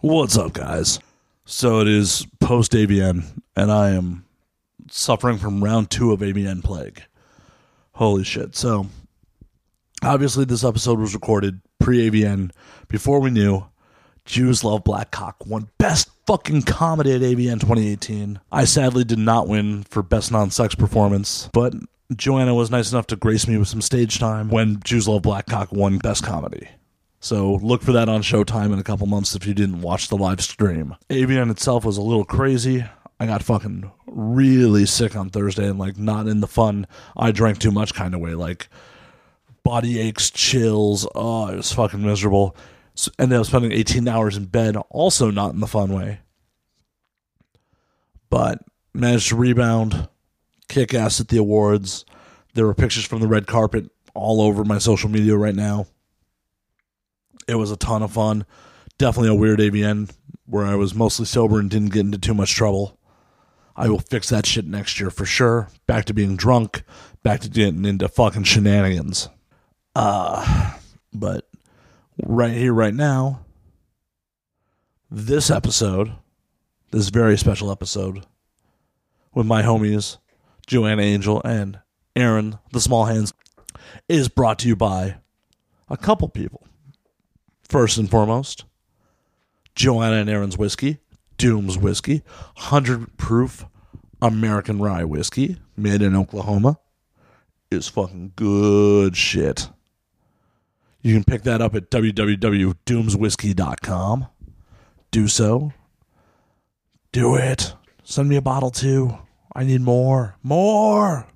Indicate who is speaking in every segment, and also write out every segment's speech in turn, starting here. Speaker 1: What's up, guys? So it is post ABN, and I am suffering from round two of ABN plague. Holy shit. So, obviously, this episode was recorded pre ABN before we knew Jews Love Black Cock won Best Fucking Comedy at ABN 2018. I sadly did not win for Best Non Sex Performance, but Joanna was nice enough to grace me with some stage time when Jews Love Black Cock won Best Comedy. So look for that on Showtime in a couple months if you didn't watch the live stream. ABN itself was a little crazy. I got fucking really sick on Thursday and like not in the fun I drank too much kind of way. Like body aches, chills. Oh, it was fucking miserable. So, ended up spending 18 hours in bed, also not in the fun way. But managed to rebound, kick ass at the awards. There were pictures from the red carpet all over my social media right now. It was a ton of fun. Definitely a weird ABN where I was mostly sober and didn't get into too much trouble. I will fix that shit next year for sure. Back to being drunk, back to getting into fucking shenanigans. Uh but right here right now this episode, this very special episode with my homies Joanna Angel and Aaron the Small Hands is brought to you by a couple people. First and foremost, Joanna and Aaron's whiskey, Doom's whiskey, 100 proof American rye whiskey made in Oklahoma is fucking good shit. You can pick that up at www.doomswhiskey.com. Do so. Do it. Send me a bottle too. I need more. More.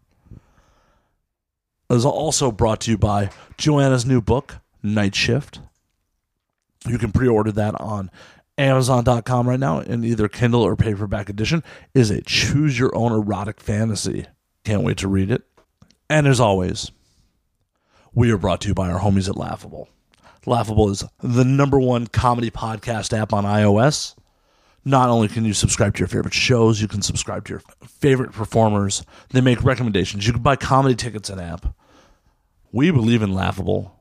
Speaker 1: Is also brought to you by Joanna's new book, Night Shift. You can pre-order that on Amazon.com right now in either Kindle or paperback edition. It Is a choose your own erotic fantasy. Can't wait to read it. And as always, we are brought to you by our homies at Laughable. Laughable is the number one comedy podcast app on iOS. Not only can you subscribe to your favorite shows, you can subscribe to your favorite performers. They make recommendations. You can buy comedy tickets in app. We believe in Laughable,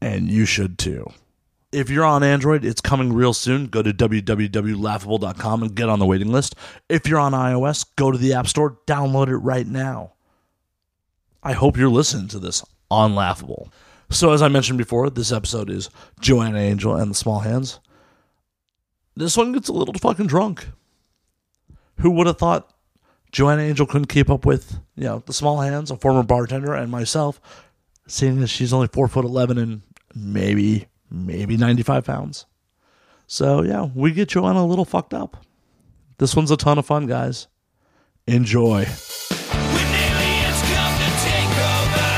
Speaker 1: and you should too if you're on Android, it's coming real soon. Go to www.laughable.com and get on the waiting list. If you're on iOS, go to the App Store, download it right now. I hope you're listening to this on Laughable. So, as I mentioned before, this episode is Joanna Angel and the Small Hands. This one gets a little fucking drunk. Who would have thought Joanna Angel couldn't keep up with, you know, the Small Hands, a former bartender, and myself, seeing as she's only four foot eleven and maybe, maybe ninety five pounds. So yeah, we get Joanna a little fucked up. This one's a ton of fun, guys. Enjoy.
Speaker 2: When aliens come to take over,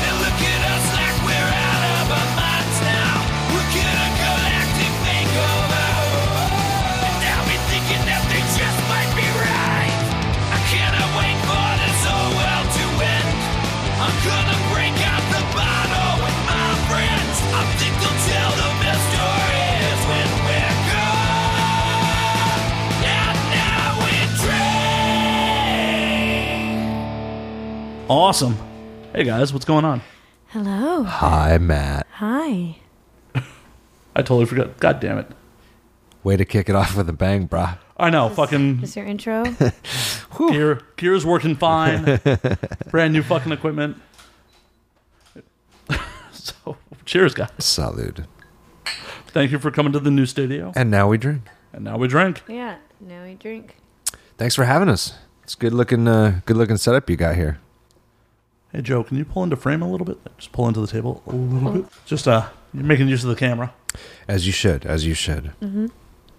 Speaker 2: they look at us like we're out of our minds now. We're gonna galactic makeover, and now we're thinking that they just might be right. I cannot wait for this whole world to end. I'm gonna break out the bottle with my friends. I think they'll tell the best stories when we're gone. And now we drink.
Speaker 1: Awesome. Hey guys, what's going on?
Speaker 3: Hello.
Speaker 4: Hi, Matt.
Speaker 3: Hi.
Speaker 1: I totally forgot. God damn it.
Speaker 4: Way to kick it off with a bang, brah.
Speaker 1: I know, fucking
Speaker 3: Is your intro?
Speaker 1: gear gear's working fine. Brand new fucking equipment. so cheers guys.
Speaker 4: Salud.
Speaker 1: Thank you for coming to the new studio.
Speaker 4: And now we drink.
Speaker 1: And now we drink.
Speaker 3: yeah. Now we drink.
Speaker 4: Thanks for having us. It's good looking, uh, good looking setup you got here.
Speaker 1: Hey Joe, can you pull into frame a little bit? Just pull into the table a little bit. Just uh you're making use of the camera.
Speaker 4: As you should, as you should.
Speaker 1: Mm-hmm.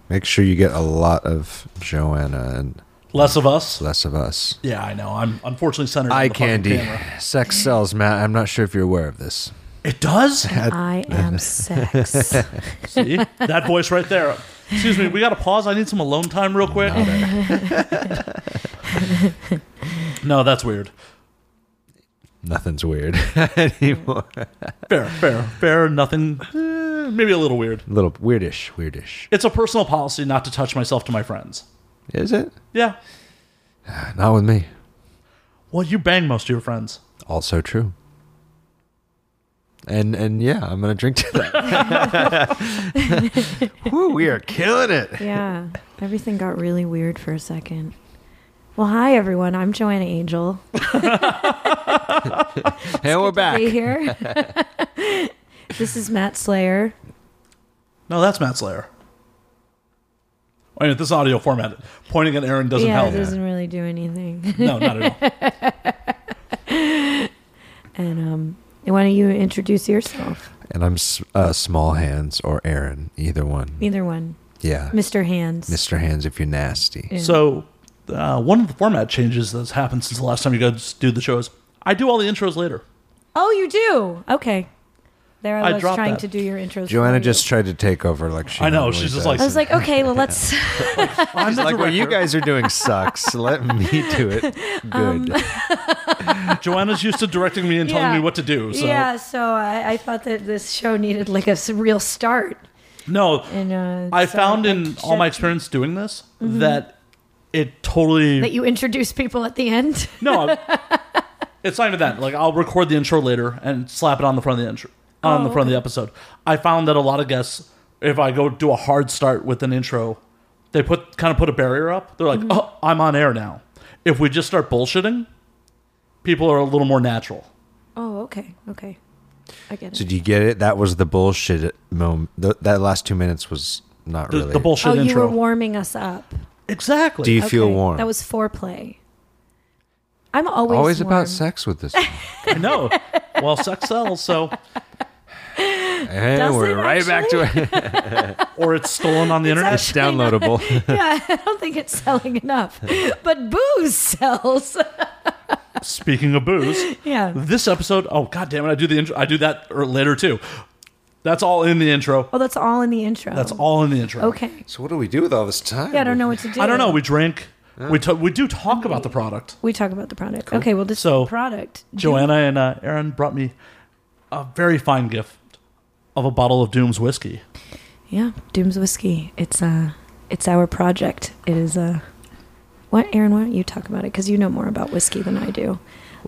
Speaker 4: Make sure you get a lot of Joanna and
Speaker 1: Less of us.
Speaker 4: less of us.
Speaker 1: Yeah, I know. I'm unfortunately centered. on
Speaker 4: Eye
Speaker 1: the fucking
Speaker 4: candy,
Speaker 1: camera.
Speaker 4: sex sells, Matt. I'm not sure if you're aware of this.
Speaker 1: It does.
Speaker 3: I am sex.
Speaker 1: See that voice right there. Excuse me. We got to pause. I need some alone time real quick. no, that's weird.
Speaker 4: Nothing's weird anymore. A
Speaker 1: Fair, fair, fair. Nothing. eh, maybe a little weird.
Speaker 4: little weirdish, weirdish.
Speaker 1: It's a personal policy not to touch myself to my friends.
Speaker 4: Is it?
Speaker 1: Yeah.
Speaker 4: Not with me.
Speaker 1: Well, you bang most of your friends.
Speaker 4: Also true. And and yeah, I'm gonna drink to that. Woo, we are killing it.
Speaker 3: Yeah. Everything got really weird for a second. Well, hi everyone. I'm Joanna Angel.
Speaker 4: And we're back.
Speaker 3: Be here. this is Matt Slayer.
Speaker 1: No, that's Matt Slayer. I mean, this audio format, pointing at Aaron doesn't
Speaker 3: yeah,
Speaker 1: help.
Speaker 3: it doesn't really do anything.
Speaker 1: No, not at all.
Speaker 3: and um, why don't you introduce yourself?
Speaker 4: And I'm S- uh, Small Hands or Aaron, either one.
Speaker 3: Either one,
Speaker 4: Yeah.
Speaker 3: Mr. Hands.
Speaker 4: Mr. Hands if you're nasty.
Speaker 3: Yeah.
Speaker 1: So, uh, one of the format changes that's happened since the last time you guys did the show is I do all the intros later.
Speaker 3: oh, you do. Okay. There I,
Speaker 1: I
Speaker 3: was
Speaker 1: dropped
Speaker 3: trying
Speaker 1: that.
Speaker 3: to do your intros. for
Speaker 4: Joanna
Speaker 3: you.
Speaker 4: just tried to take over like she
Speaker 1: I know,
Speaker 4: normally
Speaker 1: she's just
Speaker 4: does.
Speaker 1: like-
Speaker 3: I was like, okay, well, let's.
Speaker 1: I'm the
Speaker 4: like what you
Speaker 1: director.
Speaker 4: guys are doing sucks. Let me do it. Good.
Speaker 3: Um,
Speaker 1: Joanna's used to directing me and telling
Speaker 3: Yeah.
Speaker 1: me what to do. So,
Speaker 3: Yeah, so I, I thought that this show needed like a s- real start.
Speaker 1: no,
Speaker 3: And uh,
Speaker 1: I
Speaker 3: so Mm-hmm.
Speaker 1: found in all my experience doing this that it totally
Speaker 3: that you introduce people at the end.
Speaker 1: no. I'm- it's not even that. Like I'll record the intro later and slap it on the front of the intro on the
Speaker 4: Oh,
Speaker 1: front of the episode. I found that a lot of guests, if I go do a hard start with an intro, they put kind of put a barrier up. They're like,
Speaker 4: Mm-hmm.
Speaker 1: "Oh, I'm on air now." If we just start bullshitting, people are a little more natural.
Speaker 3: Oh, okay, okay, I get it.
Speaker 4: Did you get it? That was the bullshit moment. Th- that last two minutes was not
Speaker 1: The,
Speaker 4: really.
Speaker 1: the bullshit
Speaker 3: oh, you
Speaker 1: intro.
Speaker 3: were warming us up.
Speaker 1: exactly.
Speaker 4: Do you feel
Speaker 3: Okay,
Speaker 4: warm?
Speaker 3: That was foreplay. I'm always
Speaker 4: always about
Speaker 3: warm.
Speaker 4: sex with this. one.
Speaker 1: I know. Well, sex sells, so
Speaker 4: and
Speaker 3: Does
Speaker 4: we're
Speaker 3: it
Speaker 4: right back to it.
Speaker 1: or it's stolen on the internet.
Speaker 4: It's downloadable.
Speaker 3: yeah, I don't think it's selling enough, but booze sells.
Speaker 1: Speaking of booze,
Speaker 3: yeah.
Speaker 1: this episode. Oh god damn it! I do the intro. I do that or later too. That's all in the intro.
Speaker 3: Oh, that's all in the intro.
Speaker 1: That's all in the intro.
Speaker 3: Okay.
Speaker 4: so what do we do with all this time?
Speaker 3: Yeah, I don't know what to do.
Speaker 1: I don't know. We drink. We t- we do talk about the product.
Speaker 3: we talk about the product. Okay. Well, this
Speaker 1: So,
Speaker 3: product.
Speaker 1: Joanna and uh, Aaron brought me a very fine gift of a bottle of Doom's whiskey.
Speaker 3: Yeah, Doom's whiskey. It's uh it's our project. It is uh what Aaron, why don't you talk about it? Because you know more about whiskey than I do.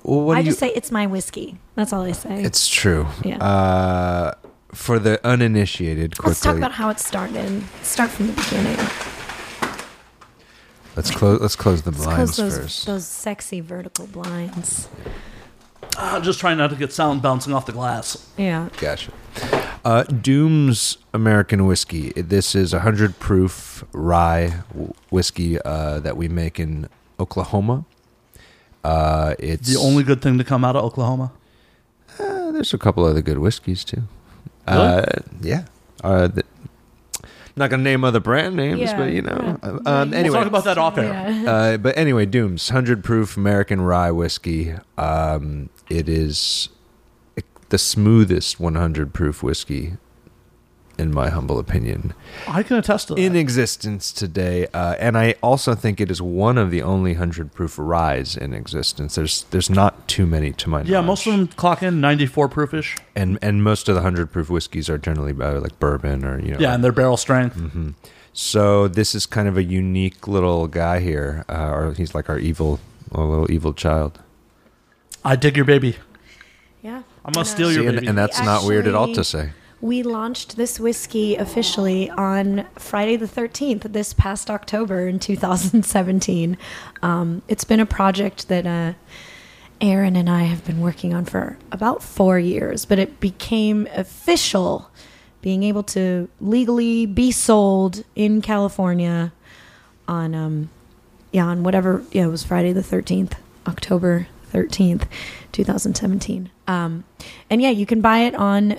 Speaker 4: Well, what
Speaker 3: I
Speaker 4: do you-
Speaker 3: just say it's my whiskey. That's all I say.
Speaker 4: it's true.
Speaker 3: Yeah.
Speaker 4: Uh, for the uninitiated, quickly.
Speaker 3: Let's talk about how it started. Start from the beginning.
Speaker 4: Let's close. Let's close the
Speaker 3: Let's
Speaker 4: blinds
Speaker 3: close those
Speaker 4: first.
Speaker 3: those sexy vertical blinds.
Speaker 1: Ah, just trying not to get sound bouncing off the glass.
Speaker 3: Yeah.
Speaker 4: Gotcha. Uh, Doom's American whiskey. This is a hundred proof rye w- whiskey uh, that we make in Oklahoma. Uh, it's
Speaker 1: The only good thing to come out of Oklahoma.
Speaker 4: Uh, there's a couple other good whiskeys too. Uh, yeah. Uh, th- not gonna name other brand names,
Speaker 3: Yeah,
Speaker 4: but you know.
Speaker 3: yeah.
Speaker 4: Um,
Speaker 3: We'll
Speaker 1: We'll
Speaker 4: anyway,
Speaker 1: talk about that off air.
Speaker 3: Yeah.
Speaker 4: uh, but anyway, Doom's hundred proof American rye whiskey. Um, it is e, the smoothest 100 proof whiskey, in my humble opinion,
Speaker 1: I can attest to that.
Speaker 4: in existence today. Uh, and I also think it is one of the only 100 proof ryes in existence. There's there's not too many to my
Speaker 1: yeah,
Speaker 4: knowledge.
Speaker 1: most of them clock in 94 proofish.
Speaker 4: and and most of the 100 proof whiskeys are generally uh, like bourbon or you know.
Speaker 1: Yeah, and their barrel strength.
Speaker 4: Mm. So this is kind of a unique little guy here, uh, or he's like our evil, our little evil child.
Speaker 1: I dig your baby.
Speaker 3: yeah.
Speaker 1: I'm gonna
Speaker 3: Yeah.
Speaker 1: steal your
Speaker 4: See, and,
Speaker 1: baby.
Speaker 4: and that's not weird at all to
Speaker 3: Actually-
Speaker 4: say.
Speaker 3: We launched this whiskey officially on Friday the 13th, this past October in 2017. Um, it's been a project that uh, Aaron and I have been working on for about four years, but it became official being able to legally be sold in California on um yeah on whatever yeah it was friday the 13th october 13th 2017 um and yeah you can buy it on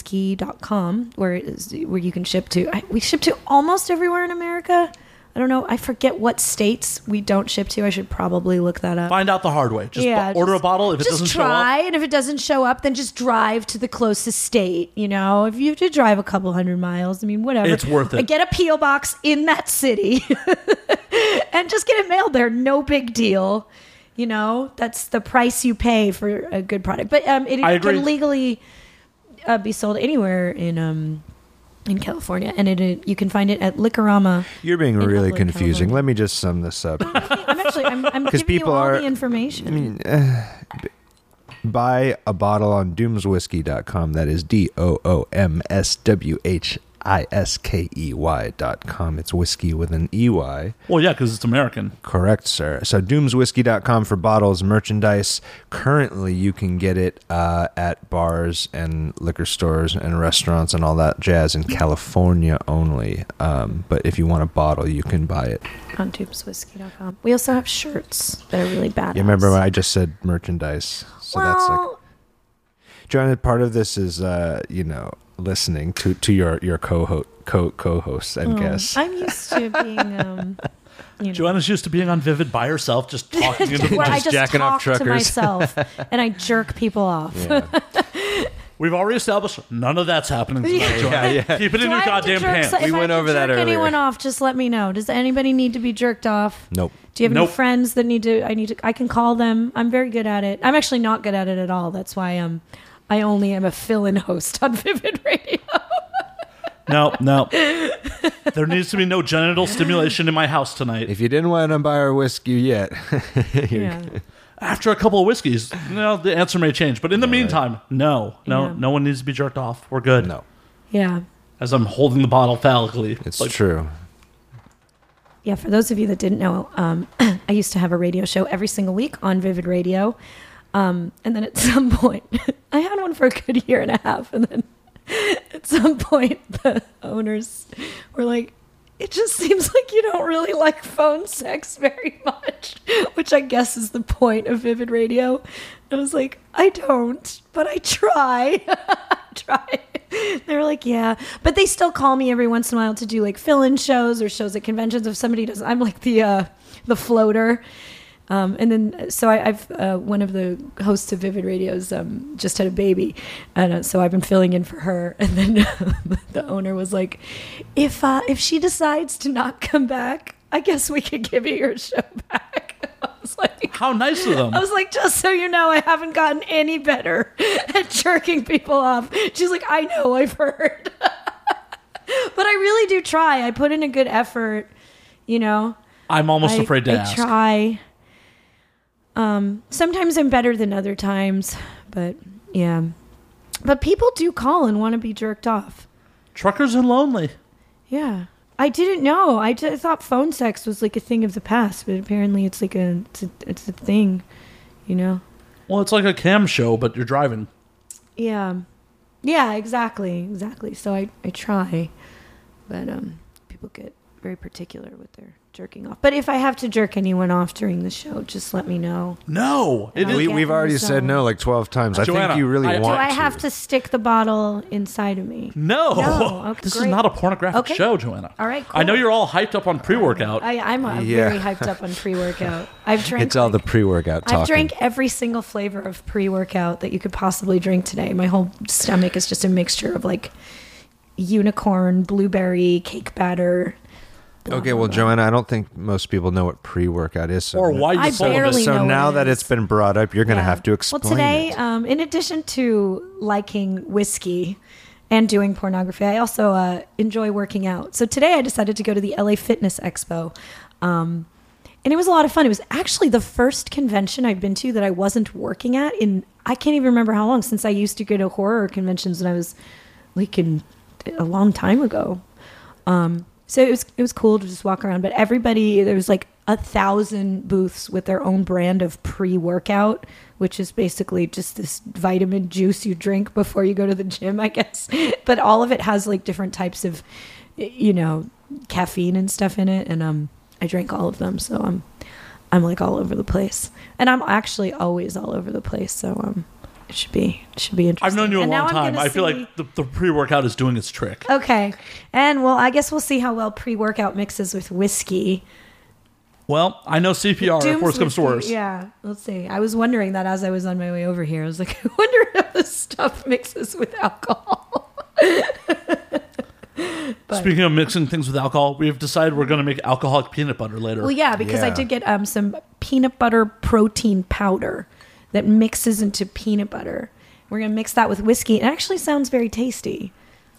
Speaker 3: doomswhiskey.com where it is where you can ship to I, we ship to almost everywhere in america i don't know i forget what states we don't ship to i should probably look that up
Speaker 1: Find out the hard way. Just
Speaker 3: yeah,
Speaker 1: bu- order
Speaker 3: just-
Speaker 1: a bottle. If it
Speaker 3: just
Speaker 1: doesn't
Speaker 3: try, and if it doesn't show up, then just drive to the closest state. You know, if you have to drive a couple hundred miles, I mean, whatever,
Speaker 1: It's worth it.
Speaker 3: And get a PO box in that city, and just get it mailed there. No big deal. You know, that's the price you pay for a good product. But um, it
Speaker 1: I agree.
Speaker 3: can legally uh, be sold anywhere in um in California, and it, it you can find it at Liquorama.
Speaker 4: You're being
Speaker 3: In
Speaker 4: really
Speaker 3: Upland,
Speaker 4: confusing.
Speaker 3: California.
Speaker 4: Let me just sum this up.
Speaker 3: I'm actually I'm, I'm
Speaker 4: 'Cause
Speaker 3: giving
Speaker 4: people
Speaker 3: you all
Speaker 4: are-
Speaker 3: the information.
Speaker 4: I mean, uh, b- Buy a bottle on doomswhiskey.com. That is D O O M S W H I S K E Y.com. It's whiskey with an E Y.
Speaker 1: Well, yeah, because it's American.
Speaker 4: Correct, sir. So doomswhiskey.com for bottles, merchandise. Currently, you can get it uh, at bars and liquor stores and restaurants and all that jazz in California only. Um, but if you want a bottle, you can buy it.
Speaker 3: on tubeswhiskey.com. We also have shirts that are really bad.
Speaker 4: You remember when I just said merchandise? So
Speaker 3: well,
Speaker 4: that's like, John, part of this is, uh, you know, listening to, to your, your co-ho- co- co-hosts and guests.
Speaker 3: I'm used to being, um, you know,
Speaker 1: Joanna's used to being on Vivid by herself, just talking into
Speaker 3: where I
Speaker 1: the.
Speaker 4: just
Speaker 3: just
Speaker 4: jacking off
Speaker 3: talk to
Speaker 4: truckers.
Speaker 3: myself and I jerk people off.
Speaker 1: We've already established none of that's happening tonight, Joanna. Keep it in
Speaker 3: Do I
Speaker 1: your
Speaker 3: have to
Speaker 1: goddamn
Speaker 3: jerk
Speaker 1: pants.
Speaker 3: so- if
Speaker 4: We
Speaker 3: I have
Speaker 4: went
Speaker 3: to
Speaker 4: over that
Speaker 3: jerk Anyone
Speaker 4: earlier.
Speaker 3: off? Just let me know. Does anybody need to be jerked off?
Speaker 4: Nope.
Speaker 3: Do you have
Speaker 1: Nope.
Speaker 3: any friends that need to? I need to. I can call them. I'm very good at it. I'm actually not good at it at all. That's why um, I only am a fill-in host on Vivid Radio.
Speaker 1: no, no. There needs to be no genital stimulation in my house tonight.
Speaker 4: If you didn't want to buy our whiskey yet,
Speaker 3: Yeah.
Speaker 1: After a couple of whiskeys, you know, the answer may change. But in the meantime, no, no,
Speaker 3: Yeah.
Speaker 1: no one needs to be jerked off. We're good.
Speaker 4: no,
Speaker 3: Yeah.
Speaker 1: As I'm holding the bottle phallically.
Speaker 4: it's
Speaker 1: Like,
Speaker 4: true.
Speaker 3: Yeah, for those of you that didn't know, um, I used to have a radio show every single week on Vivid Radio. Um, and then at some point, I had one for a good year and a half. And then at some point, the owners were like, it just seems like you don't really like phone sex very much, which I guess is the point of Vivid Radio. And I was like, I don't, but I try. try. They were like, yeah, but they still call me every once in a while to do like fill-in shows or shows at conventions. If somebody does, I'm like the uh, the floater. Um, and then, so I, I've uh, one of the hosts of Vivid Radio's um, just had a baby, and uh, so I've been filling in for her. And then uh, the owner was like, "If uh, if she decides to not come back, I guess we could give you your show back." I was like,
Speaker 1: how nice of them.
Speaker 3: I was like, just so you know, I haven't gotten any better at jerking people off. She's like, I know, I've heard. but I really do try. I put in a good effort, you know.
Speaker 1: I'm almost
Speaker 3: I,
Speaker 1: afraid to
Speaker 3: I
Speaker 1: ask.
Speaker 3: try. Um, sometimes I'm better than other times, but yeah. But people do call and want to be jerked off.
Speaker 1: Truckers are lonely.
Speaker 3: Yeah. I didn't know. I ju- thought phone sex was like a thing of the past, but apparently it's like a it's a, it's a thing, you know.
Speaker 1: Well, it's like a cam show, but you're driving.
Speaker 3: Yeah. Yeah, exactly. Exactly. So I, I try. But um people get very particular with their jerking off. But if I have to jerk anyone off during the show, just let me know.
Speaker 1: No, it
Speaker 3: I
Speaker 1: is.
Speaker 4: We,
Speaker 3: get
Speaker 4: we've already
Speaker 3: so-
Speaker 4: said no like 12 times. I
Speaker 1: Joanna,
Speaker 4: think you really
Speaker 1: I- Do
Speaker 3: Do
Speaker 4: want
Speaker 3: I have to stick the bottle inside of me?
Speaker 1: No,
Speaker 3: No, okay,
Speaker 1: this is
Speaker 3: great.
Speaker 1: not a pornographic
Speaker 3: Okay.
Speaker 1: show, Joanna.
Speaker 3: All right,
Speaker 1: I know
Speaker 3: cool.
Speaker 1: you're all hyped up on pre-workout.
Speaker 3: I, I'm uh,
Speaker 4: Yeah.
Speaker 3: very hyped up on pre-workout. I've drank.
Speaker 4: It's all the
Speaker 3: like-
Speaker 4: pre-workout talking.
Speaker 3: I've drank every single flavor of pre-workout that you could possibly drink today. My whole stomach is just a mixture of like unicorn, blueberry, cake batter.
Speaker 4: Okay, well, Joanna, I don't think most people know what pre-workout is. So
Speaker 1: or why you
Speaker 3: I
Speaker 1: sold
Speaker 3: barely-
Speaker 1: this?
Speaker 4: So
Speaker 3: know
Speaker 4: now
Speaker 3: what it
Speaker 4: that
Speaker 3: is.
Speaker 4: it's been brought up, you're going to
Speaker 3: Yeah.
Speaker 4: have to explain.
Speaker 3: Well, today,
Speaker 4: it.
Speaker 3: um, in addition to liking whiskey and doing pornography, I also uh, enjoy working out. So today, I decided to go to the LA Fitness Expo. Um, and it was a lot of fun. It was actually the first convention I've been to that I wasn't working at in I can't even remember how long since I used to go to horror conventions when I was like in a long time ago. Um, so it was it was cool to just walk around, but everybody there was like a thousand booths with their own brand of pre workout, which is basically just this vitamin juice you drink before you go to the gym, I guess. But all of it has like different types of, you know, caffeine and stuff in it, and um, I drank all of them, so I'm I'm like all over the place, and I'm actually always all over the place, so um, it should be it should be interesting.
Speaker 1: I've known you a
Speaker 3: And now
Speaker 1: long
Speaker 3: I'm
Speaker 1: time.
Speaker 3: gonna
Speaker 1: I feel
Speaker 3: see-
Speaker 1: like the, the pre-workout is doing its trick.
Speaker 3: Okay. And well, I guess we'll see how well pre workout mixes with whiskey.
Speaker 1: Well, I know CPR. If
Speaker 3: Doom's
Speaker 1: worse comes to
Speaker 3: whiskey-
Speaker 1: worse,
Speaker 3: Yeah. Let's see. I was wondering that as I was on my way over here. I was like, I wonder if this stuff mixes with alcohol.
Speaker 1: Speaking of mixing things with alcohol, we have decided we're going to make alcoholic peanut butter later.
Speaker 3: Well, yeah, because I
Speaker 4: Yeah.
Speaker 3: did get um, some peanut butter protein powder that mixes into peanut butter. We're going to mix that with whiskey. It actually sounds very tasty.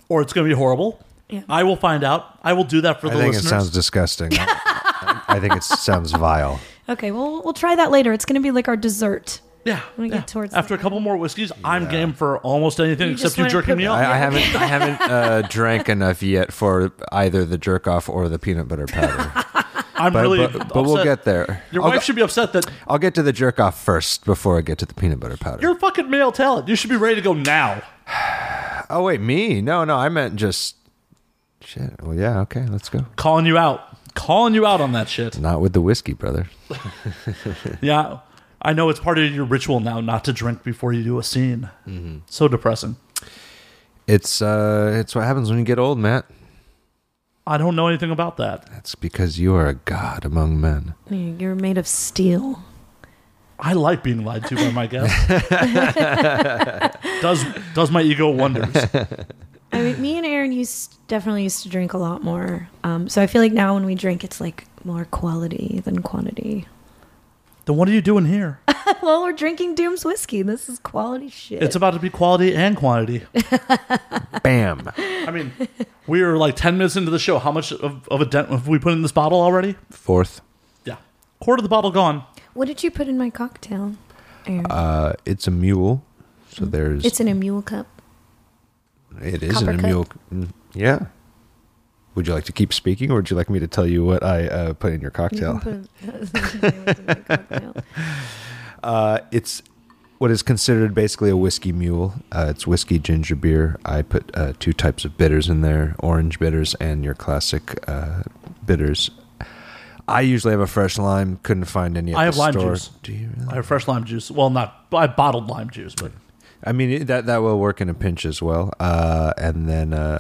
Speaker 1: Or it's going to be horrible.
Speaker 3: Yeah.
Speaker 1: I will find out. I will do that for
Speaker 4: I
Speaker 1: the
Speaker 4: think
Speaker 1: listeners.
Speaker 4: it sounds disgusting. I I think it sounds vile.
Speaker 3: Okay. Well, we'll try that later. It's going to be like our dessert.
Speaker 1: Yeah.
Speaker 3: Wanna
Speaker 1: yeah.
Speaker 3: get towards
Speaker 1: After a
Speaker 3: the-
Speaker 1: couple more whiskeys, I'm game for almost anything
Speaker 3: You
Speaker 1: except
Speaker 3: just
Speaker 1: you
Speaker 3: wanna
Speaker 1: jerking
Speaker 3: put-
Speaker 1: me
Speaker 4: I,
Speaker 1: off.
Speaker 4: I haven't I haven't uh, drank enough yet for either the jerk off or the peanut butter powder.
Speaker 1: I'm
Speaker 4: But
Speaker 1: really
Speaker 4: but, but we'll
Speaker 1: upset.
Speaker 4: get there.
Speaker 1: Your
Speaker 4: I'll,
Speaker 1: wife
Speaker 4: go-
Speaker 1: should be upset that
Speaker 4: I'll get to the jerk off first before I get to the peanut butter powder.
Speaker 1: you're a fucking male talent. You should be ready to go now.
Speaker 4: oh wait, me? No, no, I meant just shit. Well, yeah, okay, let's go.
Speaker 1: Calling you out. Calling you out on that shit.
Speaker 4: Not with the whiskey, brother.
Speaker 1: Yeah. I know it's part of your ritual now not to drink before you do a scene. So depressing.
Speaker 4: It's uh, it's what happens when you get old, Matt.
Speaker 1: I don't know anything about that.
Speaker 4: That's because you are a god among men.
Speaker 3: You're made of steel.
Speaker 1: I like being lied to by my guests. does does my ego wonders.
Speaker 3: I mean, me and Aaron used definitely used to drink a lot more. Um, so I feel like now when we drink, it's like more quality than quantity.
Speaker 1: Then what are you doing here?
Speaker 3: well, we're drinking Doom's whiskey. This is quality shit.
Speaker 1: It's about to be quality and quantity.
Speaker 4: Bam.
Speaker 1: I mean, we are like 10 minutes into the show. How much of, of a dent have we put in this bottle already?
Speaker 4: Fourth,
Speaker 1: Yeah. Quarter of the bottle gone.
Speaker 3: what did you put in my cocktail, Aaron?
Speaker 4: uh, it's a mule. So there's
Speaker 3: it's in a mule cup.
Speaker 4: It is
Speaker 3: Copper
Speaker 4: an
Speaker 3: cup.
Speaker 4: immune. mm, Yeah. Would you like to keep speaking, or would you like me to tell you what I uh, put in your
Speaker 3: You
Speaker 4: cocktail?
Speaker 3: can put- in my cocktail.
Speaker 4: Uh, it's what is considered basically a whiskey mule. Uh, it's whiskey ginger beer. I put uh, two types of bitters in there: orange bitters and your classic uh, bitters. I usually have a fresh lime. Couldn't find any. At
Speaker 1: I
Speaker 4: the
Speaker 1: have lime
Speaker 4: store.
Speaker 1: juice.
Speaker 4: Do you? Really?
Speaker 1: I have fresh lime juice. Well, not, I bottled lime juice, but
Speaker 4: I mean it- that that will work in a pinch as well. Uh, and then, uh,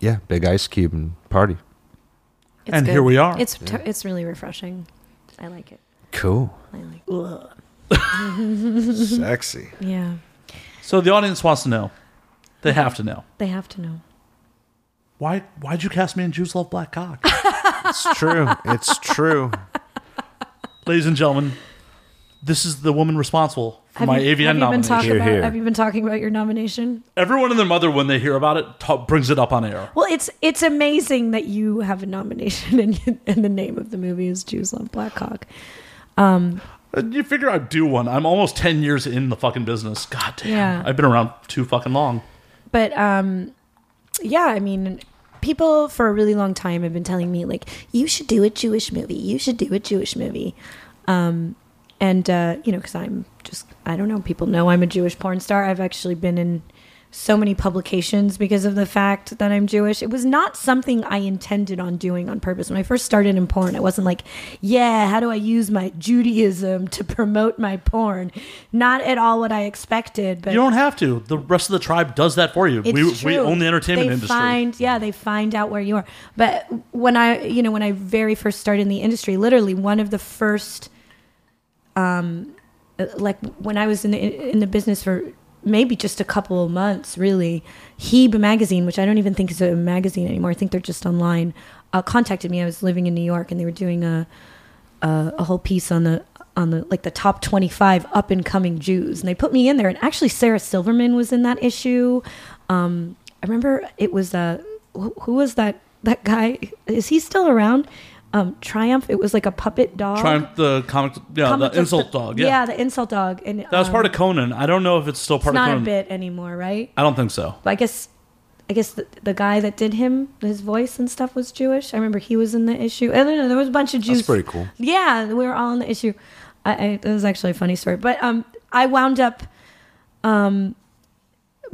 Speaker 4: yeah, big ice cube and party.
Speaker 3: It's
Speaker 1: And here we are.
Speaker 3: It's t- it's really refreshing. I like it.
Speaker 4: Cool.
Speaker 3: I like. It.
Speaker 4: Sexy.
Speaker 3: Yeah,
Speaker 1: so the audience wants to know. They have to know.
Speaker 3: they have to know.
Speaker 1: Why why'd you cast me in Jews Love Black Cock?
Speaker 4: It's true. It's true.
Speaker 1: Ladies and gentlemen, this is the woman responsible for
Speaker 3: Have
Speaker 1: my
Speaker 3: you, have
Speaker 1: AVN
Speaker 3: you been
Speaker 1: nomination.
Speaker 3: talking
Speaker 4: Here,
Speaker 3: about?
Speaker 4: here.
Speaker 3: Have you been talking about your nomination?
Speaker 1: Everyone and their mother, when they hear about it, ta- brings it up on air.
Speaker 3: Well, it's it's amazing that you have a nomination and, and the name of the movie is Jews Love Black Hawk.
Speaker 1: Uh, You figure I'd do one. I'm almost 10 years in the fucking business. God damn.
Speaker 3: Yeah.
Speaker 1: I've been around too fucking long.
Speaker 3: But um, yeah, I mean, people for a really long time have been telling me like, you should do a Jewish movie. You should do a Jewish movie. Um, and uh, you know, because I'm just I don't know. People know I'm a Jewish porn star. I've actually been in so many publications because of the fact that I'm Jewish. It was not something I intended on doing on purpose. When I first started in porn, I wasn't like, yeah, how do I use my Judaism to promote my porn? Not at all what I expected. But
Speaker 1: You don't have to. The rest of the tribe does that for you.
Speaker 3: it's
Speaker 1: we
Speaker 3: true.
Speaker 1: we own the entertainment
Speaker 3: they
Speaker 1: industry.
Speaker 3: Find, yeah, they find out where you are. But when I, you know, when I very first started in the industry, literally one of the first, um, uh, like when I was in the, in the business for maybe just a couple of months, really, Hebe magazine, which I don't even think is a magazine anymore. I think they're just online. Uh, contacted me. I was living in New York, and they were doing a a whole piece on the on the like the top 25 up and coming Jews and they put me in there and actually Sarah Silverman was in that issue um I remember it was uh who, who was that that guy is he still around um Triumph it was like a puppet dog
Speaker 1: Triumph the comic, yeah,
Speaker 3: Comic
Speaker 1: the
Speaker 3: book-
Speaker 1: insult dog. Yeah.
Speaker 3: the insult dog and um,
Speaker 1: that was part of Conan. I don't know if it's still
Speaker 3: it's
Speaker 1: part of
Speaker 3: not
Speaker 1: Conan.
Speaker 3: a bit anymore right
Speaker 1: I don't think so.
Speaker 3: but I guess I guess the, the guy that did him his voice and stuff was Jewish I remember he was in the issue I don't know there was a bunch of Jews
Speaker 4: That's pretty cool.
Speaker 3: yeah, we were all on the issue. I, I, it was actually a funny story, but um, I wound up um,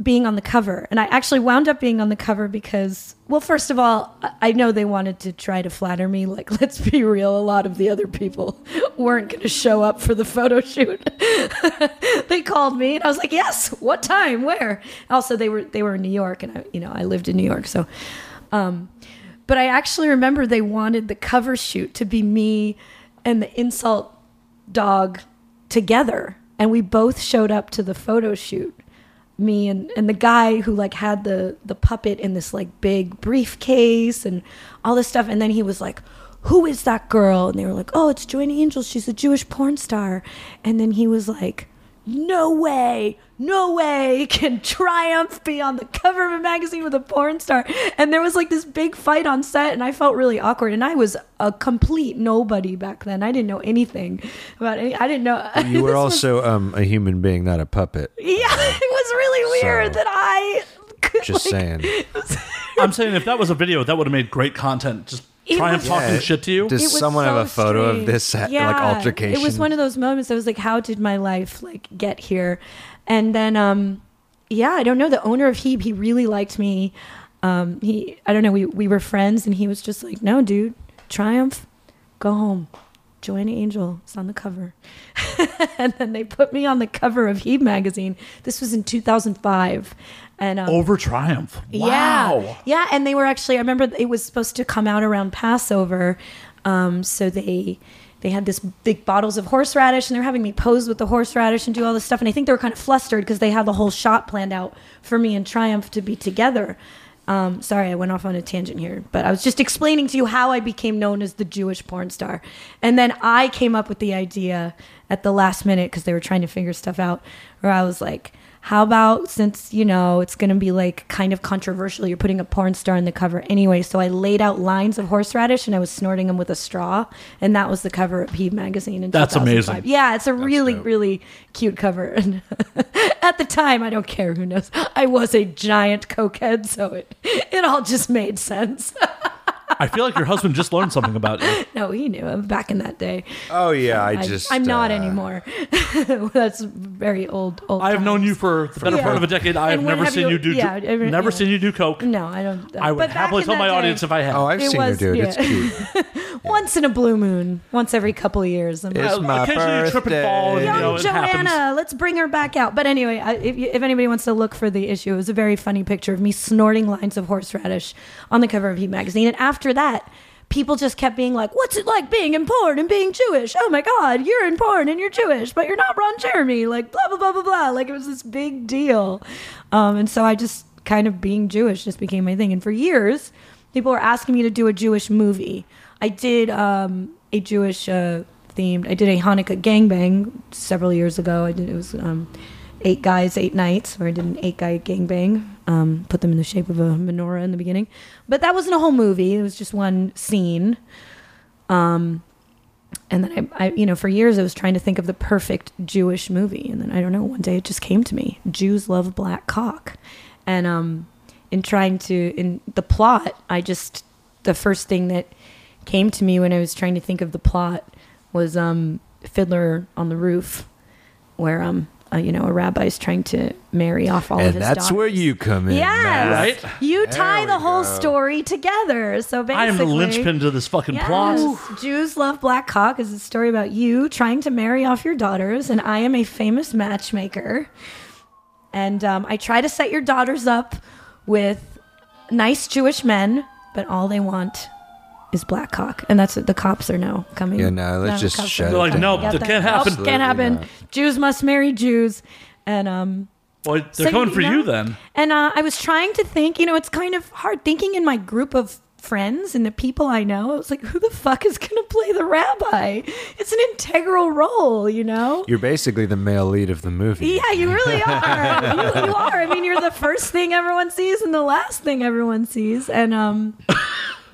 Speaker 3: being on the cover, and I actually wound up being on the cover because, well, first of all, I- I know they wanted to try to flatter me. Like, let's be real, a lot of the other people weren't going to show up for the photo shoot. they called me, and I was like, "Yes, what time? Where?" Also, they were they were in New York, and I, you know, I lived in New York, so. Um, but I actually remember they wanted the cover shoot to be me and the insult dog together. And we both showed up to the photo shoot. Me and, and the guy who like had the, the puppet in this like big briefcase and all this stuff. And then he was like, Who is that girl? And they were like, Oh, it's Joanna Angel. She's a Jewish porn star. And then he was like, no way, no way can Triumph be on the cover of a magazine with a porn star. And there was like this big fight on set, and I felt really awkward. And I was a complete nobody back then. I didn't know anything about any. I didn't know.
Speaker 4: You were
Speaker 3: This was-
Speaker 4: also um, a human being, not a puppet.
Speaker 3: yeah, it was really
Speaker 4: So-
Speaker 3: weird that I could.
Speaker 4: Just
Speaker 3: like,
Speaker 4: saying.
Speaker 1: I'm saying if that was a video, that would have made great content. Just
Speaker 3: It
Speaker 1: Triumph
Speaker 3: was-
Speaker 1: talking
Speaker 4: Yeah.
Speaker 1: shit to you.
Speaker 4: Does
Speaker 3: It was
Speaker 4: someone have
Speaker 3: so
Speaker 4: a photo
Speaker 3: strange.
Speaker 4: of this uh, like altercation?
Speaker 3: It was one of those moments. I was like, how did my life like get here? And then, um, yeah, I don't know. The owner of Hebe, he really liked me. Um, he, I don't know. We we were friends, and he was just like, no, dude, Triumph, go home. Joanna Angel is on the cover. and then they put me on the cover of Hebe magazine. This was in 2005. And um,
Speaker 1: Over Triumph.
Speaker 3: yeah. Yeah. And they were actually, I remember it was supposed to come out around Passover. Um, so they they had this big bottles of horseradish and they were having me pose with the horseradish and do all this stuff. And I think they were kind of flustered because they had the whole shot planned out for me and Triumph to be together. Um, sorry, I went off on a tangent here, but I was just explaining to you how I became known as the Jewish porn star. And then I came up with the idea at the last minute because they were trying to figure stuff out, where I was like, how about since you know it's going to be like kind of controversial you're putting a porn star on the cover anyway so i laid out lines of horseradish and i was snorting them with a straw and that was the cover of Peeve magazine in
Speaker 1: That's
Speaker 3: 2005.
Speaker 1: amazing.
Speaker 3: yeah it's a really
Speaker 4: dope.
Speaker 3: really cute cover and at the time i don't care who knows i was a giant cokehead so it it all just made sense
Speaker 1: I feel like your husband just learned something about you.
Speaker 3: no he knew him back in that day
Speaker 4: oh yeah, I
Speaker 3: I-
Speaker 4: just.
Speaker 3: i'm not
Speaker 4: uh,
Speaker 3: anymore that's very old old
Speaker 1: I have known
Speaker 3: times.
Speaker 1: you for the better
Speaker 3: Yeah.
Speaker 1: part of a decade. I
Speaker 3: And
Speaker 1: have
Speaker 3: when
Speaker 1: never
Speaker 3: have
Speaker 1: seen
Speaker 3: you-
Speaker 1: you, do
Speaker 3: yeah,
Speaker 1: ju-
Speaker 3: every-
Speaker 1: never
Speaker 3: yeah.
Speaker 1: seen you do coke.
Speaker 3: no i don't
Speaker 1: I would
Speaker 3: but back
Speaker 1: happily
Speaker 3: in
Speaker 1: tell
Speaker 3: that
Speaker 1: my
Speaker 3: day-
Speaker 1: audience if I had.
Speaker 4: Oh, I've
Speaker 3: It
Speaker 4: seen
Speaker 3: was-
Speaker 4: you do it. It's
Speaker 3: yeah.
Speaker 4: cute.
Speaker 3: Once in a blue moon, once every couple of years. I'm
Speaker 4: It's
Speaker 1: Uh,
Speaker 4: my
Speaker 1: occasionally you trip and fall and,
Speaker 4: birthday.
Speaker 1: you
Speaker 3: Young
Speaker 1: know, it
Speaker 3: Joanna,
Speaker 1: happens.
Speaker 3: let's bring her back out. But anyway, I, if, you- if anybody wants to look for the issue, it was a very funny picture of me snorting lines of horseradish on the cover of Heat magazine. And after that, people just kept being like, "What's it like being in porn and being Jewish? Oh my God, you're in porn and you're Jewish, but you're not Ron Jeremy." Like blah blah blah blah blah. Like it was this big deal. Um, and so I just kind of being Jewish just became my thing. And for years, people were asking me to do a Jewish movie. I did um, a Jewish uh, themed. I did a Hanukkah gangbang several years ago. I did it was um, eight guys, eight nights, where I did an eight guy gangbang. Um, put them in the shape of a menorah in the beginning, but that wasn't a whole movie. It was just one scene. Um, and then I, I, you know, for years I was trying to think of the perfect Jewish movie, and then I don't know. One day it just came to me: Jews love black cock, and um, in trying to in the plot, I just the first thing that came to me when I was trying to think of the plot was um, Fiddler on the Roof, where um, uh, you know, a rabbi is trying to marry off all of
Speaker 4: And
Speaker 3: his
Speaker 4: that's where
Speaker 3: daughters.
Speaker 4: you come in.
Speaker 3: Yes,
Speaker 4: Matt.
Speaker 1: Right?
Speaker 3: You
Speaker 4: There
Speaker 3: tie
Speaker 4: we
Speaker 3: the whole
Speaker 4: go.
Speaker 3: story together. So basically,
Speaker 1: I am the linchpin to this fucking plot.
Speaker 3: Yes. Jews love black cock is a story about you trying to marry off your daughters, and I am a famous matchmaker. And um, I try to set your daughters up with nice Jewish men, but all they want is black cock, and that's what the cops are now coming.
Speaker 4: Yeah, no, let's just
Speaker 3: cops are
Speaker 4: shut
Speaker 3: now
Speaker 4: it
Speaker 1: They're like,
Speaker 3: coming.
Speaker 1: nope,
Speaker 3: Got
Speaker 1: that can't happen.
Speaker 3: Nope, can't happen.
Speaker 4: Absolutely
Speaker 3: Jews must marry Jews, and um.
Speaker 1: Boy, they're
Speaker 3: So,
Speaker 1: coming for
Speaker 3: know?
Speaker 1: you then.
Speaker 3: And uh, I was trying to think, you know, it's kind of hard thinking in my group of friends and the people I know. I was like, who the fuck is going to play the rabbi? It's an integral role, you know?
Speaker 4: You're basically the male lead of the movie.
Speaker 3: yeah, you really are. you, you are. I mean, you're the first thing everyone sees and the last thing everyone sees. And um,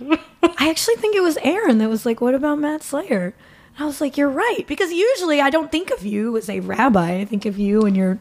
Speaker 3: I actually think it was Aaron that was like, "What about Matt Slayer?" And I was like, "You're right," because usually I don't think of you as a rabbi. I think of you and your,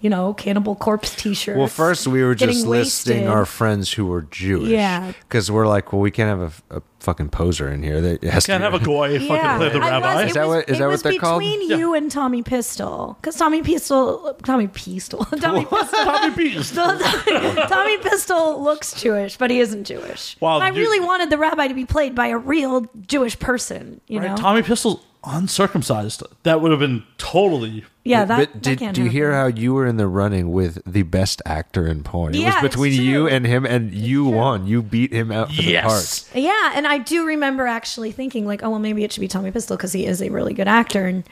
Speaker 3: you know, Cannibal Corpse T-shirt.
Speaker 4: Well, first we were just listing our
Speaker 3: F-
Speaker 4: friends who were Jewish.
Speaker 3: Yeah.
Speaker 4: Because we're like, well, we can't have a, a fucking poser in here. That has
Speaker 1: Can't
Speaker 4: to
Speaker 1: have a goy fucking
Speaker 3: yeah,
Speaker 1: play the
Speaker 3: I
Speaker 1: rabbi.
Speaker 3: Was,
Speaker 4: Is
Speaker 3: it
Speaker 4: that
Speaker 3: was,
Speaker 4: what- is
Speaker 3: it
Speaker 4: that what
Speaker 3: was
Speaker 4: they're called?
Speaker 3: between you and Tommy Pistol, because Tommy Pistol, Tommy Pistol, Tommy Pistol.
Speaker 1: Tommy Beast.
Speaker 3: Tommy, Tommy Pistol looks Jewish, but he isn't Jewish.
Speaker 1: Wow,
Speaker 3: And I
Speaker 1: you-
Speaker 3: really wanted the rabbi to be played by a real Jewish person. You
Speaker 1: Right?
Speaker 3: know,
Speaker 1: Tommy Pistol's uncircumcised. That would have been totally.
Speaker 3: yeah. That,
Speaker 4: but
Speaker 3: that
Speaker 4: did,
Speaker 3: can't
Speaker 4: do you hear
Speaker 3: happen.
Speaker 4: how you were in the running with the best actor in porn?
Speaker 3: Yeah,
Speaker 4: it was
Speaker 3: it's
Speaker 4: between you
Speaker 3: true.
Speaker 4: and him, and you won. You beat him out for
Speaker 1: Yes.
Speaker 3: Yeah, and I do remember actually thinking like, oh well, maybe it should be Tommy Pistol because he is a really good actor. And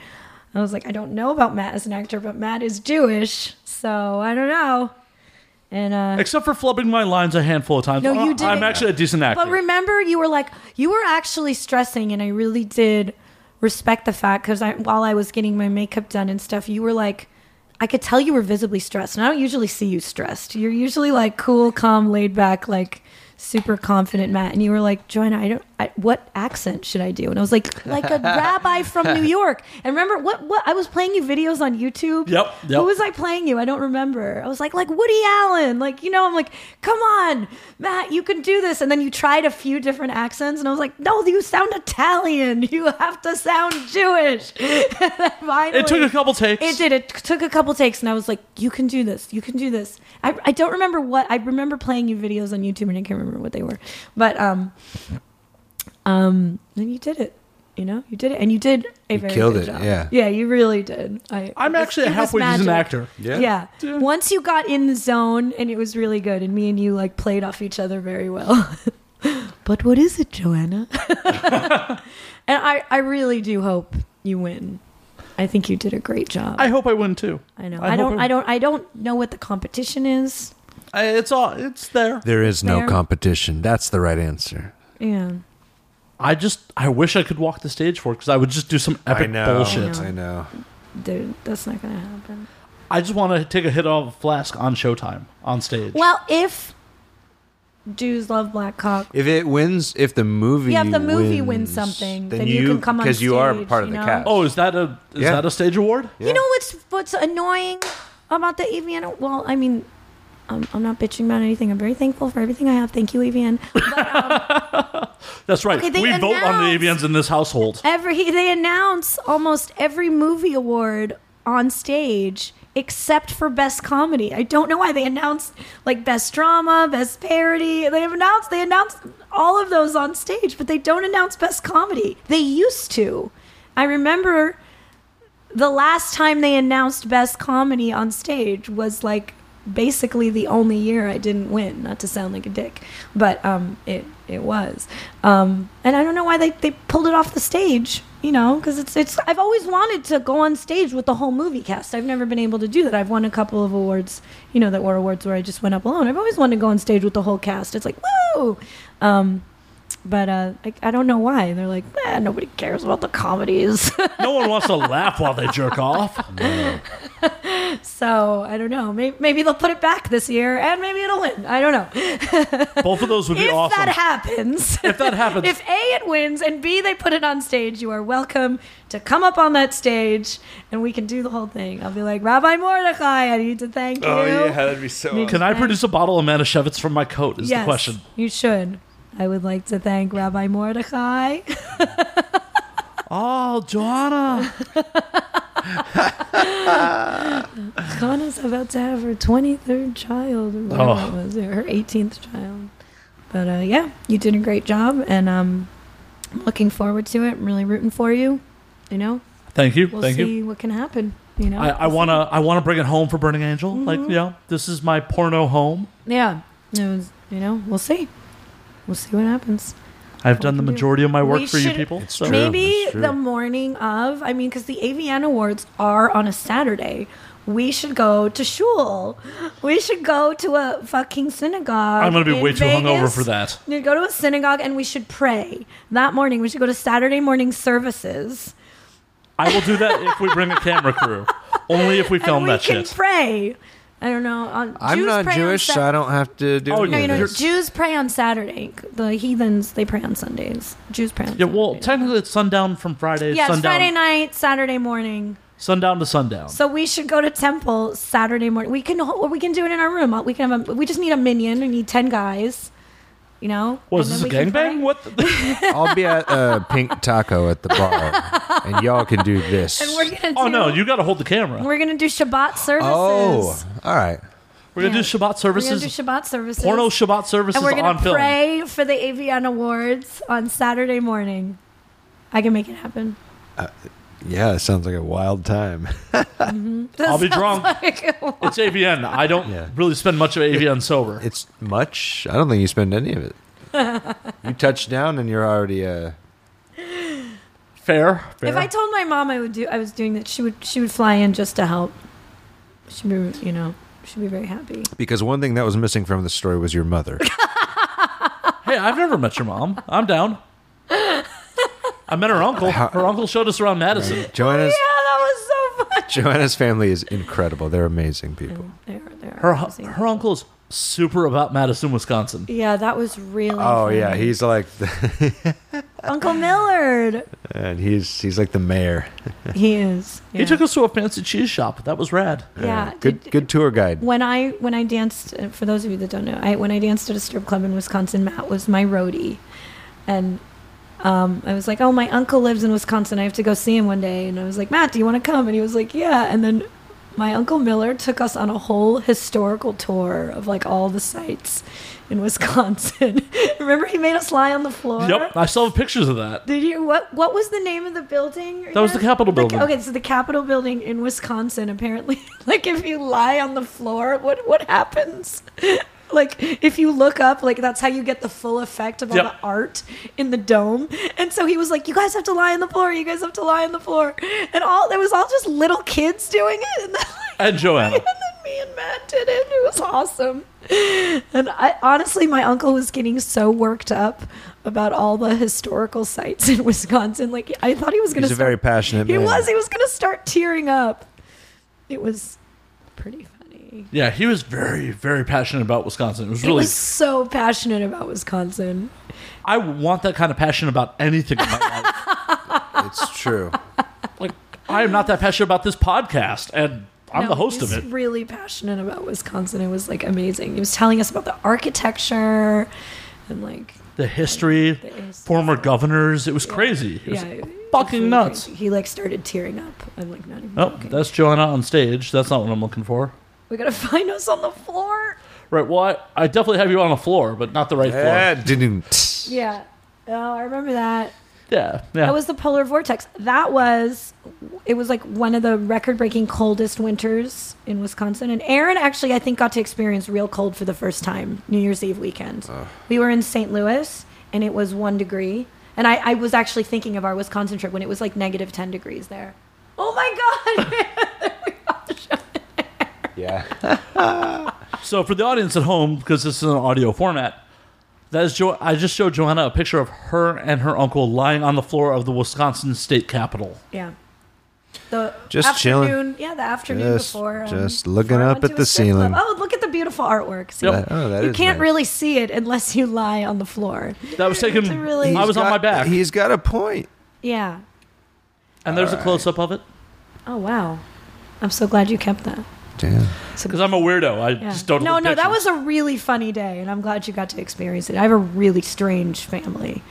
Speaker 3: I was like, I don't know about Matt as an actor, but Matt is Jewish, so I don't know. And uh,
Speaker 1: Except for flubbing my lines a handful of times.
Speaker 3: No, you
Speaker 1: Uh, I'm
Speaker 3: didn't.
Speaker 1: actually a decent actor.
Speaker 3: But remember, you were like, you were actually stressing, and I really did respect the fact because I, while I was getting my makeup done and stuff, you were like, I could tell you were visibly stressed, and I don't usually see you stressed. You're usually like cool, calm, laid back, like super confident, Matt. And you were like, Joanna, I don't. I, what accent should I do? And I was like, like a rabbi from New York. And remember what? What I was playing you videos on YouTube.
Speaker 1: Yep, yep.
Speaker 3: Who was I playing you? I don't remember. I was like, like Woody Allen. Like you know, I'm like, come on, Matt, you can do this. And then you tried a few different accents, and I was like, no, you sound Italian. You have to sound Jewish. And then finally-
Speaker 1: It took a couple takes.
Speaker 3: it did. It took a couple takes, and I was like, "You can do this. You can do this." I, I don't remember what I remember playing you videos on YouTube, and I can't remember what they were, but um, um, then you did it. You know, you did it, and you did a
Speaker 4: You
Speaker 3: very
Speaker 4: killed
Speaker 3: good
Speaker 4: it,
Speaker 3: job.
Speaker 4: yeah.
Speaker 3: yeah, you really did. I,
Speaker 1: I'm
Speaker 3: it was-
Speaker 1: actually
Speaker 3: it was
Speaker 1: halfway decent
Speaker 3: magic.
Speaker 1: actor.
Speaker 4: Yeah.
Speaker 3: Yeah. Once you got in the zone, and it was really good, and me and you like played off each other very well. but what is it, Joanna? and I, I really do hope you win. I think you did a great job.
Speaker 1: I hope I win too.
Speaker 3: I know.
Speaker 1: I
Speaker 3: I, don't.
Speaker 1: hope it-
Speaker 3: I don't. I don't know what the competition is.
Speaker 1: I, it's all. It's there.
Speaker 4: There is no
Speaker 3: Fair.
Speaker 4: competition. That's the right answer.
Speaker 3: Yeah.
Speaker 1: I just. I wish I could walk the stage for it because I would just do some epic bullshit.
Speaker 3: I
Speaker 4: I know.
Speaker 3: Dude, that's not gonna happen.
Speaker 1: I just want to take a hit off a flask on Showtime on stage.
Speaker 3: Well, if Jews love black cock,
Speaker 4: If it wins, if the movie,
Speaker 3: Yeah, if the movie wins
Speaker 4: wins
Speaker 3: something, then you can come on
Speaker 4: because you are
Speaker 3: stage,
Speaker 4: part of
Speaker 3: you
Speaker 4: the
Speaker 3: know?
Speaker 4: cast.
Speaker 1: oh, is that a is
Speaker 4: Yeah.
Speaker 1: that a stage award?
Speaker 3: you know what's what's annoying about the AVN? Well, I mean, I'm, I'm not bitching about anything. I'm very thankful for everything I have. Thank you, AVN.
Speaker 1: That's right.
Speaker 3: Okay, they
Speaker 1: we vote on the AVNs
Speaker 3: announced-
Speaker 1: in this household.
Speaker 3: every they announce almost every movie award on stage except for best comedy. I don't know why they announced like best drama, best parody. They have announced they announced all of those on stage, but they don't announce best comedy. They used to. I remember the last time they announced best comedy on stage was like basically the only year I didn't win. Not to sound like a dick, but um, it it was. Um, and I don't know why they, they pulled it off the stage. You know, because it's it's. I've always wanted to go on stage with the whole movie cast. I've never been able to do that. I've won a couple of awards. You know, that were awards where I just went up alone. I've always wanted to go on stage with the whole cast. It's like woo. Um, but uh, I, I don't know why they're like, eh, nobody cares about the comedies.
Speaker 1: no one wants to laugh while they jerk off.
Speaker 3: So I don't know. Maybe, maybe they'll put it back this year, and maybe it'll win. I don't know.
Speaker 1: Both of those would be
Speaker 3: if
Speaker 1: awesome.
Speaker 3: that happens,
Speaker 1: if that happens,
Speaker 3: if A it wins and B they put it on stage, you are welcome to come up on that stage, and we can do the whole thing. I'll be like Rabbi Mordechai. I need to thank you.
Speaker 4: Oh, that'd be so.
Speaker 3: Need to
Speaker 1: can I
Speaker 3: thank-
Speaker 1: produce a bottle of Manischewitz from my coat? Is
Speaker 3: Yes,
Speaker 1: the question.
Speaker 3: you should. I would like to thank Rabbi Mordechai.
Speaker 1: Oh, Joanna.
Speaker 3: Kana's about to have her 23rd child, or whatever
Speaker 1: Oh.
Speaker 3: it was, or her 18th child. But uh, yeah, you did a great job, and um, I'm looking forward to it. I'm really rooting for you. You know,
Speaker 1: Thank you.
Speaker 3: we'll
Speaker 1: Thank you.
Speaker 3: see what can happen. You know,
Speaker 1: I, I
Speaker 3: We'll see.
Speaker 1: wanna I wanna bring it home for Burning Angel. Like,
Speaker 3: Mm-hmm.
Speaker 1: you know, this is my porno home.
Speaker 3: Yeah, it was, you know, we'll see. We'll see what happens.
Speaker 1: I've done the
Speaker 3: can do.
Speaker 1: majority of my work
Speaker 3: We
Speaker 1: for you
Speaker 3: should-
Speaker 1: people.
Speaker 4: It's
Speaker 1: so-
Speaker 4: true.
Speaker 3: Maybe
Speaker 4: that's true.
Speaker 3: the morning of. I mean, because the AVN Awards are on a Saturday. We should go to shul. We should go to a fucking synagogue.
Speaker 1: I'm gonna be
Speaker 3: in
Speaker 1: way too hungover
Speaker 3: Vegas.
Speaker 1: for that.
Speaker 3: We go to a synagogue and we should pray that morning. We should go to Saturday morning services.
Speaker 1: I will do that if we bring a camera crew. Only if we
Speaker 3: And
Speaker 1: film
Speaker 3: we
Speaker 1: that
Speaker 3: can
Speaker 1: shit.
Speaker 3: pray. I don't know. On,
Speaker 4: I'm
Speaker 3: Jews
Speaker 4: not
Speaker 3: pray on
Speaker 4: Jewish,
Speaker 3: Sat-
Speaker 4: so I don't have to do.
Speaker 1: Oh, yeah,
Speaker 4: any of
Speaker 3: No, you know,
Speaker 4: this.
Speaker 3: Jews pray on Saturday. The heathens they pray on Sundays. Jews pray on
Speaker 1: yeah, well,
Speaker 3: Saturday.
Speaker 1: technically it's sundown from Friday.
Speaker 3: yeah, it's
Speaker 1: sundown,
Speaker 3: Friday night, Saturday morning.
Speaker 1: sundown to sundown.
Speaker 3: So we should go to temple Saturday morning. We can ho- we can do it in our room. We can have a, we just need a minion. We need ten guys. You know.
Speaker 1: Was
Speaker 3: And
Speaker 1: this a
Speaker 3: then we can
Speaker 1: gangbang?
Speaker 3: pray.
Speaker 1: What? The,
Speaker 4: I'll be at uh, Pink Taco at the bar, and y'all can do this.
Speaker 3: And we're gonna. Do,
Speaker 1: oh no, you got to hold the camera. We're,
Speaker 3: We're gonna do Shabbat services.
Speaker 4: oh, all right.
Speaker 1: gonna
Speaker 3: yeah.
Speaker 1: do Shabbat
Speaker 3: We're gonna
Speaker 1: services,
Speaker 3: do Shabbat services.
Speaker 1: porno Shabbat services
Speaker 3: and we're
Speaker 1: on
Speaker 3: gonna
Speaker 1: film.
Speaker 3: pray for the AVN awards on Saturday morning. I can make it happen.
Speaker 4: Yeah, it sounds like a wild time.
Speaker 1: I'll be drunk.
Speaker 3: Like-
Speaker 1: It's AVN. I don't
Speaker 4: Yeah.
Speaker 1: really spend much of AVN sober.
Speaker 4: It's much. I don't think you spend any of it. you touch down, and you're already. Uh,
Speaker 1: fair, fair.
Speaker 3: if I told my mom I would do, I was doing that, she would she would fly in just to help. She'd be, you know, she'd be very happy.
Speaker 4: because one thing that was missing from the story was your mother.
Speaker 1: hey, I've never met your mom. I'm down. I met her uncle. Her uncle showed us around Madison.
Speaker 4: Joanna's
Speaker 3: Oh, Yeah, that was so funny.
Speaker 4: Joanna's family is incredible. They're amazing people.
Speaker 3: They are- they are
Speaker 1: Her
Speaker 3: amazing.
Speaker 1: her uncle's super about Madison, Wisconsin.
Speaker 3: Yeah, that was really.
Speaker 4: Oh yeah,
Speaker 3: funny.
Speaker 4: he's like,
Speaker 3: Uncle Millard.
Speaker 4: and he's he's like the mayor.
Speaker 3: he is. Yeah.
Speaker 1: He took us to a fancy cheese shop. That was rad.
Speaker 3: Yeah.
Speaker 4: Uh, good
Speaker 3: did-
Speaker 4: good tour guide.
Speaker 3: When I when I danced, uh, for those of you that don't know, I when I danced at a strip club in Wisconsin, Matt was my roadie, and um, I was like, "Oh, my uncle lives in Wisconsin. I have to go see him one day." And I was like, "Matt, do you want to come?" And he was like, "Yeah." And then my uncle Miller took us on a whole historical tour of like all the sites in Wisconsin. Remember, he made us lie on the floor.
Speaker 1: Yep, I still have pictures of that.
Speaker 3: Did you what? What was the name of the building?
Speaker 1: That was the Capitol building.
Speaker 3: Okay, so the Capitol building in Wisconsin. Apparently, like if you lie on the floor, what what happens? Like if you look up, like that's how you get the full effect of all
Speaker 1: Yep.
Speaker 3: the art in the dome. And so he was like, "You guys have to lie on the floor. You guys have to lie on the floor." And all it was all just little kids doing it. And then, like,
Speaker 1: And Joanna.
Speaker 3: and then me and Matt did it. It was awesome. And I honestly, my uncle was getting so worked up about all the historical sites in Wisconsin. Like I thought he was going to.
Speaker 4: He's a very passionate.
Speaker 3: He
Speaker 4: man.
Speaker 3: was. He was going to start tearing up. It was pretty funny.
Speaker 1: Yeah, he was very, very passionate about Wisconsin. It was
Speaker 3: He
Speaker 1: really.
Speaker 3: was so passionate about Wisconsin.
Speaker 1: I want that kind of passion about anything in my life.
Speaker 4: It's true.
Speaker 1: Like, I am not that passionate about this podcast, and I'm
Speaker 3: No,
Speaker 1: the host
Speaker 3: he
Speaker 1: of
Speaker 3: was
Speaker 1: it.
Speaker 3: Really passionate about Wisconsin. It was like amazing. He was telling us about the architecture and like
Speaker 1: The history,
Speaker 3: is-
Speaker 1: former governors. It was crazy. It was
Speaker 3: yeah,
Speaker 1: fucking
Speaker 3: really
Speaker 1: nuts.
Speaker 3: crazy. He like started tearing up. I'm like not even.
Speaker 1: Oh,
Speaker 3: joking.
Speaker 1: that's Joanna on stage. That's not what I'm looking for.
Speaker 3: We gotta find us on the floor.
Speaker 1: Right. Well, I, I definitely have you on a floor, but not the right
Speaker 4: Yeah,
Speaker 1: floor.
Speaker 4: didn't.
Speaker 3: Yeah. Oh, I remember that.
Speaker 1: Yeah. Yeah.
Speaker 3: That was the polar vortex. That was, it was like one of the record breaking coldest winters in Wisconsin. And Aaron actually, I think, got to experience real cold for the first time New Year's Eve weekend. We were in St. Louis and it was one degree. And I, I was actually thinking of our Wisconsin trip when it was like negative 10 degrees there. Oh my God.
Speaker 4: Yeah.
Speaker 1: So for the audience at home, because this is an audio format, that is jo- I just showed Joanna a picture of her and her uncle lying on the floor of the Wisconsin state capitol.
Speaker 3: yeah. The
Speaker 4: Just chilling.
Speaker 3: afternoon- Yeah, the afternoon
Speaker 4: Just-
Speaker 3: before. um,
Speaker 4: just
Speaker 3: before
Speaker 4: looking
Speaker 3: I
Speaker 4: up
Speaker 3: went
Speaker 4: at
Speaker 3: to a
Speaker 4: the
Speaker 3: strip
Speaker 4: ceiling.
Speaker 3: club. Oh, look at the beautiful artwork. See,
Speaker 1: Yep.
Speaker 4: Oh, that
Speaker 3: you
Speaker 4: is
Speaker 3: can't
Speaker 4: nice.
Speaker 3: really see it unless you lie on the floor.
Speaker 1: That was taken.
Speaker 3: It's a really-
Speaker 1: I was on
Speaker 4: He's
Speaker 1: my
Speaker 4: got-
Speaker 1: back,
Speaker 4: He's got a point.
Speaker 3: Yeah.
Speaker 1: and there's a close up of it.
Speaker 3: Oh wow. I'm so glad you kept that.
Speaker 4: Damn.
Speaker 1: Because I'm a weirdo. I
Speaker 3: Yeah.
Speaker 1: just don't.
Speaker 3: no,
Speaker 1: look
Speaker 3: no, that
Speaker 1: pictures.
Speaker 3: was a really funny day, and I'm glad you got to experience it. I have a really strange family.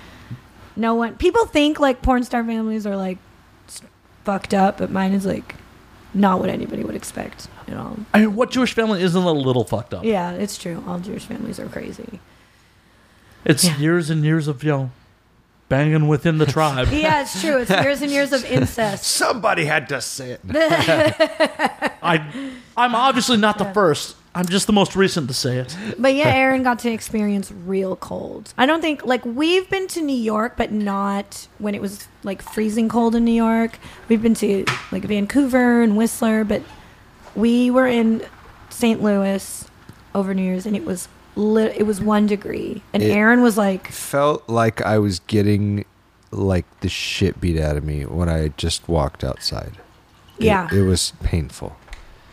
Speaker 3: No one. People think like porn star families are like s- fucked up, but mine is like not what anybody would expect at all.
Speaker 1: I mean, what Jewish family isn't a little fucked up?
Speaker 3: Yeah, it's true. All Jewish families are crazy.
Speaker 1: It's
Speaker 3: Yeah.
Speaker 1: years and years of you know, banging within the tribe.
Speaker 3: Yeah, it's true. It's years and years of incest.
Speaker 4: Somebody had to say it.
Speaker 1: I, I'm obviously not the first. I'm just the most recent to say it.
Speaker 3: But yeah, Aaron got to experience real cold. I don't think like we've been to New York, but not when it was like freezing cold in New York. We've been to like Vancouver and Whistler, but we were in St. Louis over New Year's, and it was lit it was one degree, and
Speaker 4: It-
Speaker 3: Aaron was like,
Speaker 4: Felt like I was getting like the shit beat out of me when I just walked outside. It-
Speaker 3: "Yeah,
Speaker 4: It, was painful.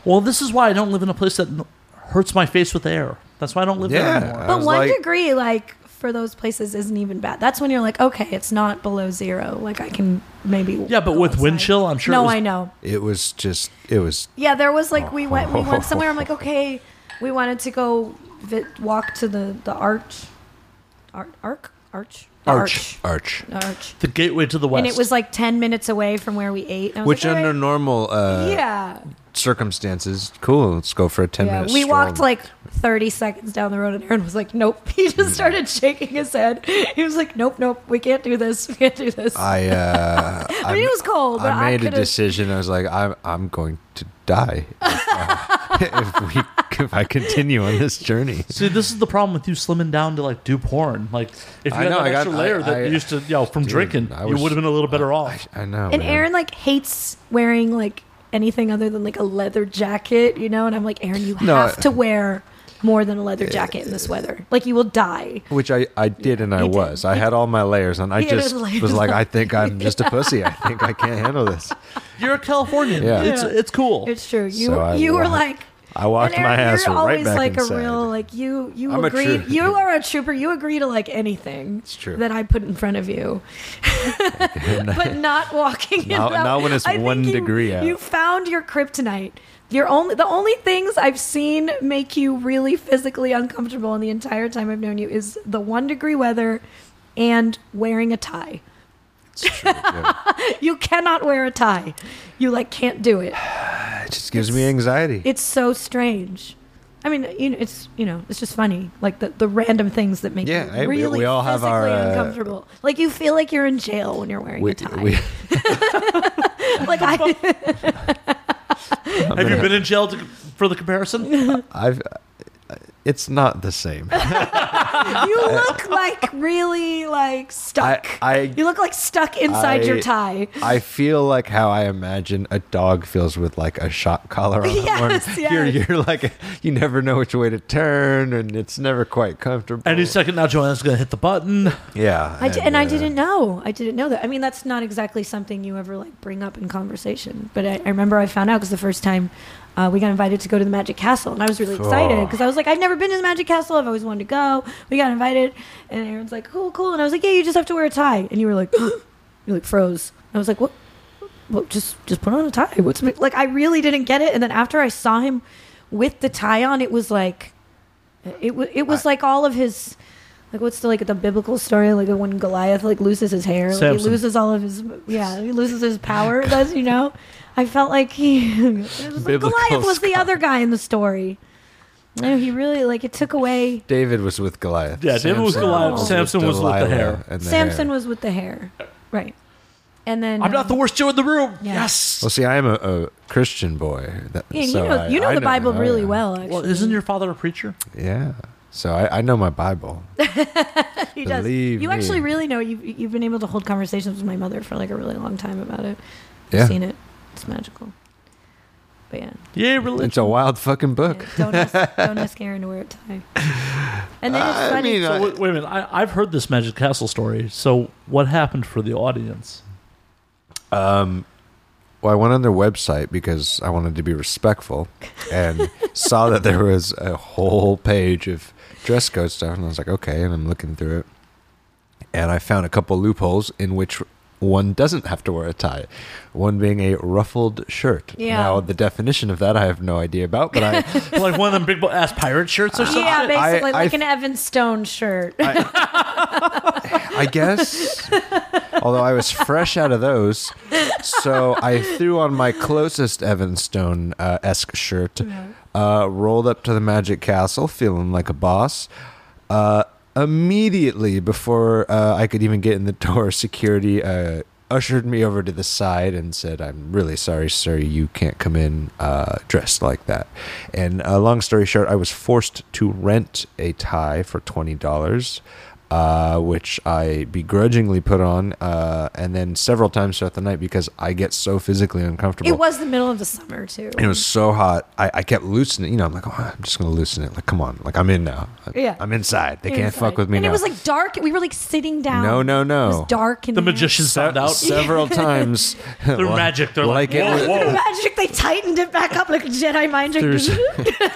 Speaker 1: Well, this is why I don't live in a place that n- hurts my face with air. That's why I don't live there
Speaker 4: Yeah.
Speaker 1: anymore.
Speaker 4: I
Speaker 3: But
Speaker 4: was
Speaker 3: one
Speaker 4: like-
Speaker 3: degree, like for those places, isn't even bad. That's when you're like, okay, it's not below zero. Like I can maybe.
Speaker 1: Yeah, but
Speaker 3: go
Speaker 1: with wind
Speaker 3: outside."
Speaker 1: chill, I'm sure it
Speaker 3: No,
Speaker 1: was-
Speaker 3: I know.
Speaker 4: It was just. It was.
Speaker 3: Yeah, there was like we went we went somewhere. I'm like, okay, we wanted to go vi- walk to the the arch, Ar- arc, arch,
Speaker 1: Arch.
Speaker 4: Arch.
Speaker 3: arch, arch.
Speaker 1: The gateway to the west.
Speaker 3: And it was like ten minutes away from where we ate. And I was
Speaker 4: Which,
Speaker 3: like, all
Speaker 4: under
Speaker 3: right,
Speaker 4: normal uh,
Speaker 3: yeah,
Speaker 4: circumstances, cool. Let's go for a ten
Speaker 3: yeah.
Speaker 4: minute.
Speaker 3: We
Speaker 4: stroll.
Speaker 3: walked like thirty seconds down the road, and Aaron was like, nope. He just started shaking his head. He was like, nope, nope. We can't do this. We can't do this.
Speaker 4: I. Uh,
Speaker 3: I mean, it was cold. but
Speaker 4: I made a
Speaker 3: could've-
Speaker 4: decision. I was like, I'm I'm going to die if, uh, if we if I continue on this journey.
Speaker 1: See, this is the problem with you slimming down to like do porn. Like, if you
Speaker 4: I
Speaker 1: had
Speaker 4: know,
Speaker 1: that
Speaker 4: I got-
Speaker 1: extra layer
Speaker 4: I-
Speaker 1: that
Speaker 4: I-
Speaker 1: you used to, you know, from
Speaker 4: Dude,
Speaker 1: drinking,
Speaker 4: I
Speaker 1: you
Speaker 4: was-
Speaker 1: would have been a little better off.
Speaker 4: I know.
Speaker 3: And
Speaker 4: man.
Speaker 3: Aaron like hates wearing like anything other than like a leather jacket, you know. And I'm like, Aaron, you
Speaker 4: No,
Speaker 3: have
Speaker 4: I-
Speaker 3: to wear more than a leather jacket in this weather. Like you will die.
Speaker 4: Which I, I did and I
Speaker 3: you did.
Speaker 4: was. I had all my layers on. I
Speaker 3: He had
Speaker 4: just
Speaker 3: his layers
Speaker 4: was like,
Speaker 3: on.
Speaker 4: I think I'm just a pussy. I think I can't handle this.
Speaker 1: You're a Californian.
Speaker 4: Yeah.
Speaker 1: It's it's cool.
Speaker 3: It's true. You
Speaker 4: So I
Speaker 3: you were
Speaker 4: wa-
Speaker 3: like
Speaker 4: I walked
Speaker 3: and
Speaker 4: my
Speaker 3: Aaron,
Speaker 4: ass
Speaker 3: You're
Speaker 4: right
Speaker 3: always
Speaker 4: back
Speaker 3: like
Speaker 4: inside.
Speaker 3: a real like you you
Speaker 4: I'm a
Speaker 3: agree.
Speaker 4: trooper.
Speaker 3: You are a trooper. You agree to like anything. It's
Speaker 4: true.
Speaker 3: that I put in front of you, but not walking. it
Speaker 4: Not-
Speaker 3: out.
Speaker 4: not when it's
Speaker 3: I think
Speaker 4: one
Speaker 3: you-
Speaker 4: degree out.
Speaker 3: You found your kryptonite. Your only the only things I've seen make you really physically uncomfortable in the entire time I've known you is the one degree weather and wearing a tie.
Speaker 4: It's true, yeah.
Speaker 3: You cannot wear a tie. You like can't do it.
Speaker 4: It just gives me anxiety.
Speaker 3: It's so strange. I mean, you know, it's you know, it's just funny, like the, the random things that make
Speaker 4: Yeah,
Speaker 3: you
Speaker 4: hey, we-
Speaker 3: really
Speaker 4: we all have
Speaker 3: physically
Speaker 4: our, uh,
Speaker 3: uncomfortable. Like you feel like you're in jail when you're wearing
Speaker 4: We-
Speaker 3: a tie.
Speaker 4: we-
Speaker 3: like I,
Speaker 1: Have you been in jail to, for the comparison?
Speaker 4: I've. It's not the same.
Speaker 3: you look like really like stuck.
Speaker 4: I- I-
Speaker 3: you look like stuck inside
Speaker 4: I-
Speaker 3: your tie.
Speaker 4: I feel like how I imagine a dog feels with like a shock collar on.
Speaker 3: Yes,
Speaker 4: or- You're,
Speaker 3: yes.
Speaker 4: you're like, you never know which way to turn, and it's never quite comfortable.
Speaker 1: Any second now, Joanna's gonna hit the button.
Speaker 4: yeah,
Speaker 3: I di- and I
Speaker 4: uh,
Speaker 3: didn't know. I didn't know that. I mean, that's not exactly something you ever like bring up in conversation. But I, I remember I found out because the first time uh, we got invited to go to the Magic Castle, and I was really excited
Speaker 4: Oh.
Speaker 3: because I was like, I've never been to the Magic Castle. I've always wanted to go. We got invited, and Aaron's like, cool, cool. And I was like, yeah, you just have to wear a tie. And you were like, you like froze. I was like, what? well, just just put on a tie. What's mi- like? I really didn't get it. And then after I saw him with the tie on, it was like, it was it was like all of his, like what's the like the biblical story like when Goliath like loses his hair, like, he
Speaker 1: Samson.
Speaker 3: loses all of his yeah, he loses his power. That's you know, I felt like he it was like
Speaker 4: Biblical
Speaker 3: Goliath was the
Speaker 4: scholar.
Speaker 3: other guy in the story. No, he really like it took away.
Speaker 4: David was with Goliath.
Speaker 1: Yeah, David was Goliath.
Speaker 4: with
Speaker 1: Samson was with the
Speaker 4: Delilah
Speaker 1: hair.
Speaker 4: and the
Speaker 3: Samson
Speaker 4: hair.
Speaker 3: was with the hair, right? And then
Speaker 1: I'm not the
Speaker 3: um,
Speaker 1: worst Joe in the room.
Speaker 3: Yeah.
Speaker 1: Yes.
Speaker 4: Well, see, I am a, a Christian boy. That,
Speaker 3: yeah, you
Speaker 4: so
Speaker 3: know
Speaker 4: I-
Speaker 3: you know
Speaker 4: I
Speaker 3: the Bible
Speaker 4: oh,
Speaker 3: really
Speaker 4: yeah.
Speaker 3: well. Actually,
Speaker 1: Well, isn't your father a preacher?
Speaker 4: Yeah. So I, I know my Bible.
Speaker 3: He does.
Speaker 4: Believe
Speaker 3: you
Speaker 4: me.
Speaker 3: actually really know. You've, you've been able to hold conversations with my mother for like a really long time about it.
Speaker 4: Yeah.
Speaker 3: I've seen it. It's magical. But yeah.
Speaker 1: Yeah, really.
Speaker 4: It's a wild fucking book.
Speaker 3: yeah. Don't, ask, don't ask Aaron to wear a tie. And then it's
Speaker 4: I
Speaker 3: funny.
Speaker 4: mean, uh,
Speaker 1: So wait, wait a minute. I, I've heard this Magic Castle story. So what happened for the audience?
Speaker 4: Well, I went on their website because I wanted to be respectful and saw that there was a whole page of dress code stuff. And I was like, okay. And I'm looking through it. And I found a couple loopholes in which one doesn't have to wear a tie, one being a ruffled shirt.
Speaker 3: Yeah.
Speaker 4: Now, the definition of that I have no idea about, but I,
Speaker 1: like one of them big bo- ass pirate shirts or something.
Speaker 3: yeah, basically
Speaker 4: I-
Speaker 3: like
Speaker 4: I-
Speaker 3: an Evan Stone shirt.
Speaker 4: I guess. Although I was fresh out of those, so I threw on my closest Evanstone uh, esque shirt, uh, rolled up to the Magic Castle, feeling like a boss. Uh, immediately before uh, I could even get in the door, security uh, ushered me over to the side and said, "I'm really sorry, sir, you can't come in uh, dressed like that." And uh, long story short, I was forced to rent a tie for twenty dollars uh, which I begrudgingly put on, uh, and then several times throughout the night because I get so physically uncomfortable.
Speaker 3: it was the middle of the summer too.
Speaker 4: It was so hot. I, I kept loosening. You know, I'm like, oh, I'm just gonna loosen it. Like, come on. Like, I'm in now.
Speaker 3: Yeah.
Speaker 4: I'm inside. They
Speaker 3: It
Speaker 4: can't
Speaker 3: was
Speaker 4: fuck
Speaker 3: like-
Speaker 4: with me
Speaker 3: And
Speaker 4: now.
Speaker 3: it was like dark. We were like sitting down.
Speaker 4: No, no, no.
Speaker 3: It was dark. And
Speaker 1: The magician found out.
Speaker 4: several times.
Speaker 1: They're magic. They're like,
Speaker 4: it was-
Speaker 1: whoa, whoa.
Speaker 3: Magic. They tightened it back up like a Jedi mind trick.
Speaker 4: There's-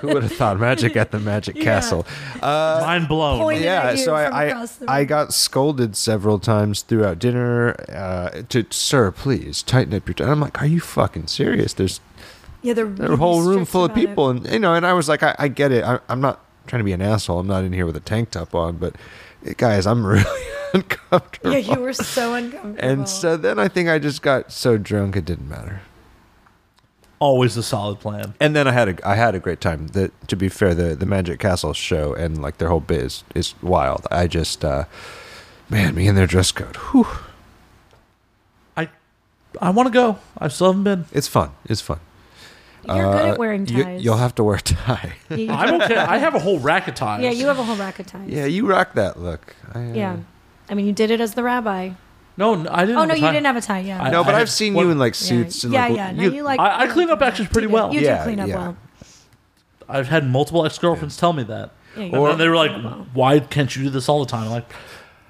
Speaker 4: Who would have thought magic at the magic castle? Uh,
Speaker 1: Mind blown.
Speaker 3: Point- pointed
Speaker 4: yeah
Speaker 3: at you
Speaker 4: so
Speaker 3: from
Speaker 4: i I,
Speaker 3: across the
Speaker 4: I
Speaker 3: room.
Speaker 4: got scolded several times throughout dinner uh to sir please tighten up your tie i'm like are you fucking serious there's
Speaker 3: yeah, the
Speaker 4: a whole room full of people and you know and i was like i, I get it I, i'm not trying to be an asshole i'm not in here with a tank top on but eh, guys i'm really uncomfortable
Speaker 3: Yeah, you were so uncomfortable.
Speaker 4: and so then i think i just got so drunk it didn't matter
Speaker 1: Always a solid plan.
Speaker 4: and then I had a I had a great time. The, to be fair, the the Magic Castle show and like their whole bit is, is wild. I just uh, man, me and their dress code. Whew.
Speaker 1: I I want to go. I still haven't been.
Speaker 4: It's fun. It's fun.
Speaker 3: You're good at wearing
Speaker 4: Uh, You-
Speaker 3: ties.
Speaker 4: you'll have to wear a tie.
Speaker 3: Yeah, you-
Speaker 1: I'm okay. I have a whole rack of ties.
Speaker 3: yeah, you have a whole rack of ties.
Speaker 4: yeah, you rock that look. I, uh,
Speaker 3: Yeah. I mean, you did it as the rabbi.
Speaker 1: No, n- I didn't.
Speaker 3: Oh
Speaker 1: have
Speaker 3: no,
Speaker 1: a
Speaker 3: you
Speaker 1: tie.
Speaker 3: didn't have a tie. Yeah.
Speaker 1: I-
Speaker 4: No, but
Speaker 1: I-
Speaker 4: I, have seen
Speaker 1: what-
Speaker 4: you in like
Speaker 3: yeah.
Speaker 4: suits. and,
Speaker 3: yeah,
Speaker 4: like,
Speaker 3: yeah. No,
Speaker 4: you-
Speaker 3: you like.
Speaker 1: I- I clean up actually pretty
Speaker 3: You do-
Speaker 1: well.
Speaker 3: You
Speaker 4: Yeah,
Speaker 3: do clean up
Speaker 4: yeah.
Speaker 3: well.
Speaker 1: I've had multiple ex girlfriends tell me that.
Speaker 3: Yeah, you
Speaker 1: And
Speaker 3: do
Speaker 1: then they were
Speaker 3: clean up well.
Speaker 1: like, "Why can't you do this all the time?" I'm like,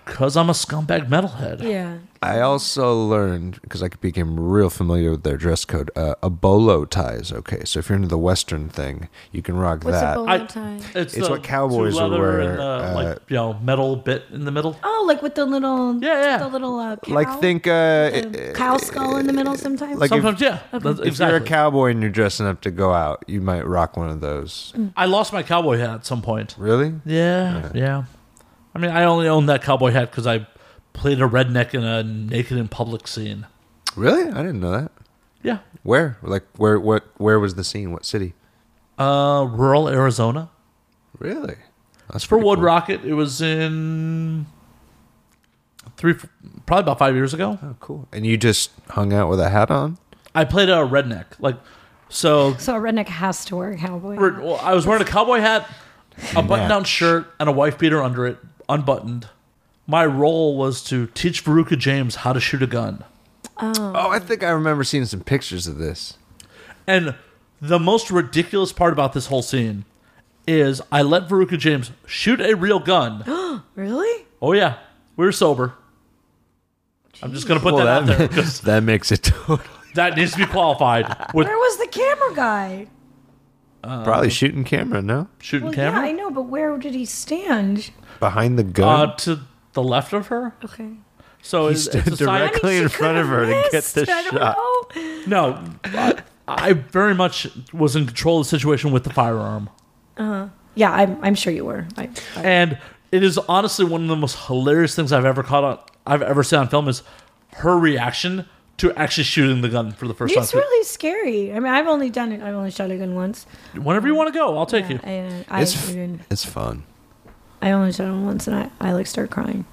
Speaker 1: because I'm a scumbag metalhead.
Speaker 3: Yeah.
Speaker 4: I also learned because I became real familiar with their dress code. Uh, a bolo tie is okay. So if you're into the Western thing, you can rock
Speaker 3: What's
Speaker 4: that.
Speaker 3: a bolo
Speaker 1: I-
Speaker 3: tie?
Speaker 1: the
Speaker 4: what cowboys
Speaker 1: two leather
Speaker 4: wear,
Speaker 1: and the, like you know metal bit in the middle.
Speaker 3: Oh, like with the little
Speaker 1: Yeah, yeah.
Speaker 3: the little uh, cow,
Speaker 4: like think, uh,
Speaker 3: the cow skull in the middle sometimes.
Speaker 4: like if-
Speaker 1: Sometimes, yeah, that's
Speaker 4: if you're a
Speaker 1: exactly.
Speaker 4: cowboy and you're dressing up to go out, you might rock one of those.
Speaker 3: Mm.
Speaker 1: I lost my cowboy hat at some point.
Speaker 4: Really?
Speaker 1: Yeah, yeah. I mean, I only own that cowboy hat because I played a redneck in a naked in public scene.
Speaker 4: Really? I didn't know that.
Speaker 1: Yeah,
Speaker 4: Where? Like where? What? Where was the scene? What city?
Speaker 1: uh, rural Arizona.
Speaker 4: Really? That's
Speaker 1: for
Speaker 4: pretty
Speaker 1: Wood
Speaker 4: cool.
Speaker 1: Rocket. It was in three, probably about five years ago.
Speaker 4: Oh, cool. And you just hung out with a hat on.
Speaker 1: I played a redneck, like so.
Speaker 3: so a redneck has to wear a cowboy.
Speaker 1: we're- well, I was wearing a cowboy hat, a button-down
Speaker 4: Match.
Speaker 1: shirt, and a wife beater under it, unbuttoned. My role was to teach Veruca James how to shoot a gun,
Speaker 4: Oh, I think I remember seeing some pictures of this.
Speaker 1: and the most ridiculous part about this whole scene is I let Veruca James shoot a real gun.
Speaker 3: really?
Speaker 1: oh yeah, we were sober. I'm just gonna put
Speaker 4: Well,
Speaker 1: that, out there
Speaker 4: that,
Speaker 1: because
Speaker 4: that makes it totally
Speaker 1: that needs to be qualified with
Speaker 3: Where was the camera guy?
Speaker 4: probably shooting camera. No,
Speaker 1: shooting
Speaker 3: Well,
Speaker 1: camera.
Speaker 3: yeah, I know, but where did he stand?
Speaker 4: behind the
Speaker 1: Uh,
Speaker 4: gun.
Speaker 1: to the left of her.
Speaker 3: Okay.
Speaker 1: So it's,
Speaker 4: stood
Speaker 1: it's a side-
Speaker 4: directly- in front of her to get the shot.
Speaker 1: No, I, I very much was in control of the situation with the firearm,
Speaker 3: Yeah, I'm, I'm sure you were. I, I,
Speaker 1: and it is honestly one of the most hilarious things I've ever caught on. I've ever seen on film is her reaction to actually shooting the gun for the first
Speaker 3: it's
Speaker 1: time.
Speaker 3: really scary. I mean, I've only done it. I've only shot a gun once.
Speaker 1: Whenever you want to go, I'll take you.
Speaker 3: I, uh, I,
Speaker 4: it's f-
Speaker 3: even,
Speaker 4: it's fun.
Speaker 3: I only shot him once, and I, I like start crying.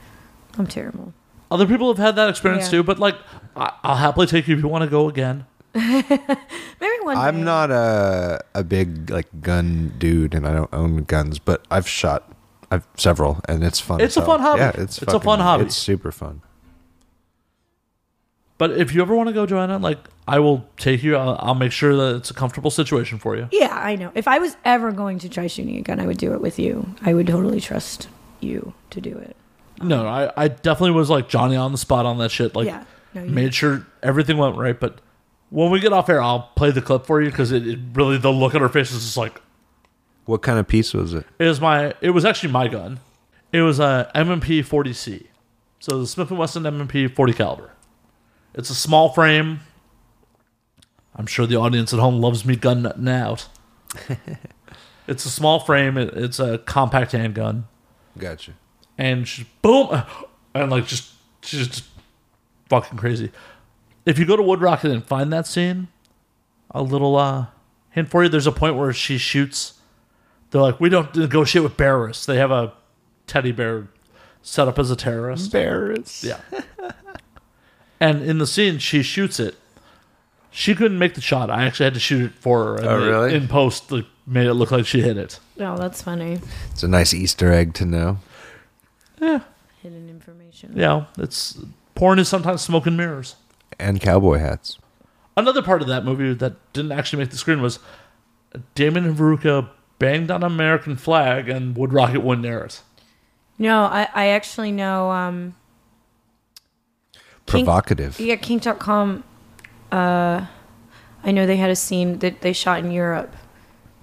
Speaker 3: I'm terrible.
Speaker 1: Other people have had that experience
Speaker 3: Yeah.
Speaker 1: too, but like, I, I'll happily take you if you want to go again.
Speaker 3: Maybe one day.
Speaker 4: I'm not a a big like gun dude, and I don't own guns, but I've shot I've several, and it's fun.
Speaker 1: It's
Speaker 4: as
Speaker 1: a
Speaker 4: hell.
Speaker 1: fun hobby.
Speaker 4: Yeah,
Speaker 1: It's
Speaker 4: it's
Speaker 1: a
Speaker 4: fucking-
Speaker 1: fun hobby.
Speaker 4: It's super fun.
Speaker 1: But if you ever want to go, Joanna, like, I will take you. I'll, I'll make sure that it's a comfortable situation for you.
Speaker 3: Yeah, I know. If I was ever going to try shooting a gun, I would do it with you. I would totally trust you to do it.
Speaker 1: No, I, I definitely was like Johnny on the spot on that shit. Like,
Speaker 3: Yeah. No, you-
Speaker 1: made sure everything went right. But when we get off air, I'll play the clip for you because it, it really the look on her face is just like
Speaker 4: What kind of piece was it?
Speaker 1: it was my it was actually my gun. It was a M&P 40C, so the Smith and Wesson M&P 40 caliber. It's a small frame. I'm sure the audience at home loves me gun nutting out. it's a small frame. It, it's a compact handgun.
Speaker 4: Gotcha.
Speaker 1: and she's boom, and like just she's just fucking crazy. If you go to Wood Rocket and find that scene, a little uh, hint for you. There's a point where she shoots. They're like, we don't negotiate with terrorists. They have a teddy bear set up as a terrorist.
Speaker 4: Mm. Embarrassed.
Speaker 1: Yeah. and in the scene, she shoots it. She couldn't make the shot. I actually had to shoot it for her. And
Speaker 4: Oh,
Speaker 1: they-
Speaker 4: really?
Speaker 1: In post, they made it look like she hit it.
Speaker 3: No, that's funny.
Speaker 4: It's a nice Easter egg to know.
Speaker 3: Hidden information.
Speaker 1: You know, it's porn is sometimes smoke and mirrors.
Speaker 4: And cowboy hats.
Speaker 1: another part of that movie that didn't actually make the screen was Damon and Veruca banged on an American flag and Wood Rocket wouldn't air it.
Speaker 3: No, I, I actually know. Um, King-
Speaker 4: Provocative.
Speaker 3: yeah, King.com. Uh, I know they had a scene that they shot in Europe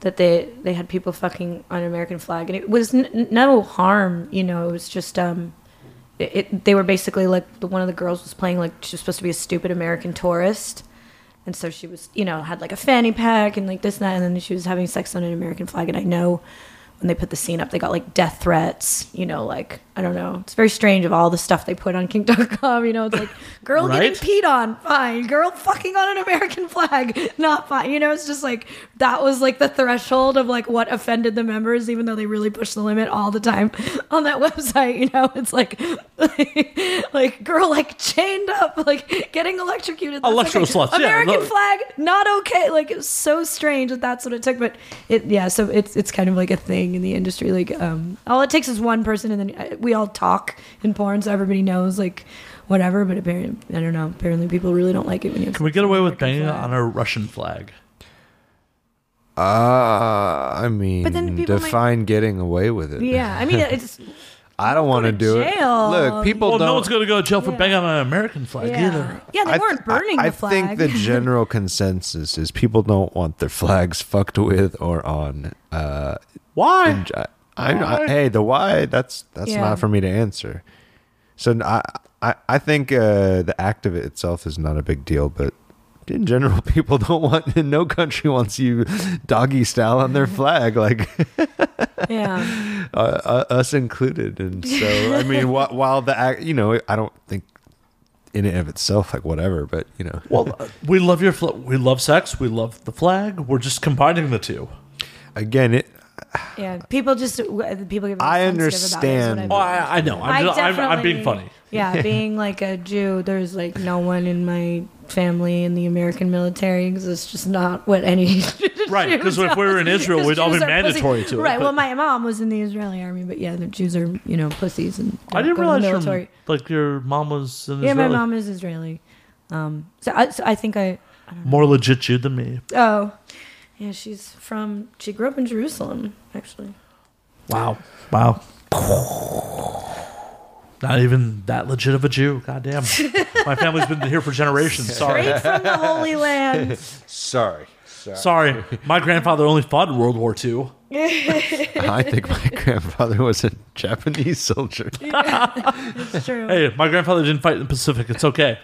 Speaker 3: that they they had people fucking on an American flag, and it was n- n- no harm. You know, it was just um, it, it they were basically like the one of the girls was playing like she was supposed to be a stupid American tourist. And so she was, you know, had like a fanny pack and like this and that, and then she was having sex on an American flag. And I know when they put the scene up, they got like death threats, you know, like I don't know. It's very strange of all the stuff they put on King.com, you know, it's like girl
Speaker 1: Right?
Speaker 3: getting peed on, fine. Girl fucking on an American flag, not fine. You know, it's just like that was like the threshold of like what offended the members, even though they really push the limit all the time on that website, you know, it's like like, girl like chained up, like getting electrocuted. That's
Speaker 1: Electro
Speaker 3: like a-
Speaker 1: sluts, yeah,
Speaker 3: American
Speaker 1: look.
Speaker 3: flag, not okay. Like it's so strange that that's what it took, but it yeah. So it's it's kind of like a thing in the industry. Like um, all it takes is one person, and then uh, we all talk in porn, so everybody knows like whatever. But apparently, I don't know. Apparently, people really don't like it when you.
Speaker 1: Can we get away with banging on a Russian flag?
Speaker 4: Uh, Ah, I mean,
Speaker 3: then people might-
Speaker 4: define getting away with it.
Speaker 3: Yeah, I mean it's
Speaker 4: I don't want to do
Speaker 3: jail.
Speaker 4: it. Look, people
Speaker 1: Well,
Speaker 4: don't.
Speaker 1: no one's going to go to jail for banging on an American flag
Speaker 3: Yeah,
Speaker 1: either.
Speaker 3: yeah they
Speaker 4: I th-
Speaker 3: weren't burning
Speaker 4: I, I
Speaker 3: the flag.
Speaker 4: think the general consensus is people don't want their flags fucked with or on. Uh,
Speaker 1: Why?
Speaker 4: I, I, I, hey, the why? That's that's
Speaker 3: Yeah.
Speaker 4: not for me to answer. So n- I I, I think uh, the act of it itself is not a big deal, but in general, people don't want. No country wants you doggy style on their flag, like
Speaker 3: yeah,
Speaker 4: uh, uh, us included. And so, I mean, while, while the act, you know, I don't think in and of itself, like whatever, but you know,
Speaker 1: Well, uh, we love your fl- we love sex, we love the flag. We're just combining the two.
Speaker 4: again, it.
Speaker 3: yeah. People just w- people get. Really
Speaker 4: I
Speaker 3: sensitive
Speaker 4: understand.
Speaker 3: About it, is
Speaker 1: Oh,
Speaker 3: what
Speaker 1: I, I know.
Speaker 3: I
Speaker 1: I'm, just, I'm, I'm being
Speaker 3: definitely-
Speaker 1: funny.
Speaker 3: Yeah, being like a Jew, there's like no one in my family in the American military because it's just not what any.
Speaker 1: Right, 'cause if we were in Israel, we'd
Speaker 3: Because
Speaker 1: all be
Speaker 3: Jews are
Speaker 1: mandatory to it,
Speaker 3: Right.
Speaker 1: but-
Speaker 3: Well, my mom was in the Israeli army, but yeah, the Jews are you know pussies and
Speaker 1: I didn't
Speaker 3: go to the
Speaker 1: realize your,
Speaker 3: military.
Speaker 1: like your mom was an
Speaker 3: Yeah, my
Speaker 1: Israeli.
Speaker 3: mom is Israeli. Um, so I, so I think I.
Speaker 1: more legit Jew than me.
Speaker 3: Oh, yeah, she's from. She grew up in Jerusalem, actually.
Speaker 1: Wow, wow. Not even that legit of a Jew. Goddamn, my family's been here for generations. Sorry,
Speaker 3: Straight from the Holy Land.
Speaker 4: Sorry.
Speaker 1: sorry. My grandfather only fought in World War II.
Speaker 4: I think my grandfather was a Japanese soldier.
Speaker 3: It's true.
Speaker 1: Hey, my grandfather didn't fight in the Pacific. It's okay.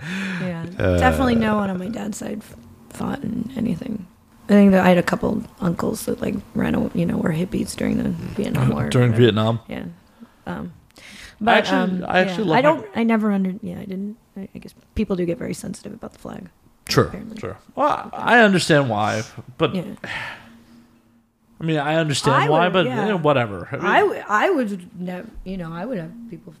Speaker 3: Yeah, definitely no one on my dad's side f- fought in anything. I think that I had a couple uncles that like ran, aw- you know, were hippies during the
Speaker 1: Mm.
Speaker 3: Vietnam War.
Speaker 1: During
Speaker 3: but-
Speaker 1: Vietnam,
Speaker 3: yeah. Um, but
Speaker 1: actually-
Speaker 3: um,
Speaker 1: I actually love
Speaker 3: yeah. I
Speaker 1: my-
Speaker 3: don't. I never under. Yeah, I didn't. I, I guess people do get very sensitive about the flag.
Speaker 1: sure,
Speaker 3: Apparently.
Speaker 1: sure. Well, I understand why, but
Speaker 3: Yeah,
Speaker 1: I mean, I understand
Speaker 3: I
Speaker 1: why,
Speaker 3: would,
Speaker 1: but
Speaker 3: yeah.
Speaker 1: eh, whatever. I mean,
Speaker 3: I, w- I would never. You know, I would have people.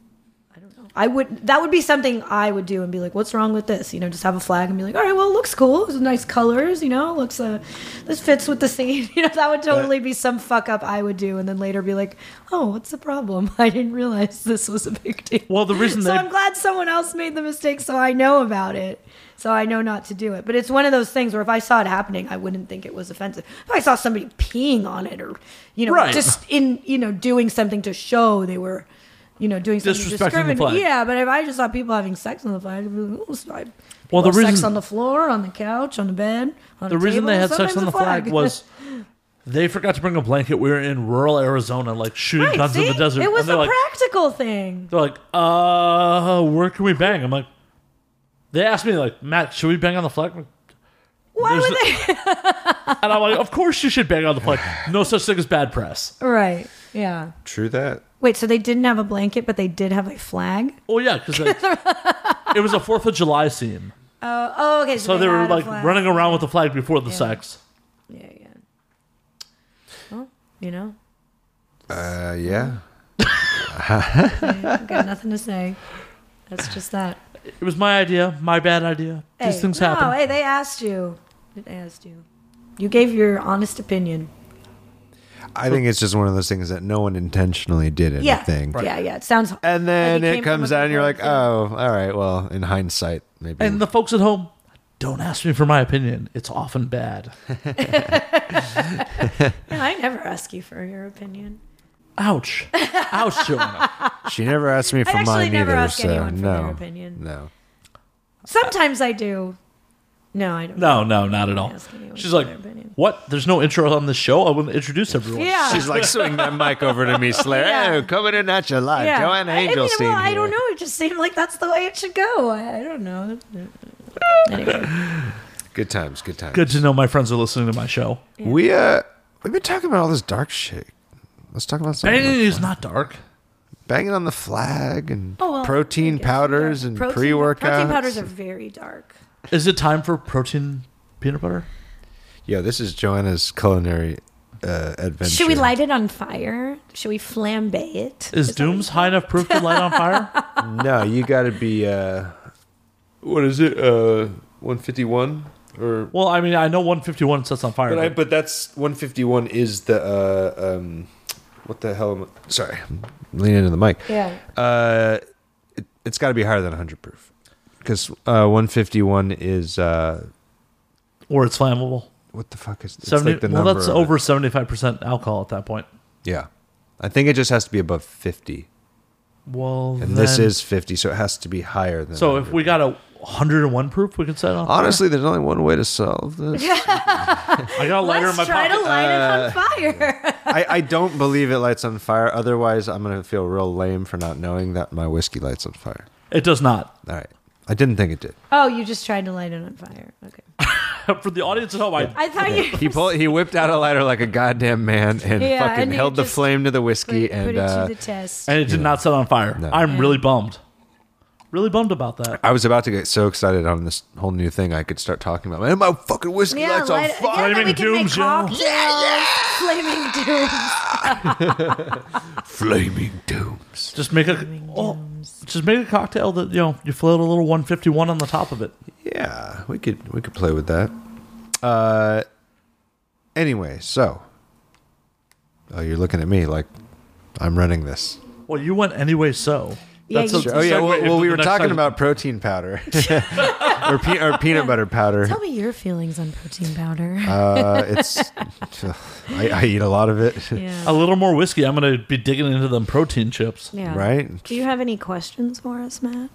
Speaker 3: I don't know. I would. That would be something I would do and be like, "What's wrong with this?" You know, just have a flag and be like, "All right, well, it looks cool. It's nice colors. You know, looks uh, this fits with the scene." You know, that would totally be some fuck up I would do, and then later be like, "Oh, what's the problem? I didn't realize this was a big deal."
Speaker 1: well, the reason
Speaker 3: so
Speaker 1: they
Speaker 3: I'm glad someone else made the mistake, so I know about it. So I know not to do it. But it's one of those things where if I saw it happening, I wouldn't think it was offensive. If I saw somebody peeing on it, or you know,
Speaker 1: Right.
Speaker 3: just in you know doing something to show they were, you know, doing something
Speaker 1: Disrespecting the
Speaker 3: discriminatory.
Speaker 1: flag.
Speaker 3: Yeah, but if I just saw people having sex on the flag, I'd be like, "Ooh, so I-
Speaker 1: Well, the
Speaker 3: people have sex
Speaker 1: reason-
Speaker 3: on the floor, on the couch, on the bed, on
Speaker 1: the
Speaker 3: a
Speaker 1: reason
Speaker 3: table,
Speaker 1: they had sex
Speaker 3: sometimes
Speaker 1: on
Speaker 3: a
Speaker 1: the flag, was they forgot to bring a blanket. We were in rural Arizona, like shooting
Speaker 3: Right,
Speaker 1: guns
Speaker 3: see?
Speaker 1: in the desert.
Speaker 3: It was
Speaker 1: and they're
Speaker 3: a
Speaker 1: like,
Speaker 3: practical thing.
Speaker 1: they're like, uh, where can we bang? I'm like, they asked me like, Matt, should we bang on the flag? I'm like,
Speaker 3: Why
Speaker 1: there's
Speaker 3: would they?
Speaker 1: And I'm like, of course you should bang on the flag. No such thing as bad press.
Speaker 3: right. Yeah.
Speaker 4: True that.
Speaker 3: Wait, so they didn't have a blanket, but they did have a flag?
Speaker 1: Oh yeah, because it was a Fourth of July scene,
Speaker 3: Oh, oh okay.
Speaker 1: so they, were like running around with the flag before the sex.
Speaker 3: Yeah, yeah. Well, you know,
Speaker 4: Uh, yeah.
Speaker 3: I've got nothing to say. That's just that.
Speaker 1: It was my idea, my bad idea. These
Speaker 3: Hey,
Speaker 1: things
Speaker 3: no,
Speaker 1: happen.
Speaker 3: hey, they asked you. They asked you. You gave your honest opinion.
Speaker 4: I think it's just one of those things that no one intentionally did
Speaker 3: Yeah.
Speaker 4: anything.
Speaker 3: Yeah, yeah. It sounds.
Speaker 4: And then
Speaker 3: Like, it
Speaker 4: it,
Speaker 3: came from
Speaker 4: comes
Speaker 3: a
Speaker 4: out and you're like,
Speaker 3: good
Speaker 4: oh, all right, well, in hindsight, maybe.
Speaker 1: And the folks at home, don't ask me for my opinion. It's often bad.
Speaker 3: Yeah, I never ask you for your opinion.
Speaker 1: Ouch. Ouch, Joanna.
Speaker 4: she never asked me for
Speaker 3: I actually
Speaker 4: mine
Speaker 3: never
Speaker 4: either,
Speaker 3: ask
Speaker 4: so
Speaker 3: anyone for
Speaker 4: no.
Speaker 3: their opinion.
Speaker 4: No.
Speaker 3: Sometimes I do. No, I don't.
Speaker 1: No, no, not at all.
Speaker 3: Asking anyone
Speaker 1: She's
Speaker 3: for
Speaker 1: like,
Speaker 3: their opinion.
Speaker 1: what? There's no intro on this show? I want to introduce everyone.
Speaker 3: Yeah.
Speaker 4: She's like, swing that mic over to me, Slayer.
Speaker 3: Yeah.
Speaker 4: Oh, coming in at you live.
Speaker 3: yeah.
Speaker 4: Joanna
Speaker 3: I- I mean,
Speaker 4: Angelstein.
Speaker 3: well, I
Speaker 4: here.
Speaker 3: don't know. It just seemed like that's the way it should go. I, I don't know. Anyway.
Speaker 4: Good times, good times.
Speaker 1: Good to know my friends are listening to my show.
Speaker 4: We, uh, we've been talking about all this dark shit. Let's talk about something.
Speaker 1: Anything
Speaker 4: else.
Speaker 1: is not dark.
Speaker 4: Banging on the flag and
Speaker 3: Oh, well, I
Speaker 4: protein
Speaker 3: guess,
Speaker 4: powders
Speaker 3: yeah.
Speaker 4: and
Speaker 3: Protein-
Speaker 4: pre workouts.
Speaker 3: Protein powders are very dark.
Speaker 1: Is it time for protein peanut butter?
Speaker 4: Yo, this is Joanna's culinary uh, adventure.
Speaker 3: Should we light it on fire? Should we flambe it?
Speaker 1: Is, Doom's high enough proof to light on fire?
Speaker 4: No, you got to be. Uh, what is it? Uh, one fifty one or.
Speaker 1: Well, I mean, I know 151 sets on fire.
Speaker 4: But I,
Speaker 1: but-
Speaker 4: but that's one fifty one is the uh, um, what the hell? Am I, sorry, I'm leaning into the mic.
Speaker 3: Yeah.
Speaker 4: Uh, it, it's got to be higher than hundred proof because uh, one fifty one is uh,
Speaker 1: or it's flammable.
Speaker 4: what the fuck is it's
Speaker 1: 70,
Speaker 4: like the
Speaker 1: well,
Speaker 4: number
Speaker 1: that's
Speaker 4: of
Speaker 1: over
Speaker 4: it.
Speaker 1: 75% alcohol at that point.
Speaker 4: Yeah, I think it just has to be above fifty
Speaker 1: Well,
Speaker 4: and this
Speaker 1: then-
Speaker 4: is 50, so it has to be higher than.
Speaker 1: so. If
Speaker 4: 100.
Speaker 1: we got a 101 proof, we could set off.
Speaker 4: honestly, there's only one way to solve this.
Speaker 1: I got a lighter in
Speaker 3: Let's
Speaker 1: my
Speaker 3: try
Speaker 1: pocket. Uh,
Speaker 3: to light it on fire.
Speaker 4: I, I don't believe it lights on fire. Otherwise, I'm gonna feel real lame for not knowing that my whiskey lights on fire.
Speaker 1: It does not.
Speaker 4: All right, I didn't think it did.
Speaker 3: oh, you just tried to light it on fire. Okay.
Speaker 1: For the audience at home, I
Speaker 3: I thought you.
Speaker 4: He pulled, he whipped out a lighter like a goddamn man and
Speaker 3: Yeah,
Speaker 4: fucking
Speaker 3: and he
Speaker 4: held the
Speaker 3: just
Speaker 4: flame to the
Speaker 3: put,
Speaker 4: whiskey
Speaker 3: it- put
Speaker 4: and
Speaker 3: it
Speaker 4: uh,
Speaker 3: to the test.
Speaker 1: and it did not set on fire.
Speaker 4: No.
Speaker 1: I'm really bummed. Really bummed about that.
Speaker 4: I was about to get so excited on this whole new thing I could start talking about. Man, my fucking whiskey
Speaker 3: yeah,
Speaker 4: lights on
Speaker 3: light,
Speaker 4: fire.
Speaker 3: yeah, then
Speaker 1: Flaming
Speaker 3: we can make
Speaker 1: dooms, yeah.
Speaker 3: cocktails, Flaming dooms.
Speaker 4: Flaming dooms.
Speaker 1: Just make a oh, just make a cocktail that you know you float a little 151 on the top of it.
Speaker 4: Yeah, we could we could play with that. Uh, anyway, so oh, you're looking at me like I'm running this.
Speaker 1: Well, you went anyway, so
Speaker 3: Yeah,
Speaker 1: That's a-
Speaker 3: you did.
Speaker 4: Oh yeah,
Speaker 1: Segue
Speaker 4: well,
Speaker 1: into
Speaker 4: well we
Speaker 1: the
Speaker 4: were
Speaker 1: next
Speaker 4: talking
Speaker 1: segment.
Speaker 4: about protein powder or, pe- or peanut butter powder.
Speaker 3: Tell me your feelings on protein powder.
Speaker 4: Uh, it's I, I eat a lot of it,
Speaker 1: a
Speaker 3: yeah.
Speaker 1: little more whiskey. I'm gonna be digging into them protein chips.
Speaker 3: yeah.
Speaker 4: right?
Speaker 3: Do you have any questions for us, Matt?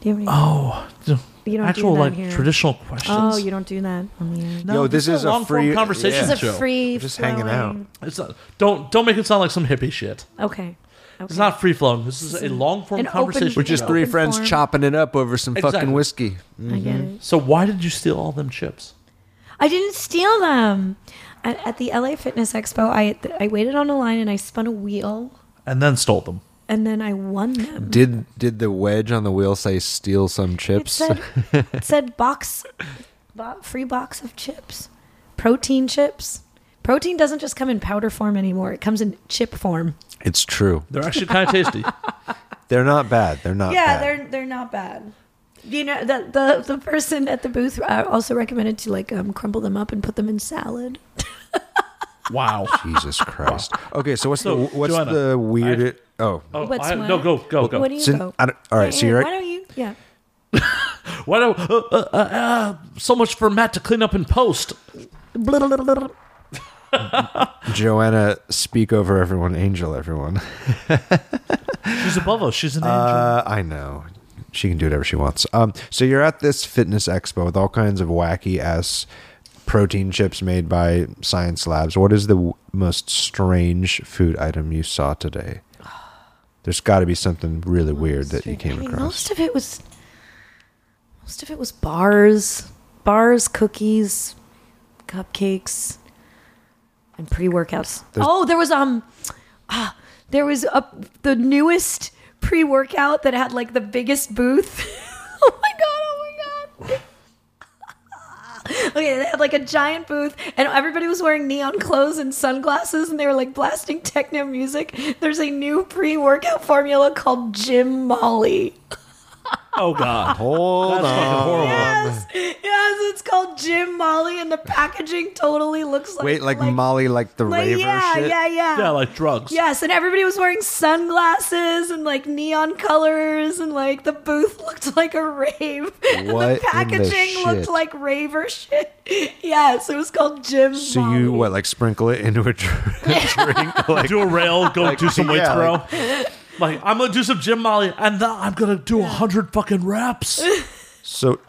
Speaker 3: Do you have any?
Speaker 1: Oh, d-
Speaker 3: You don't do
Speaker 1: actual
Speaker 3: that
Speaker 1: like
Speaker 3: here.
Speaker 1: traditional questions.
Speaker 3: oh, you don't do that on the air.
Speaker 1: No,
Speaker 4: Yo, this is a
Speaker 1: long-form
Speaker 4: free-
Speaker 1: conversation
Speaker 4: yeah.
Speaker 3: This is a
Speaker 1: show.
Speaker 3: free.
Speaker 4: Just hanging out.
Speaker 3: flowing-
Speaker 1: It's not, don't don't make it sound like some hippie shit.
Speaker 3: Okay. okay.
Speaker 1: It's not free flowing. This is a long form
Speaker 3: An open-
Speaker 1: conversation.
Speaker 4: We're just
Speaker 1: show.
Speaker 4: three
Speaker 3: Open
Speaker 4: friends
Speaker 3: form.
Speaker 4: chopping it up over some
Speaker 1: Exactly.
Speaker 4: fucking whiskey.
Speaker 3: I get it.
Speaker 1: So why did you steal all them chips?
Speaker 3: I didn't steal them. At, at the LA Fitness Expo, I I waited on a line and I spun a wheel,
Speaker 1: And then stole them.
Speaker 3: and then I won them.
Speaker 4: Did did the wedge on the wheel say steal some
Speaker 3: It
Speaker 4: chips?
Speaker 3: said it said box, bo- free box of chips, protein chips. Protein doesn't just come in powder form anymore; it comes in chip form.
Speaker 4: it's true.
Speaker 1: They're actually kind of tasty.
Speaker 4: They're not bad. They're not.
Speaker 3: yeah,
Speaker 4: bad.
Speaker 3: they're they're not bad. You know, the the, the person at the booth uh, also recommended to like um, crumble them up and put them in salad.
Speaker 1: Wow.
Speaker 4: Jesus Christ. Okay, so what's
Speaker 1: So,
Speaker 4: the what's
Speaker 1: Joanna,
Speaker 4: the weirdest? oh,
Speaker 1: Oh,
Speaker 3: What's
Speaker 1: I-
Speaker 3: what?
Speaker 1: no, go go go.
Speaker 3: What do you
Speaker 4: Sin-
Speaker 3: go?
Speaker 4: I don't- all right, so
Speaker 3: Hey,
Speaker 4: you're-
Speaker 3: why don't you? Yeah,
Speaker 1: Why do uh, uh, uh, uh, so much for Matt to clean up in post?
Speaker 3: blah, blah, blah, blah.
Speaker 4: Joanna, speak over everyone, angel everyone.
Speaker 1: She's above us. She's an angel.
Speaker 4: Uh, I know. She can do whatever she wants. Um, so you're at this fitness expo with all kinds of wacky ass protein chips made by science labs. What is the w- most strange food item you saw today? There's got to be something really weird that you
Speaker 3: I
Speaker 4: came
Speaker 3: mean,
Speaker 4: across.
Speaker 3: Most of it was most of it was bars, bars, cookies, cupcakes, and pre-workouts.
Speaker 4: There's-
Speaker 3: oh, there was um ah, there was a, the newest pre-workout that had like the biggest booth. oh my god, oh my god. Okay, they had like a giant booth, and everybody was wearing neon clothes and sunglasses, and they were like blasting techno music. There's a new pre workout formula called Jim Molly.
Speaker 1: oh God.
Speaker 4: Hold
Speaker 1: That's
Speaker 4: on.
Speaker 1: fucking horrible.
Speaker 3: Yes, yes, it's called Jim Molly, and the packaging totally looks like
Speaker 4: Wait, like, Molly, like the
Speaker 3: like,
Speaker 4: raver
Speaker 3: yeah,
Speaker 4: shit.
Speaker 3: yeah, yeah,
Speaker 1: Yeah, like drugs.
Speaker 3: Yes, and everybody was wearing sunglasses and like neon colors, and like the booth looked like a rave. and
Speaker 4: What
Speaker 3: the
Speaker 4: in the
Speaker 3: packaging looked
Speaker 4: shit?
Speaker 3: like raver shit. Yes, it was called Jim
Speaker 4: So
Speaker 3: Molly.
Speaker 4: you what, like sprinkle it into a dr- drink? Like,
Speaker 1: Do a rail. Go do some weights,
Speaker 4: yeah,
Speaker 1: bro. Like I'm gonna do some Jim Molly, and then I'm gonna do a hundred fucking reps.
Speaker 4: so,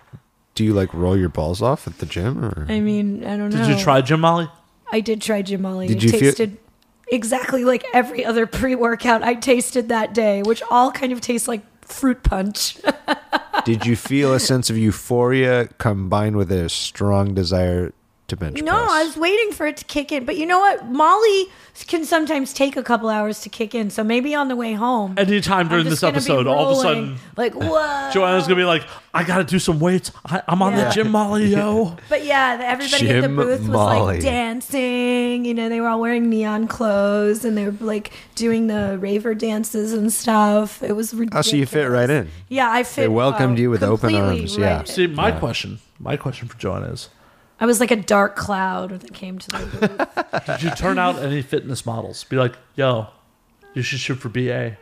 Speaker 4: do you like roll your balls off at the gym? Or?
Speaker 3: I mean, I don't know.
Speaker 1: Did you try Jim Molly?
Speaker 3: I did try Jim Molly.
Speaker 4: Did
Speaker 3: It
Speaker 4: you feel-
Speaker 3: tasted exactly like every other pre-workout I tasted that day, which all kind of tastes like fruit punch.
Speaker 4: Did you feel a sense of euphoria combined with a strong desire to bench
Speaker 3: no,
Speaker 4: press?
Speaker 3: I was waiting for it to kick in, but you know what? Molly can sometimes take a couple hours to kick in, so maybe on the way home. I'm
Speaker 1: Anytime during
Speaker 3: just
Speaker 1: this
Speaker 3: gonna be
Speaker 1: episode, all of a sudden,
Speaker 3: rolling, like what?
Speaker 1: Joanna's gonna be like, "I gotta do some weights. I, I'm on
Speaker 3: Yeah.
Speaker 1: the Jim Molly, yo."
Speaker 3: But yeah, the- everybody at the
Speaker 4: Jim
Speaker 3: booth was
Speaker 4: Molly.
Speaker 3: like dancing. You know, they were all wearing neon clothes and they were like doing the raver dances and stuff. It was
Speaker 4: Oh,
Speaker 3: ridiculous.
Speaker 4: so you fit right in.
Speaker 3: Yeah, I fit.
Speaker 4: They welcomed
Speaker 3: oh,
Speaker 4: you with open
Speaker 3: completely
Speaker 4: arms, yeah.
Speaker 3: right in.
Speaker 1: See, my question, my question for Joanna is:
Speaker 3: I was like a dark cloud that came to the booth.
Speaker 1: Did you turn out any fitness models? Be like, yo, you should shoot for BA.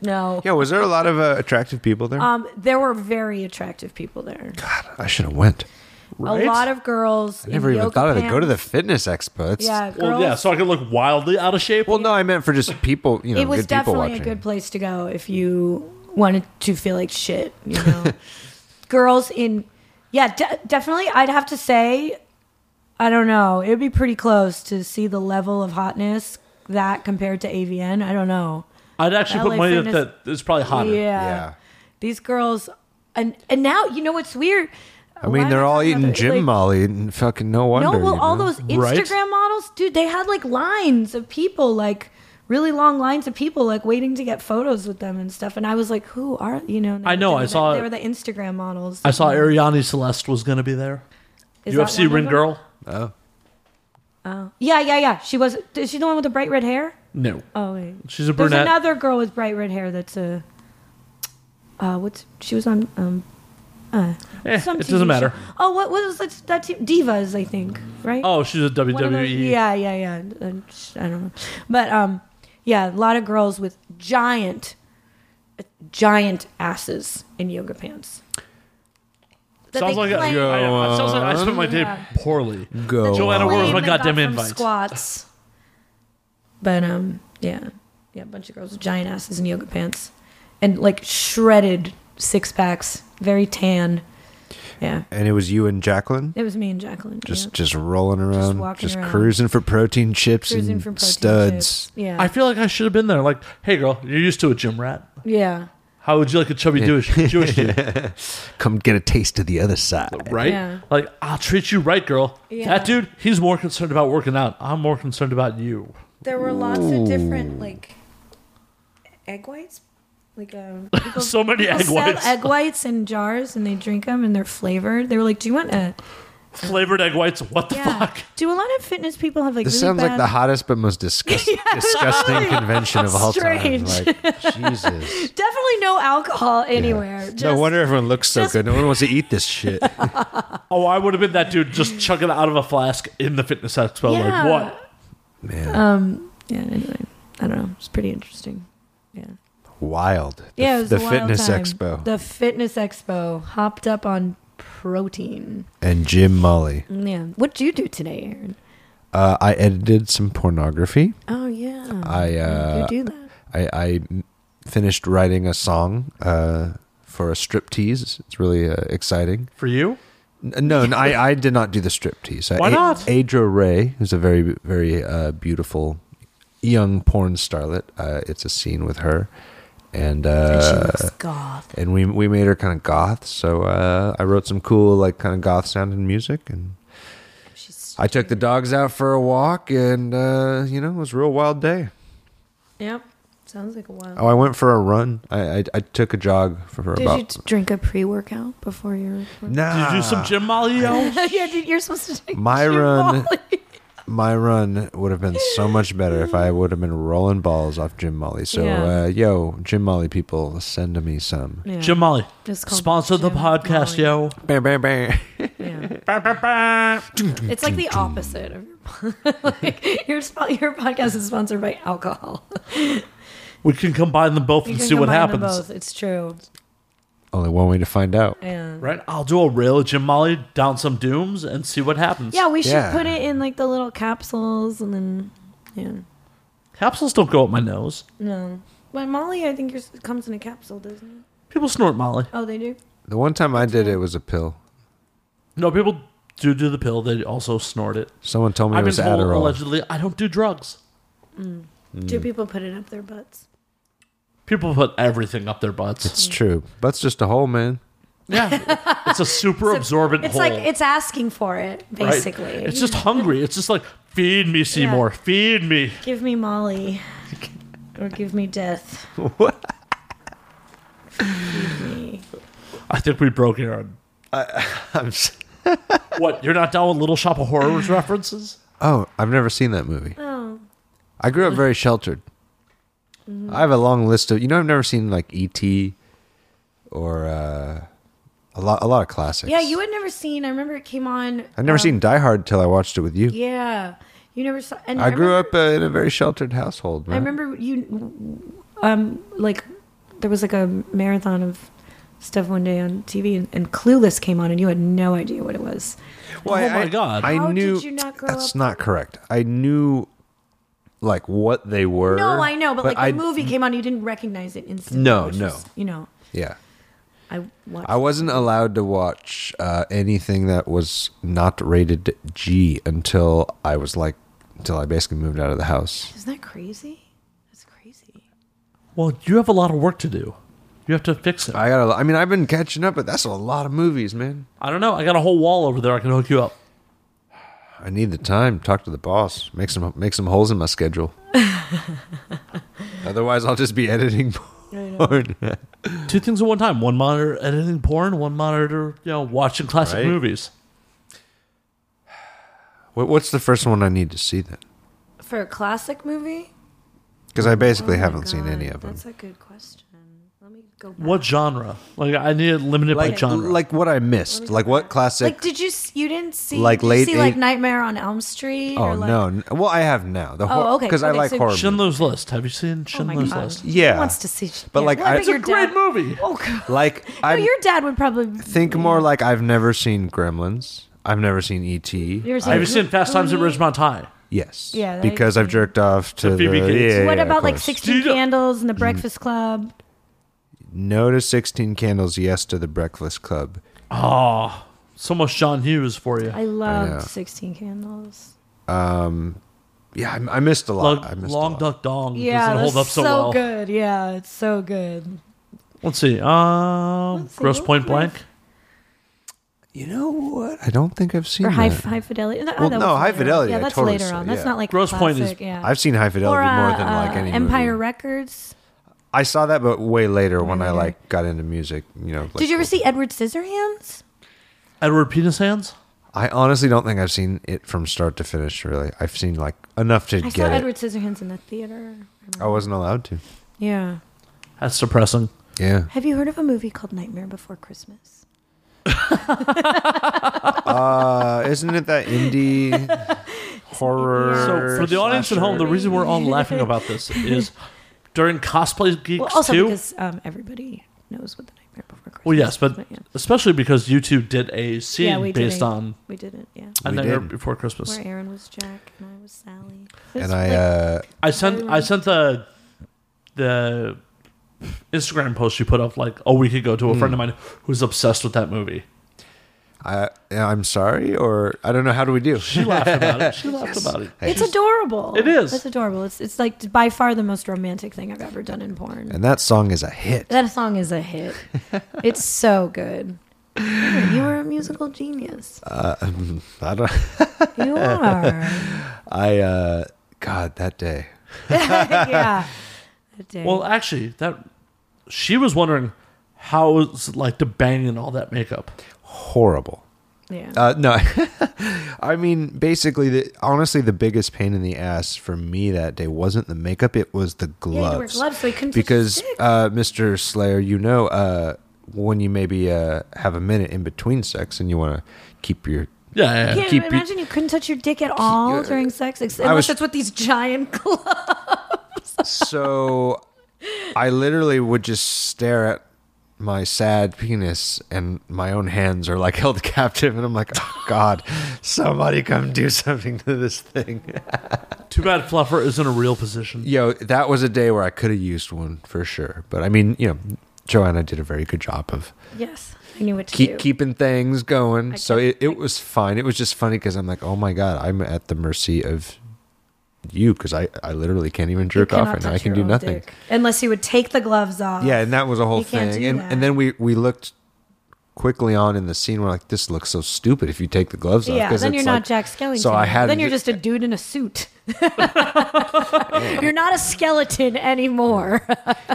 Speaker 3: no.
Speaker 4: Yeah, was there a lot of uh, attractive people there?
Speaker 3: Um, there were very attractive people there.
Speaker 4: God, I should have went.
Speaker 1: Right?
Speaker 3: A lot of girls.
Speaker 4: I never
Speaker 3: in
Speaker 4: even
Speaker 3: yoga
Speaker 4: thought of it. Go to the
Speaker 3: pants.
Speaker 4: fitness experts.
Speaker 3: yeah, girls.
Speaker 1: Well, yeah, so I could look wildly out of shape.
Speaker 4: Well, no, I meant for just people. You know,
Speaker 3: it was
Speaker 4: good people
Speaker 3: definitely
Speaker 4: watching.
Speaker 3: a good place to go if you wanted to feel like shit. You know, girls in yeah, de- definitely. I'd have to say, I don't know. It'd be pretty close to see the level of hotness that compared to AVN. I don't know.
Speaker 1: I'd actually put
Speaker 3: LA
Speaker 1: money
Speaker 3: Fitness-
Speaker 1: that it's probably hotter.
Speaker 3: Yeah.
Speaker 4: Yeah.
Speaker 3: These girls, and and now you know what's weird.
Speaker 4: I mean, they're all eating gym Molly and fucking no wonder.
Speaker 3: No, well,
Speaker 4: you
Speaker 3: all
Speaker 4: know?
Speaker 3: those
Speaker 1: Right?
Speaker 3: Instagram models, dude, they had like lines of people, like really long lines of people, like waiting to get photos with them and stuff. And I was like, who are you know?
Speaker 1: I know,
Speaker 3: they
Speaker 1: I
Speaker 3: were the-
Speaker 1: saw-
Speaker 3: they were the Instagram models.
Speaker 1: I saw Ariane Celeste was going to be there.
Speaker 3: Is that one
Speaker 1: UFC
Speaker 3: of
Speaker 1: ring
Speaker 3: them?
Speaker 1: girl.
Speaker 3: Yeah, yeah, yeah. She was. Is she the one with the bright red hair?
Speaker 1: No,
Speaker 3: Oh, wait.
Speaker 1: she's a
Speaker 3: There's
Speaker 1: brunette.
Speaker 3: another girl with bright red hair. That's a. Uh, what's she was on? Um,
Speaker 1: Eh,
Speaker 3: some
Speaker 1: it
Speaker 3: TV
Speaker 1: doesn't matter.
Speaker 3: show. Oh, what, what was that? that t- Divas, I think. Right.
Speaker 1: Oh, she's a E. WWE.
Speaker 3: One of those- yeah, yeah, yeah. And sh- I don't know, but um, yeah, a lot of girls with giant, uh, giant asses in yoga pants. That
Speaker 1: Sounds
Speaker 3: they
Speaker 1: like, a-
Speaker 3: claim-
Speaker 1: I know, it sounds like I spent my day
Speaker 3: Yeah.
Speaker 1: poorly.
Speaker 4: Go.
Speaker 1: Joanna
Speaker 4: on.
Speaker 1: Where's my
Speaker 3: claim they
Speaker 1: goddamn
Speaker 3: got from
Speaker 1: invites?
Speaker 3: Squats. But um, yeah, yeah, a bunch of girls with giant asses in yoga pants, and like shredded six packs, very tan. Yeah,
Speaker 4: And it was you and Jacqueline
Speaker 3: it was me and Jacqueline.
Speaker 4: just
Speaker 3: yeah.
Speaker 4: just rolling around, just,
Speaker 3: walking around.
Speaker 4: cruising for protein chips
Speaker 3: Cruising
Speaker 4: and
Speaker 3: for protein
Speaker 4: studs.
Speaker 3: chips. Yeah,
Speaker 1: I feel like I should have been there. Like, hey, girl, you're used to a gym rat.
Speaker 3: yeah.
Speaker 1: How would you like a chubby Jewish, Jewish dude?
Speaker 4: Come get a taste of the other side.
Speaker 1: Right?
Speaker 3: Yeah.
Speaker 1: Like, I'll treat you right, girl.
Speaker 3: Yeah.
Speaker 1: That dude, he's more concerned about working out. I'm more concerned about you.
Speaker 3: There were lots of different like egg whites, like um, people,
Speaker 1: So many
Speaker 3: people
Speaker 1: egg
Speaker 3: sell
Speaker 1: whites.
Speaker 3: egg whites in jars, and they drink them, and they're flavored. They were like, "Do you want a?"
Speaker 1: Flavored egg whites, what the fuck?
Speaker 3: Do a lot of fitness people have like?
Speaker 4: This
Speaker 3: really
Speaker 4: sounds like
Speaker 3: bad-
Speaker 4: the hottest but most disgust- disgusting convention of all time.
Speaker 3: Strange.
Speaker 4: Like, Jesus.
Speaker 3: Definitely no alcohol anywhere. Just,
Speaker 4: no wonder everyone looks so
Speaker 3: just-
Speaker 4: good. No one wants to eat this shit.
Speaker 1: Oh, I would have been that dude just chugging out of a flask in the fitness expo.
Speaker 3: Yeah.
Speaker 1: Like, what?
Speaker 4: Man,
Speaker 3: Um, Yeah. Anyway, I don't know. It's pretty interesting. Yeah.
Speaker 4: wild. The,
Speaker 3: yeah. It was
Speaker 4: the
Speaker 3: a wild
Speaker 4: fitness
Speaker 3: time.
Speaker 4: expo
Speaker 3: The fitness expo hopped up on protein.
Speaker 4: and Jim Molly.
Speaker 3: Yeah. What'd you do today, Aaron?
Speaker 4: Uh, I edited some pornography.
Speaker 3: Oh yeah.
Speaker 4: I uh,
Speaker 3: you do that.
Speaker 4: I, I m- finished writing a song uh, for a striptease. It's really uh, exciting.
Speaker 1: For you?
Speaker 4: N- No, no I, I did not do the striptease.
Speaker 1: Why
Speaker 4: I,
Speaker 1: not?
Speaker 4: Adra Ray, who's a very, very uh, beautiful young porn starlet. Uh, it's a scene with her. And,
Speaker 3: And she
Speaker 4: uh,
Speaker 3: looks goth.
Speaker 4: and we we made her kind of goth. So uh, I wrote some cool like kind of goth sounding music, and
Speaker 3: She's
Speaker 4: I took the dogs out for a walk, and uh, you know it was a real wild day.
Speaker 3: Yep. Sounds like a wild.
Speaker 4: Oh, I went for a run. I I, I took a jog for, for
Speaker 3: Did
Speaker 4: about
Speaker 3: you t- drink a pre-workout before your?
Speaker 1: Did
Speaker 4: nah.
Speaker 1: you do some gym Molly? yo?
Speaker 3: yeah, dude, you're supposed to drink.
Speaker 4: My
Speaker 3: your
Speaker 4: run-
Speaker 3: Molly.
Speaker 4: My run would have been so much better if I would have been rolling balls off Jim Molly. So
Speaker 3: Yeah.
Speaker 4: uh, yo, Jim Molly people, send me some.
Speaker 3: Yeah.
Speaker 1: Jim Molly.
Speaker 3: Just called
Speaker 1: Sponsor the
Speaker 3: Jim
Speaker 1: podcast,
Speaker 3: Molly.
Speaker 1: yo.
Speaker 4: Bam, bam, bam.
Speaker 3: Yeah. it's like the opposite of your like your spo- your podcast is sponsored by alcohol.
Speaker 1: We can combine them both
Speaker 3: You
Speaker 1: and
Speaker 3: can
Speaker 1: see what
Speaker 3: combine them
Speaker 1: happens.
Speaker 3: both. It's true.
Speaker 4: Only one way to find out.
Speaker 3: Yeah.
Speaker 1: Right? I'll do a rail of Jim Molly down some dooms and see what happens.
Speaker 3: Yeah, we should
Speaker 4: Yeah.
Speaker 3: put it in like the little capsules and then yeah.
Speaker 1: Capsules don't go up my nose.
Speaker 3: No. But Molly, I think yours comes in a capsule, doesn't it?
Speaker 1: People snort Molly.
Speaker 3: Oh, they do.
Speaker 4: The one time I did it was a pill.
Speaker 1: No, people do do the pill. They also snort it.
Speaker 4: Someone told me
Speaker 1: I've been
Speaker 4: it was
Speaker 1: told
Speaker 4: Adderall.
Speaker 1: allegedly I don't do drugs.
Speaker 4: Mm.
Speaker 3: Do people put it up their butts?
Speaker 1: People put everything up their butts.
Speaker 4: It's true. Butts just a hole, man.
Speaker 1: yeah, it's a super absorbent
Speaker 3: It's
Speaker 1: hole.
Speaker 3: like it's asking for it,
Speaker 1: right?
Speaker 3: basically.
Speaker 1: It's just hungry. It's just like feed me, Seymour. Feed me.
Speaker 3: give me Molly, or give me death. Feed me.
Speaker 1: I think we broke Aaron.
Speaker 4: I'm s-
Speaker 1: What? You're not down with Little Shop of Horrors references?
Speaker 4: oh, I've never seen that movie.
Speaker 3: Oh, Mm-hmm.
Speaker 4: I grew up very sheltered. I have a long list of you know I've never seen like E.T. or uh, a lot a lot of classics.
Speaker 3: yeah. You had never seen. I remember it came on.
Speaker 4: I've never
Speaker 3: um,
Speaker 4: seen Die Hard till I watched it with you.
Speaker 3: Yeah, you never saw. And
Speaker 4: I, grew
Speaker 3: remember-
Speaker 4: up uh, in a very sheltered household. Man.
Speaker 3: I remember you, um, like there was like a marathon of stuff one day on TV, and, and Clueless came on, and you had no idea what it was.
Speaker 4: Well,
Speaker 1: Oh my God.
Speaker 4: I
Speaker 3: How did
Speaker 4: knew
Speaker 3: you not grow
Speaker 4: that's
Speaker 3: up-
Speaker 4: not correct. I knew like what they were.
Speaker 3: No, I know, but, like
Speaker 4: I-
Speaker 3: the movie came on, you didn't recognize it instantly.
Speaker 4: No,
Speaker 3: which
Speaker 4: no.
Speaker 3: is, you know,
Speaker 4: Yeah,
Speaker 3: I watched.
Speaker 4: I wasn't allowed to watch uh, anything that was not rated G until I was like until I basically moved out of the house.
Speaker 3: Isn't that crazy? That's crazy.
Speaker 1: Well, you have a lot of work to do. You have to fix it. I,
Speaker 4: I got. A, I mean, I've been catching up, but that's a lot of movies, man.
Speaker 1: don't know. I got a whole wall over there. I can hook you up.
Speaker 4: I need the time. Talk to the boss. Make some make some holes in my schedule. Otherwise, I'll just be editing porn.
Speaker 1: Two things at one time. One monitor editing porn. One monitor, you know, watching classic
Speaker 4: Right.
Speaker 1: movies.
Speaker 4: What- What's the first one I need to see then?
Speaker 3: For a classic movie,
Speaker 4: Because I basically haven't
Speaker 3: Oh God,
Speaker 4: seen any of them.
Speaker 3: That's a good question. Let me go. Back.
Speaker 1: What genre? Like I need it limited by
Speaker 4: Like
Speaker 1: genre.
Speaker 4: like what I missed. Like what classic?
Speaker 3: Like, did you s- you didn't see
Speaker 4: Like
Speaker 3: like did
Speaker 4: late
Speaker 3: you see like
Speaker 4: eight-
Speaker 3: Nightmare on Elm Street?
Speaker 4: oh
Speaker 3: or like,
Speaker 4: no! n- Well, I have now. The
Speaker 3: Oh, okay,
Speaker 4: Because I
Speaker 3: okay,
Speaker 4: like
Speaker 3: so-
Speaker 4: horror. movies.
Speaker 1: Schindler's List. Have you seen
Speaker 3: Oh my
Speaker 1: Schindler's
Speaker 3: god!
Speaker 1: List?
Speaker 4: Yeah.
Speaker 3: Who wants to see?
Speaker 4: But, like, I-
Speaker 3: I,
Speaker 4: It's
Speaker 1: a great movie.
Speaker 3: Oh god!
Speaker 4: Like
Speaker 3: No,
Speaker 4: I
Speaker 3: your dad would probably
Speaker 4: think more like I've never seen Gremlins. I've never seen E.T.
Speaker 3: Yours
Speaker 1: Have you
Speaker 3: is-
Speaker 1: seen Fast Times at Ridgemont High?
Speaker 4: Yes.
Speaker 3: Yeah, that-
Speaker 4: Because I've jerked off to
Speaker 1: To
Speaker 4: the.
Speaker 1: Phoebe
Speaker 4: yeah,
Speaker 1: Cates.
Speaker 4: yeah,
Speaker 3: What
Speaker 4: yeah, of
Speaker 3: about like
Speaker 4: course. Mm.
Speaker 3: Sixteen
Speaker 1: Do you know-
Speaker 3: Candles and The Breakfast Club?
Speaker 4: No to sixteen candles. Yes to the Breakfast Club.
Speaker 1: Oh, so much John Hughes for you.
Speaker 3: I
Speaker 4: know.
Speaker 3: loved Sixteen Candles.
Speaker 4: Yeah, I, I missed a lot.
Speaker 1: Long,
Speaker 4: I missed a
Speaker 1: Long
Speaker 4: lot.
Speaker 1: Duck Dong
Speaker 3: Yeah,
Speaker 1: doesn't
Speaker 3: that's
Speaker 1: hold up so,
Speaker 3: so,
Speaker 1: well.
Speaker 3: good. Yeah, it's so good.
Speaker 1: Let's see. Um,
Speaker 3: Let's see,
Speaker 1: Gross
Speaker 3: what
Speaker 1: Point
Speaker 3: would I-
Speaker 1: Blank.
Speaker 4: You know what? I don't think I've seen.
Speaker 3: Or high,
Speaker 4: that.
Speaker 3: high fidelity. No,
Speaker 4: Well,
Speaker 3: that
Speaker 4: no,
Speaker 3: was
Speaker 4: High
Speaker 3: later on.
Speaker 4: Fidelity,
Speaker 3: Yeah,
Speaker 4: I
Speaker 3: that's
Speaker 4: totally
Speaker 3: later
Speaker 4: saw,
Speaker 3: on. That's
Speaker 4: yeah.
Speaker 3: not like
Speaker 1: Gross Point is-
Speaker 3: classic, Yeah.
Speaker 4: I've seen High Fidelity
Speaker 3: or, uh,
Speaker 4: more than like
Speaker 3: uh,
Speaker 4: any
Speaker 3: Empire
Speaker 4: movie.
Speaker 3: Records.
Speaker 4: I saw that, but way later when I
Speaker 3: later.
Speaker 4: like got into music. You know, like,
Speaker 3: Did you
Speaker 1: oh.
Speaker 3: ever see Edward Scissorhands?
Speaker 1: Edward Penis Hands.
Speaker 4: I honestly don't think I've seen it from start to finish. Really, I've seen like enough to
Speaker 3: I saw
Speaker 4: get it.
Speaker 3: Edward Scissorhands in the theater.
Speaker 4: I wasn't allowed to.
Speaker 3: Yeah.
Speaker 1: That's depressing.
Speaker 4: Yeah.
Speaker 3: Have you heard of a movie called Nightmare Before Christmas?
Speaker 4: Uh, isn't it that indie horror?
Speaker 1: So for the audience at home, the reason we're all laughing about this is during cosplay geeks
Speaker 3: Well, also
Speaker 1: too.
Speaker 3: because um, everybody knows what the Nightmare Before Christmas.
Speaker 1: well, yes, but
Speaker 3: is, yeah.
Speaker 1: especially because you two did a scene
Speaker 3: Yeah, we did
Speaker 1: based
Speaker 3: it.
Speaker 1: on
Speaker 3: we did it. Yeah,
Speaker 1: A
Speaker 4: We
Speaker 1: Nightmare
Speaker 4: did.
Speaker 1: Before Christmas.
Speaker 3: where Aaron was Jack and I was Sally. It was
Speaker 4: and I
Speaker 3: like-
Speaker 4: uh,
Speaker 1: I sent I sent the the Instagram post you put up like a week ago to a friend of
Speaker 4: Hmm.
Speaker 1: mine who's obsessed with that movie.
Speaker 4: I I'm sorry, or I don't know. How do we do?
Speaker 1: She laughed about it. She laughed about it.
Speaker 3: it's adorable.
Speaker 1: It is.
Speaker 3: It's adorable. It's it's like by far the most romantic thing I've ever done in porn.
Speaker 4: And that song is a hit.
Speaker 3: That song is a hit. it's so good. You are a musical genius.
Speaker 4: I don't.
Speaker 3: You are.
Speaker 4: I uh, God, that day.
Speaker 3: yeah.
Speaker 1: Well, actually, that she was wondering how it's like to bang in all that makeup.
Speaker 4: horrible.
Speaker 3: yeah.
Speaker 4: Uh, no, I mean basically, the, honestly, the biggest pain in the ass for me that day wasn't the makeup; it was the
Speaker 3: yeah, you
Speaker 4: gloves.
Speaker 3: had to wear gloves so he couldn't
Speaker 4: because
Speaker 3: touch your dick.
Speaker 4: uh, Mr. Slayer, you know, uh, when you maybe uh, have a minute in between sex and you want to keep your
Speaker 1: Yeah, yeah, yeah.
Speaker 3: Can't
Speaker 4: keep
Speaker 3: you
Speaker 4: you-
Speaker 3: imagine you couldn't touch your dick at all during sex, ex- unless
Speaker 4: was-
Speaker 3: it's with these giant gloves.
Speaker 4: so I literally would just stare at my sad penis and my own hands are like held captive and I'm like, oh God, somebody come do something to this thing.
Speaker 1: Too bad Fluffer is in a real position.
Speaker 4: Yo, that was a day where I could have used one for sure. But I mean, you know, Joanna did a very good job of
Speaker 3: Yes, I knew what to
Speaker 4: keep
Speaker 3: do.
Speaker 4: keeping things going.
Speaker 3: I
Speaker 4: so
Speaker 3: can-
Speaker 4: it, it was fine. It was just funny because I'm like, oh my god, I'm at the mercy of you because I, I literally can't even
Speaker 3: You
Speaker 4: jerk off
Speaker 3: cannot
Speaker 4: right now. I
Speaker 3: touch
Speaker 4: can
Speaker 3: your
Speaker 4: do
Speaker 3: own
Speaker 4: nothing.
Speaker 3: dick. unless you would take the gloves off.
Speaker 4: Yeah, and that was a whole
Speaker 3: You can't
Speaker 4: thing.
Speaker 3: do
Speaker 4: And
Speaker 3: that.
Speaker 4: and then we we looked quickly on in the scene. We're like, this looks so stupid if you take the gloves off.
Speaker 3: Yeah,
Speaker 4: 'cause
Speaker 3: then
Speaker 4: it's
Speaker 3: you're not
Speaker 4: like-
Speaker 3: Jack Skellington.
Speaker 4: So I had
Speaker 3: then
Speaker 4: to
Speaker 3: you're
Speaker 4: ju-
Speaker 3: just a dude in a suit. you're not a skeleton anymore.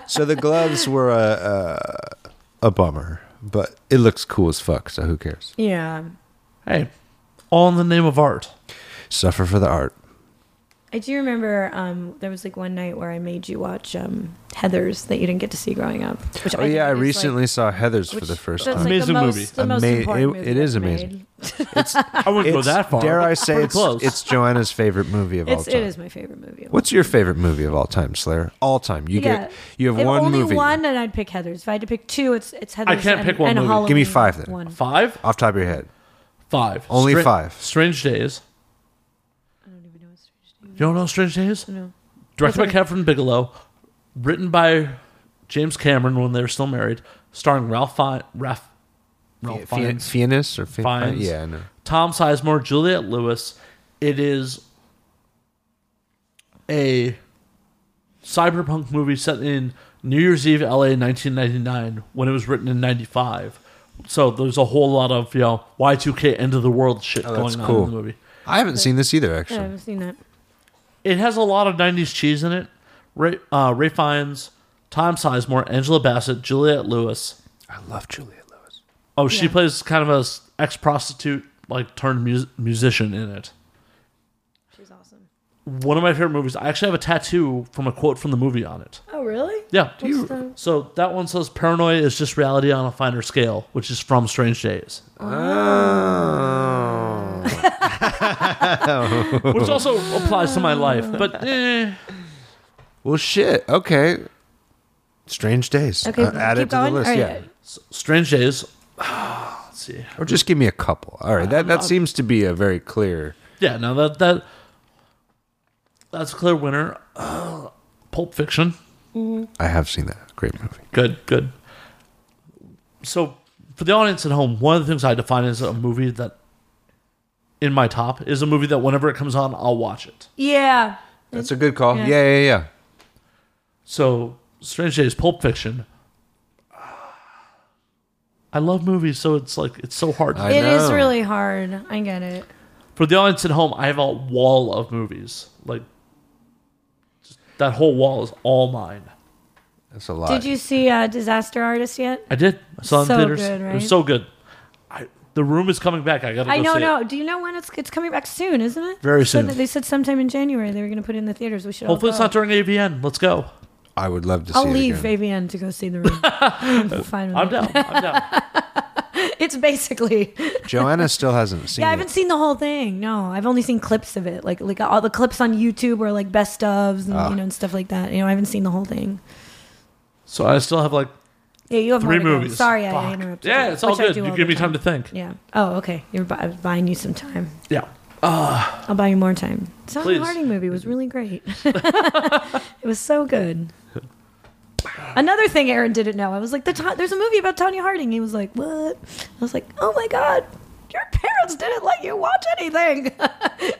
Speaker 4: so the gloves were a, a a bummer, but it looks cool as fuck. So who cares?
Speaker 3: yeah.
Speaker 1: Hey, all in the name of art.
Speaker 4: Suffer for the art.
Speaker 3: I do remember um, there was like one night where I made you watch um, Heather's that you didn't get to see growing up. Which
Speaker 4: Oh
Speaker 3: think
Speaker 4: yeah, I
Speaker 3: is, like-
Speaker 4: recently saw Heather's for
Speaker 3: which-
Speaker 4: the first
Speaker 3: that's,
Speaker 4: time.
Speaker 3: Like, the
Speaker 5: Amazing
Speaker 3: most,
Speaker 5: movie.
Speaker 3: The most
Speaker 4: Ama-
Speaker 3: important
Speaker 4: it-
Speaker 3: movie
Speaker 4: it is
Speaker 3: ever
Speaker 4: amazing.
Speaker 3: made.
Speaker 1: I wouldn't go
Speaker 4: It's-
Speaker 1: that far.
Speaker 4: Dare I say
Speaker 1: Pretty
Speaker 4: it's,
Speaker 1: close.
Speaker 4: it's Joanna's favorite movie of
Speaker 3: It's,
Speaker 4: all time.
Speaker 3: it is my favorite movie. of all
Speaker 4: What's your favorite movie of all time, Slayer? All time. You
Speaker 3: Yeah.
Speaker 4: get you have
Speaker 3: If
Speaker 4: one
Speaker 3: only
Speaker 4: movie.
Speaker 3: one, and I'd pick Heather's. If I had to pick two, it's it's Heather's.
Speaker 1: can't
Speaker 3: and,
Speaker 1: pick one
Speaker 3: and
Speaker 1: movie.
Speaker 3: Halloween
Speaker 4: Give me five, then.
Speaker 3: One.
Speaker 1: Five?
Speaker 4: Off the top of your head.
Speaker 1: Five.
Speaker 4: Only five.
Speaker 1: Strange Days. You don't know Strange Days?
Speaker 3: No.
Speaker 1: Directed by
Speaker 3: What's it-
Speaker 1: Catherine Bigelow, written by James Cameron when they were still married, starring Ralph Fine, Ralph, Ralph
Speaker 4: Fe-
Speaker 1: Fiennes,
Speaker 4: Fiennes or Fien-
Speaker 1: Fiennes.
Speaker 4: Yeah, I know.
Speaker 1: Tom Sizemore, Juliette Lewis. It is a cyberpunk movie set in New Year's Eve, LA, 1999, when it was written in 95. So there's a whole lot of you know Y2K end of the world shit
Speaker 4: Oh, that's
Speaker 1: going
Speaker 4: cool.
Speaker 1: on in the movie.
Speaker 4: I haven't seen this either,
Speaker 3: Yeah, I
Speaker 4: actually.
Speaker 3: haven't seen that.
Speaker 1: It has a lot of 90s cheese in it. Ray, uh, Ray Fiennes, Tom Sizemore, Angela Bassett, Juliette Lewis.
Speaker 4: I love Juliet Lewis.
Speaker 1: Oh, she plays kind of a ex prostitute, like turned mus- musician in it.
Speaker 3: She's awesome.
Speaker 1: One of my favorite movies. I actually have a tattoo from a quote from the movie on it.
Speaker 3: Oh really?
Speaker 1: Yeah.
Speaker 3: What's the-
Speaker 1: So that one says, Paranoia is just reality on a finer scale, which is from Strange Days. which also applies to my life. But eh,
Speaker 4: Well, shit. Okay. Strange Days.
Speaker 3: Okay,
Speaker 4: Uh, add
Speaker 3: keep
Speaker 4: it to the
Speaker 3: going?
Speaker 4: list.
Speaker 3: All right.
Speaker 4: Yeah.
Speaker 1: Strange Days. Let's see.
Speaker 4: Or just give me a couple. All right. That that seems to be a very clear.
Speaker 1: Yeah, no, that that that's a clear winner. Uh, Pulp Fiction,
Speaker 4: I have seen that. Great movie.
Speaker 1: good, good. So, for the audience at home, one of the things I define as a movie that in my top is a movie that whenever it comes on, I'll watch it.
Speaker 3: Yeah.
Speaker 4: That's a good call.
Speaker 3: Yeah.
Speaker 4: Yeah, yeah, yeah.
Speaker 1: So, Strange Days, Pulp Fiction. I love movies, so it's like it's so hard.
Speaker 4: I
Speaker 3: It is
Speaker 4: know.
Speaker 3: really hard. I get it.
Speaker 1: for the audience at home, I have a wall of movies. Like just, that whole wall is all mine.
Speaker 4: That's a lot.
Speaker 3: Did you see uh, Disaster Artist yet?
Speaker 1: I did. I saw it
Speaker 3: So
Speaker 1: in theaters.
Speaker 3: good,
Speaker 1: It
Speaker 3: right?
Speaker 1: was so good. I, the room is coming back. I gotta. Go
Speaker 3: I know.
Speaker 1: see
Speaker 3: No.
Speaker 1: It.
Speaker 3: Do you know when it's it's coming back soon? Isn't it?
Speaker 1: Very
Speaker 3: They said
Speaker 1: soon.
Speaker 3: that They said sometime in January they were going to put it in the theaters. We should. all
Speaker 1: Hopefully, it's
Speaker 3: go.
Speaker 1: not during AVN. Let's go.
Speaker 4: I would love to see
Speaker 3: I'll
Speaker 4: it
Speaker 3: leave
Speaker 4: again.
Speaker 3: AVN to go see the room. I'm fine with
Speaker 1: I'm
Speaker 3: it.
Speaker 1: down. I'm down.
Speaker 3: It's basically
Speaker 4: Joanna still hasn't seen
Speaker 3: Yeah, I
Speaker 4: it.
Speaker 3: haven't seen the whole thing. No, I've only seen clips of it. Like like all the clips on YouTube are like best ofs
Speaker 1: Ah.
Speaker 3: and you know and stuff like that. You know, I haven't seen the whole thing.
Speaker 1: So I still have like
Speaker 3: Yeah, you have
Speaker 1: three
Speaker 3: more to go.
Speaker 1: movies.
Speaker 3: Sorry, I
Speaker 1: Fuck.
Speaker 3: interrupted.
Speaker 1: Yeah,
Speaker 3: you,
Speaker 1: it's all
Speaker 3: which I
Speaker 1: good.
Speaker 3: do
Speaker 1: You
Speaker 3: all
Speaker 1: give
Speaker 3: the
Speaker 1: me time to think.
Speaker 3: Yeah. Oh, okay. You're bu- I was buying you some time.
Speaker 1: Yeah.
Speaker 3: I'll buy you more time. The Tom
Speaker 1: Please.
Speaker 3: Harding movie was really great. it was so good. Another thing Aaron didn't know. I was like, the Ta- there's a movie about Tanya Harding. He was like, what? I was like, oh my god, your parents didn't let you watch anything,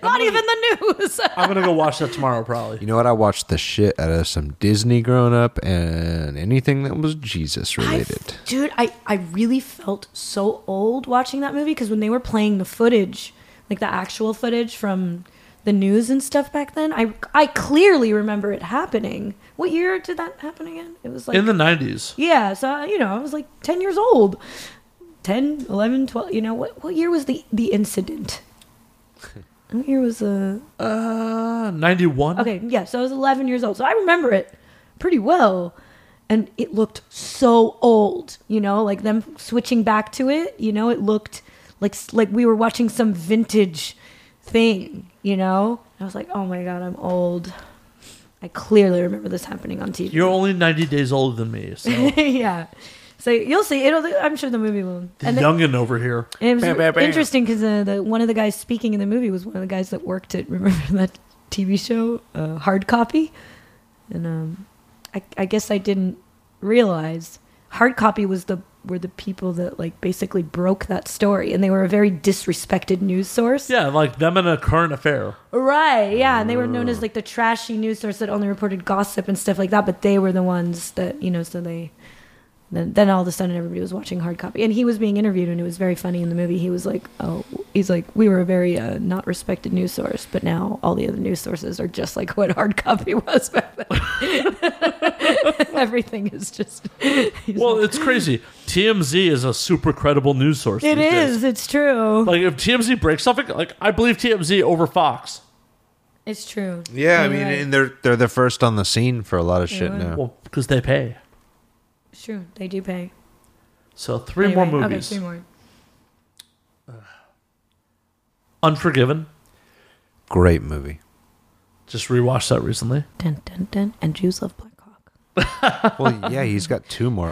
Speaker 3: not even the news.
Speaker 1: I'm gonna go watch that tomorrow probably.
Speaker 4: You know what? I watched the shit out of some Disney growing up and anything that was Jesus
Speaker 3: I
Speaker 4: related.
Speaker 3: f- dude, I, I really felt so old watching that movie because when they were playing the footage, like the actual footage from the news and stuff back then, I I clearly remember it happening. What year did that happen again? It was like
Speaker 1: In the '90s,
Speaker 3: yeah, so uh, you know, I was like 10 years old. 10, 11, 12, you know, what what year was the the incident? what year was the
Speaker 1: uh, '91.
Speaker 3: Okay, yeah, so I was 11 years old. So I remember it pretty well. And it looked so old, you know, like them switching back to it, you know, it looked like like we were watching some vintage thing, you know? I was like, "Oh my god, I'm old." I clearly remember this happening on TV.
Speaker 1: You're only 90 days older than me, so the
Speaker 3: yeah. So you'll see. It'll. I'm sure the movie will. And, the,
Speaker 1: youngin over here.
Speaker 3: and it was
Speaker 4: Bam, bam, bam.
Speaker 3: interesting because uh, the one of the guys speaking in the movie was one of the guys that worked at remember that TV show uh, Hard Copy, and um, I, I guess I didn't realize Hard Copy was the were the people that like basically broke that story, and they were a very disrespected news source.
Speaker 1: Yeah, like them in a current affair.
Speaker 3: Right, yeah, and they were
Speaker 4: Mm.
Speaker 3: known as like the trashy news source that only reported gossip and stuff like that. But they were the ones that you know, so they then then all of a sudden everybody was watching hard copy, and he was being interviewed, and it was very funny in the movie. He was like, "Oh, he's like, we were a very uh, not respected news source, but now all the other news sources are just like what hard copy was back then. Everything is just he's
Speaker 1: Well,
Speaker 3: like,
Speaker 1: it's crazy. TMZ is a super credible news source.
Speaker 3: it
Speaker 1: these days.
Speaker 3: is, it's true."
Speaker 1: Like if TMZ breaks something, like I believe TMZ over Fox.
Speaker 3: It's true.
Speaker 4: Yeah, I
Speaker 3: You're
Speaker 4: mean,
Speaker 3: right.
Speaker 4: and they're they're the first on the scene for a lot of shit
Speaker 3: right.
Speaker 4: now.
Speaker 1: Well, because they pay.
Speaker 3: it's true. They do pay.
Speaker 1: So three
Speaker 3: Anyway,
Speaker 1: more
Speaker 3: Okay,
Speaker 1: movies.
Speaker 3: three more.
Speaker 1: Unforgiven.
Speaker 4: Great movie.
Speaker 1: Just rewatched that recently.
Speaker 3: Dun dun dun. And Jews love Black Hawk.
Speaker 4: Well, yeah, he's got two more.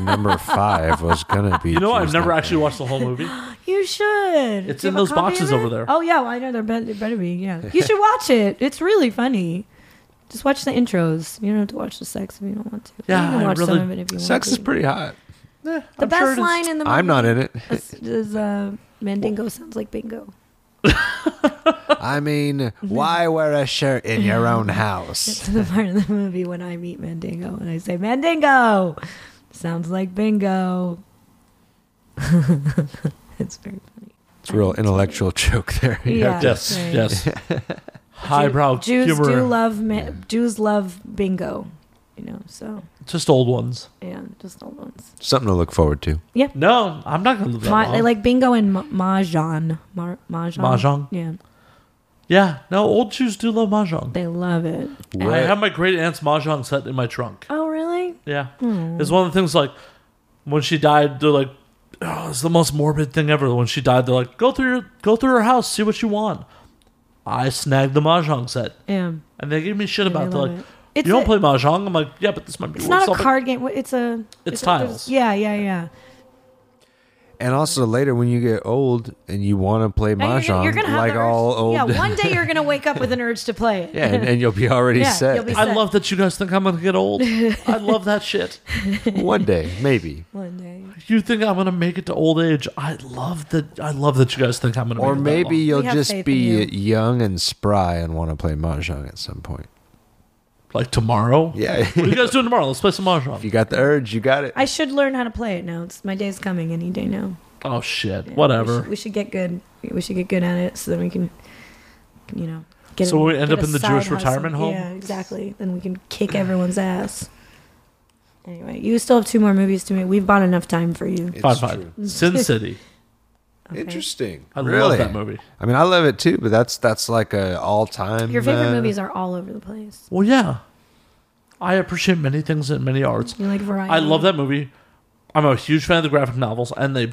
Speaker 4: number five was gonna be.
Speaker 1: You know, I've
Speaker 4: Jews
Speaker 1: never
Speaker 4: Not
Speaker 1: actually watched the whole movie.
Speaker 3: You should.
Speaker 1: It's
Speaker 3: Do you
Speaker 1: in
Speaker 3: have a
Speaker 1: those
Speaker 3: copy
Speaker 1: boxes
Speaker 3: of it?
Speaker 1: over there.
Speaker 3: Oh yeah, well, I know there better, there better be. Yeah, you should watch it. It's really funny. Just watch the intros. You don't have to watch the sex if you don't want to.
Speaker 1: Yeah,
Speaker 3: you
Speaker 1: I
Speaker 3: can watch
Speaker 1: really-
Speaker 3: some of it if you
Speaker 4: Bad.
Speaker 3: want.
Speaker 4: Sex
Speaker 3: to.
Speaker 4: is pretty hot.
Speaker 1: Eh,
Speaker 3: The
Speaker 1: I'm
Speaker 3: best
Speaker 1: sure it is.
Speaker 3: line in the movie
Speaker 4: I'm not in it.
Speaker 3: is, is uh, Mandingo sounds like bingo.
Speaker 4: I mean, why wear a shirt in your own house?
Speaker 3: That's the part of the movie when I meet Mandingo and I say Mandingo sounds like bingo. it's very funny.
Speaker 4: It's a real intellectual joke there. You have to-
Speaker 1: Yes,
Speaker 3: Right.
Speaker 1: yes. Highbrow
Speaker 3: Jews
Speaker 1: humor.
Speaker 3: do love ma- Jews love bingo, you know. So
Speaker 1: Just old ones.
Speaker 3: yeah, just old ones.
Speaker 4: Something to look forward to.
Speaker 1: No, I'm not going to live that
Speaker 3: Ma-
Speaker 1: long.
Speaker 3: they like bingo and ma- mahjong. Ma- mahjong.
Speaker 1: Mahjong?
Speaker 3: Yeah,
Speaker 1: yeah, no, old Jews do love mahjong.
Speaker 3: they love it.
Speaker 1: I
Speaker 4: What?
Speaker 1: have my great aunt's mahjong set in my trunk.
Speaker 3: Oh really?
Speaker 1: Yeah,
Speaker 3: Hmm,
Speaker 1: it's one of the things. Like when she died, they're like, "Oh, it's the most morbid thing ever." When she died, they're like, "Go through your, go through her house, see what you want." I snagged the mahjong set,
Speaker 3: Yeah.
Speaker 1: and they gave me shit
Speaker 3: Yeah,
Speaker 1: about. it.
Speaker 3: they
Speaker 1: They're
Speaker 3: love
Speaker 1: like,
Speaker 3: it. It's
Speaker 1: "You don't
Speaker 3: a-
Speaker 1: play mahjong?" I'm like, "Yeah, but this might be
Speaker 3: It's
Speaker 1: worth
Speaker 3: not a
Speaker 1: something."
Speaker 3: card game. It's a.
Speaker 1: It's
Speaker 3: a-
Speaker 1: tiles.
Speaker 3: Yeah, yeah, yeah.
Speaker 4: And also later when you get old and you want to play
Speaker 3: And
Speaker 4: mahjong,
Speaker 3: have
Speaker 4: like
Speaker 3: the urge-
Speaker 4: all old,
Speaker 3: Yeah, one day you're gonna wake up with an urge to play it.
Speaker 4: Yeah, and, and you'll be already
Speaker 3: Yeah,
Speaker 4: set.
Speaker 3: you'll be
Speaker 1: I love that you guys think I'm gonna get old. I love that shit.
Speaker 4: one day, maybe,
Speaker 3: One day.
Speaker 1: You think I'm gonna make it to old age? I love that. I love that you guys think I'm gonna.
Speaker 4: or
Speaker 1: make it that
Speaker 4: maybe
Speaker 1: long.
Speaker 4: you'll
Speaker 3: We have
Speaker 4: just
Speaker 3: faith
Speaker 4: be
Speaker 3: in
Speaker 4: young and spry and want to play mahjong at some point.
Speaker 1: like tomorrow.
Speaker 4: Yeah,
Speaker 1: What are you
Speaker 4: if
Speaker 1: guys doing tomorrow? Let's play some mahjong.
Speaker 4: you got the urge, you got it.
Speaker 3: I should learn how to play it now. It's my day's coming any day now.
Speaker 1: Oh shit!
Speaker 3: Yeah, We
Speaker 1: Whatever.
Speaker 3: should, we should get good. We should get good at it so then we can, you know, get.
Speaker 1: So
Speaker 3: a-
Speaker 1: we end
Speaker 3: get
Speaker 1: up
Speaker 3: a
Speaker 1: in the
Speaker 3: side
Speaker 1: Jewish
Speaker 3: hustle.
Speaker 1: retirement home?
Speaker 3: Yeah, exactly. Then we can kick everyone's ass. Anyway, you still have two more movies to make. We've bought enough time for you.
Speaker 1: Fine, fine. Sin City.
Speaker 3: okay?
Speaker 4: Interesting.
Speaker 1: I
Speaker 4: really?
Speaker 1: love that movie.
Speaker 4: I mean, I love it too, but that's that's like a uh, all time.
Speaker 3: Your favorite movies are all over the place.
Speaker 1: Well, yeah. I appreciate many things and many arts.
Speaker 3: You like variety.
Speaker 1: I love that movie. I'm a huge fan of the graphic novels, and they,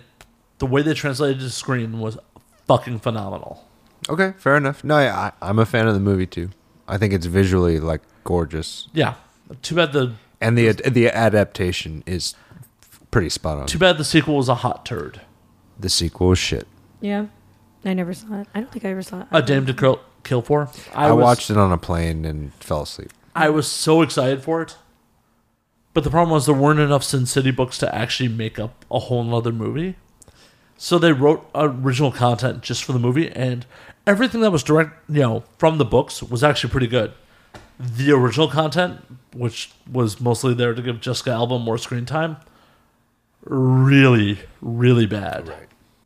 Speaker 1: the way they translated to screen was fucking phenomenal.
Speaker 4: Okay, fair enough. No, I, I, am a fan of the movie too. I think it's visually like gorgeous,
Speaker 1: Yeah. Too bad the
Speaker 4: and the ad- the adaptation is pretty spot on.
Speaker 1: too bad the sequel was a hot turd.
Speaker 4: The sequel is shit.
Speaker 3: Yeah, I never saw it. I don't think I ever saw it.
Speaker 1: A Dame to Kill, kill for.
Speaker 4: I,
Speaker 1: was,
Speaker 4: watched it on a plane and fell asleep.
Speaker 1: I was so excited for it, but the problem was there weren't enough Sin City books to actually make up a whole nother movie. So they wrote original content just for the movie, and everything that was direct, you know, from the books was actually pretty good. The original content, which was mostly there to give Jessica Alba more screen time, really, really bad.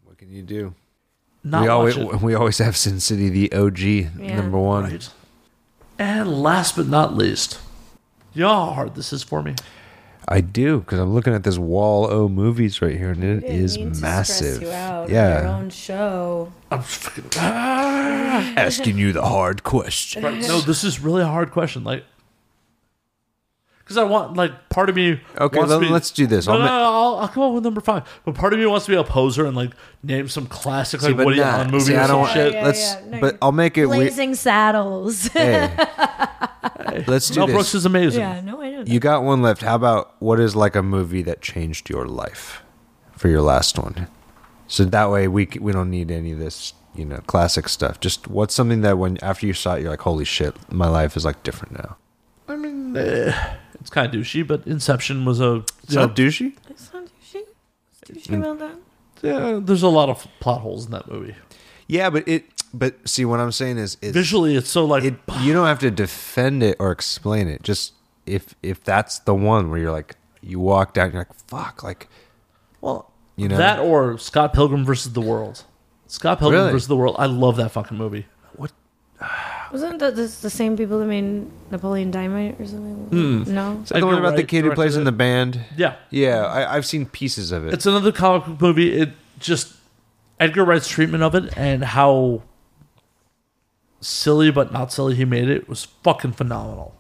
Speaker 4: What can you do?
Speaker 1: Not
Speaker 4: we always
Speaker 1: watch it.
Speaker 4: we always have Sin City, the OG number one.
Speaker 1: Right. And last but not least, you know how hard this is for me.
Speaker 4: I do because I'm looking at this wall O movies right here, and it is massive. yeah,
Speaker 3: show.
Speaker 1: I'm fucking.
Speaker 4: asking you the hard question.
Speaker 1: Right. No, this is really a hard question. Like, because I want, like, part of me.
Speaker 4: Okay,
Speaker 1: wants
Speaker 4: then
Speaker 1: to be-
Speaker 4: let's do this.
Speaker 1: No,
Speaker 4: I'll
Speaker 1: no,
Speaker 4: ma-
Speaker 1: no, I'll, I'll come up with number five. But part of me wants to be a poser and, like, name some classic,
Speaker 4: See,
Speaker 1: like,
Speaker 4: but
Speaker 1: Woody
Speaker 4: nah,
Speaker 1: Allen movie
Speaker 4: see,
Speaker 1: or
Speaker 4: I
Speaker 1: some
Speaker 4: don't want.
Speaker 1: shit.
Speaker 3: Yeah,
Speaker 4: let's,
Speaker 3: yeah, no,
Speaker 4: but
Speaker 3: you-
Speaker 4: I'll make it. We-
Speaker 3: Blazing Saddles.
Speaker 4: hey, let's do
Speaker 1: Mel
Speaker 4: this.
Speaker 1: Brooks is amazing.
Speaker 3: yeah, no, I don't.
Speaker 4: you got one left. How about what is like a movie that changed your life for your last one? So that way we c- we don't need any of this, you know, classic stuff. Just what's something that when after you saw it, you're like, holy shit, my life is like different now.
Speaker 1: I mean, eh, it's kind of douchey, but Inception was a.
Speaker 4: It's not douchey.
Speaker 3: It's not douchey. It's
Speaker 1: Mm.
Speaker 3: douchey about that.
Speaker 1: yeah, there's a lot of plot holes in that movie.
Speaker 4: Yeah, but it. But see, what I'm saying is, it's,
Speaker 1: Visually, it's so, like.
Speaker 4: it you don't have to defend it or explain it. Just if if that's the one where you're like, you walk down, you're like, fuck, like
Speaker 1: well,
Speaker 4: you know?
Speaker 1: That or Scott Pilgrim versus the World. Scott Pilgrim
Speaker 4: Really?
Speaker 1: versus the World. I love that fucking movie.
Speaker 3: Wasn't that the, the same people that made Napoleon Dynamite or something?
Speaker 4: Hmm.
Speaker 3: No.
Speaker 4: is that the one
Speaker 1: you're
Speaker 4: about the
Speaker 1: right,
Speaker 4: kid who plays
Speaker 1: directed
Speaker 4: in the band.
Speaker 1: Yeah.
Speaker 4: Yeah, I, I've seen pieces of it.
Speaker 1: It's another comic book movie. It just Edgar Wright's treatment of it and how silly but not silly he made it was fucking phenomenal.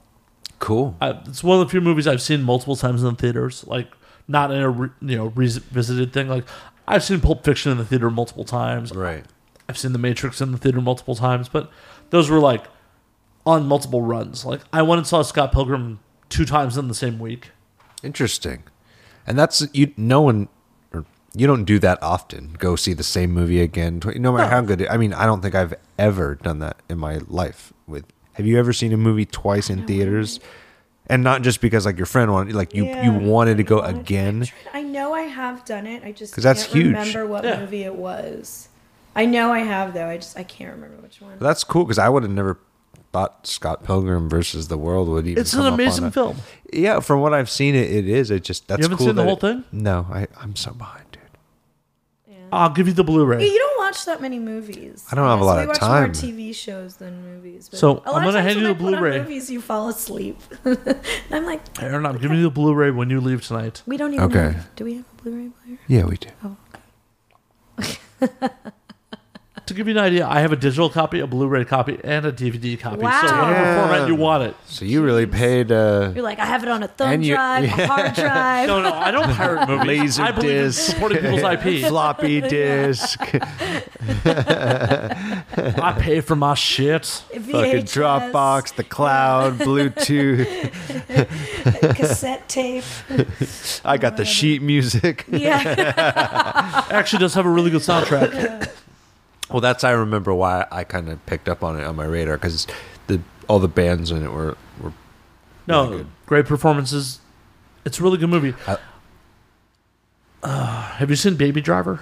Speaker 4: Cool.
Speaker 1: I, it's one of the few movies I've seen multiple times in the theaters, like not in a re, you know revisited thing. Like I've seen Pulp Fiction in the theater multiple times.
Speaker 4: Right.
Speaker 1: I've seen The Matrix in the theater multiple times, but those were like on multiple runs. Like I went and saw Scott Pilgrim two times in the same week.
Speaker 4: Interesting. And that's you. No one, or you don't do that often. Go see the same movie again, tw- no matter how good. It, I mean, I don't think I've ever done that in my life. With have you ever seen a movie twice in theaters? And not just because like your friend wanted, like you you wanted to go again.
Speaker 3: I know I have done it. I just
Speaker 4: 'Cause that's
Speaker 3: can't
Speaker 4: huge.
Speaker 3: remember what
Speaker 1: Yeah.
Speaker 3: movie it was. I know I have though. I just I can't remember which one.
Speaker 4: That's cool because I would have never thought Scott Pilgrim versus the World would even.
Speaker 1: It's
Speaker 4: come
Speaker 1: an
Speaker 4: up on
Speaker 1: amazing
Speaker 4: a-
Speaker 1: film.
Speaker 4: Yeah, from what I've seen, it, it is. It just that's
Speaker 1: haven't
Speaker 4: cool
Speaker 1: seen the
Speaker 4: that
Speaker 1: whole
Speaker 4: it-
Speaker 1: thing?
Speaker 4: No, I I'm so behind, dude.
Speaker 1: I'll give you the Blu-ray.
Speaker 3: Yeah, you don't watch that many movies.
Speaker 4: I don't have a
Speaker 3: guess.
Speaker 4: lot
Speaker 3: we
Speaker 4: of
Speaker 3: watch
Speaker 4: time.
Speaker 3: More TV shows than movies. But
Speaker 1: So,
Speaker 3: a lot
Speaker 1: I'm
Speaker 3: of
Speaker 1: gonna
Speaker 3: times
Speaker 1: hand
Speaker 3: when
Speaker 1: you
Speaker 3: I
Speaker 1: the
Speaker 3: put on
Speaker 1: Blu-ray.
Speaker 3: Movies, you fall asleep. and I'm like,
Speaker 1: Aaron, I'm giving you the Blu-ray when you leave tonight.
Speaker 3: we don't even.
Speaker 4: Okay.
Speaker 3: Have, do we have a Blu-ray player?
Speaker 4: Yeah, we do.
Speaker 1: Oh, To give you an idea, I have a digital copy, a Blu-ray copy, and a DVD copy. So
Speaker 3: Wow.
Speaker 1: whatever
Speaker 4: Yeah.
Speaker 1: format you want it.
Speaker 4: So you really paid. uh
Speaker 3: You're like, I have it on a thumb
Speaker 4: And you-
Speaker 3: drive, a hard drive.
Speaker 1: No, no, I don't pirate movies.
Speaker 4: Laser
Speaker 1: I believe in
Speaker 4: disc.
Speaker 1: supporting people's IP.
Speaker 4: floppy disk,
Speaker 1: I pay for my shit.
Speaker 4: fucking
Speaker 3: VHS,
Speaker 4: Dropbox, the cloud, Bluetooth.
Speaker 3: cassette tape.
Speaker 4: I got
Speaker 3: Oh,
Speaker 4: the sheet music.
Speaker 3: Yeah,
Speaker 1: Actually, does have a really good soundtrack.
Speaker 4: Well, that's I remember why I kind of picked up on it on my radar because the all the bands in it were were
Speaker 1: No,
Speaker 4: Really good.
Speaker 1: great performances. It's a really good movie.
Speaker 4: I-
Speaker 1: Uh, have you seen Baby Driver?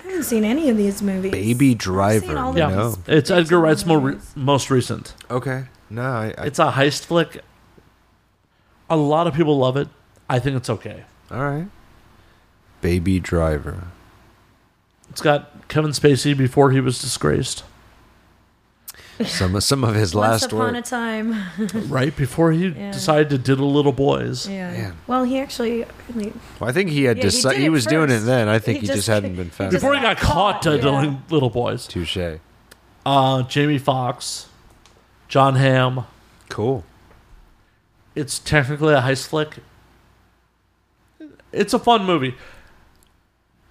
Speaker 3: I haven't seen any of these movies.
Speaker 4: Baby
Speaker 3: I've seen
Speaker 4: Driver.
Speaker 3: all
Speaker 1: Yeah.
Speaker 3: of
Speaker 4: No,
Speaker 3: these.
Speaker 1: It's
Speaker 3: Baby
Speaker 1: Edgar Wright's more re-
Speaker 3: Driver.
Speaker 1: most recent.
Speaker 4: okay, no, I, I
Speaker 1: It's a heist flick. A lot of people love it. I think it's okay.
Speaker 4: all right. Baby Driver.
Speaker 1: It's got Kevin Spacey before he was disgraced.
Speaker 4: Some of- some of his
Speaker 3: Once
Speaker 4: last
Speaker 3: upon a
Speaker 4: work.
Speaker 3: time.
Speaker 1: Right before he
Speaker 3: Yeah.
Speaker 1: decided to diddle little boys.
Speaker 3: Yeah.
Speaker 4: Man.
Speaker 3: Well, he actually. Really,
Speaker 4: Well, I think he had
Speaker 3: Yeah, he
Speaker 4: decided
Speaker 3: did
Speaker 4: he,
Speaker 3: it
Speaker 4: was doing it
Speaker 3: first.
Speaker 4: then. I think he,
Speaker 3: He
Speaker 4: just,
Speaker 3: just-
Speaker 4: hadn't
Speaker 3: he
Speaker 4: been
Speaker 3: just-
Speaker 4: found.
Speaker 1: Before he got caught
Speaker 3: Yeah.
Speaker 1: diddling little boys.
Speaker 4: Touche.
Speaker 1: Uh, Jamie Foxx, John Hamm.
Speaker 4: Cool.
Speaker 1: It's technically a heist flick. It's a fun movie.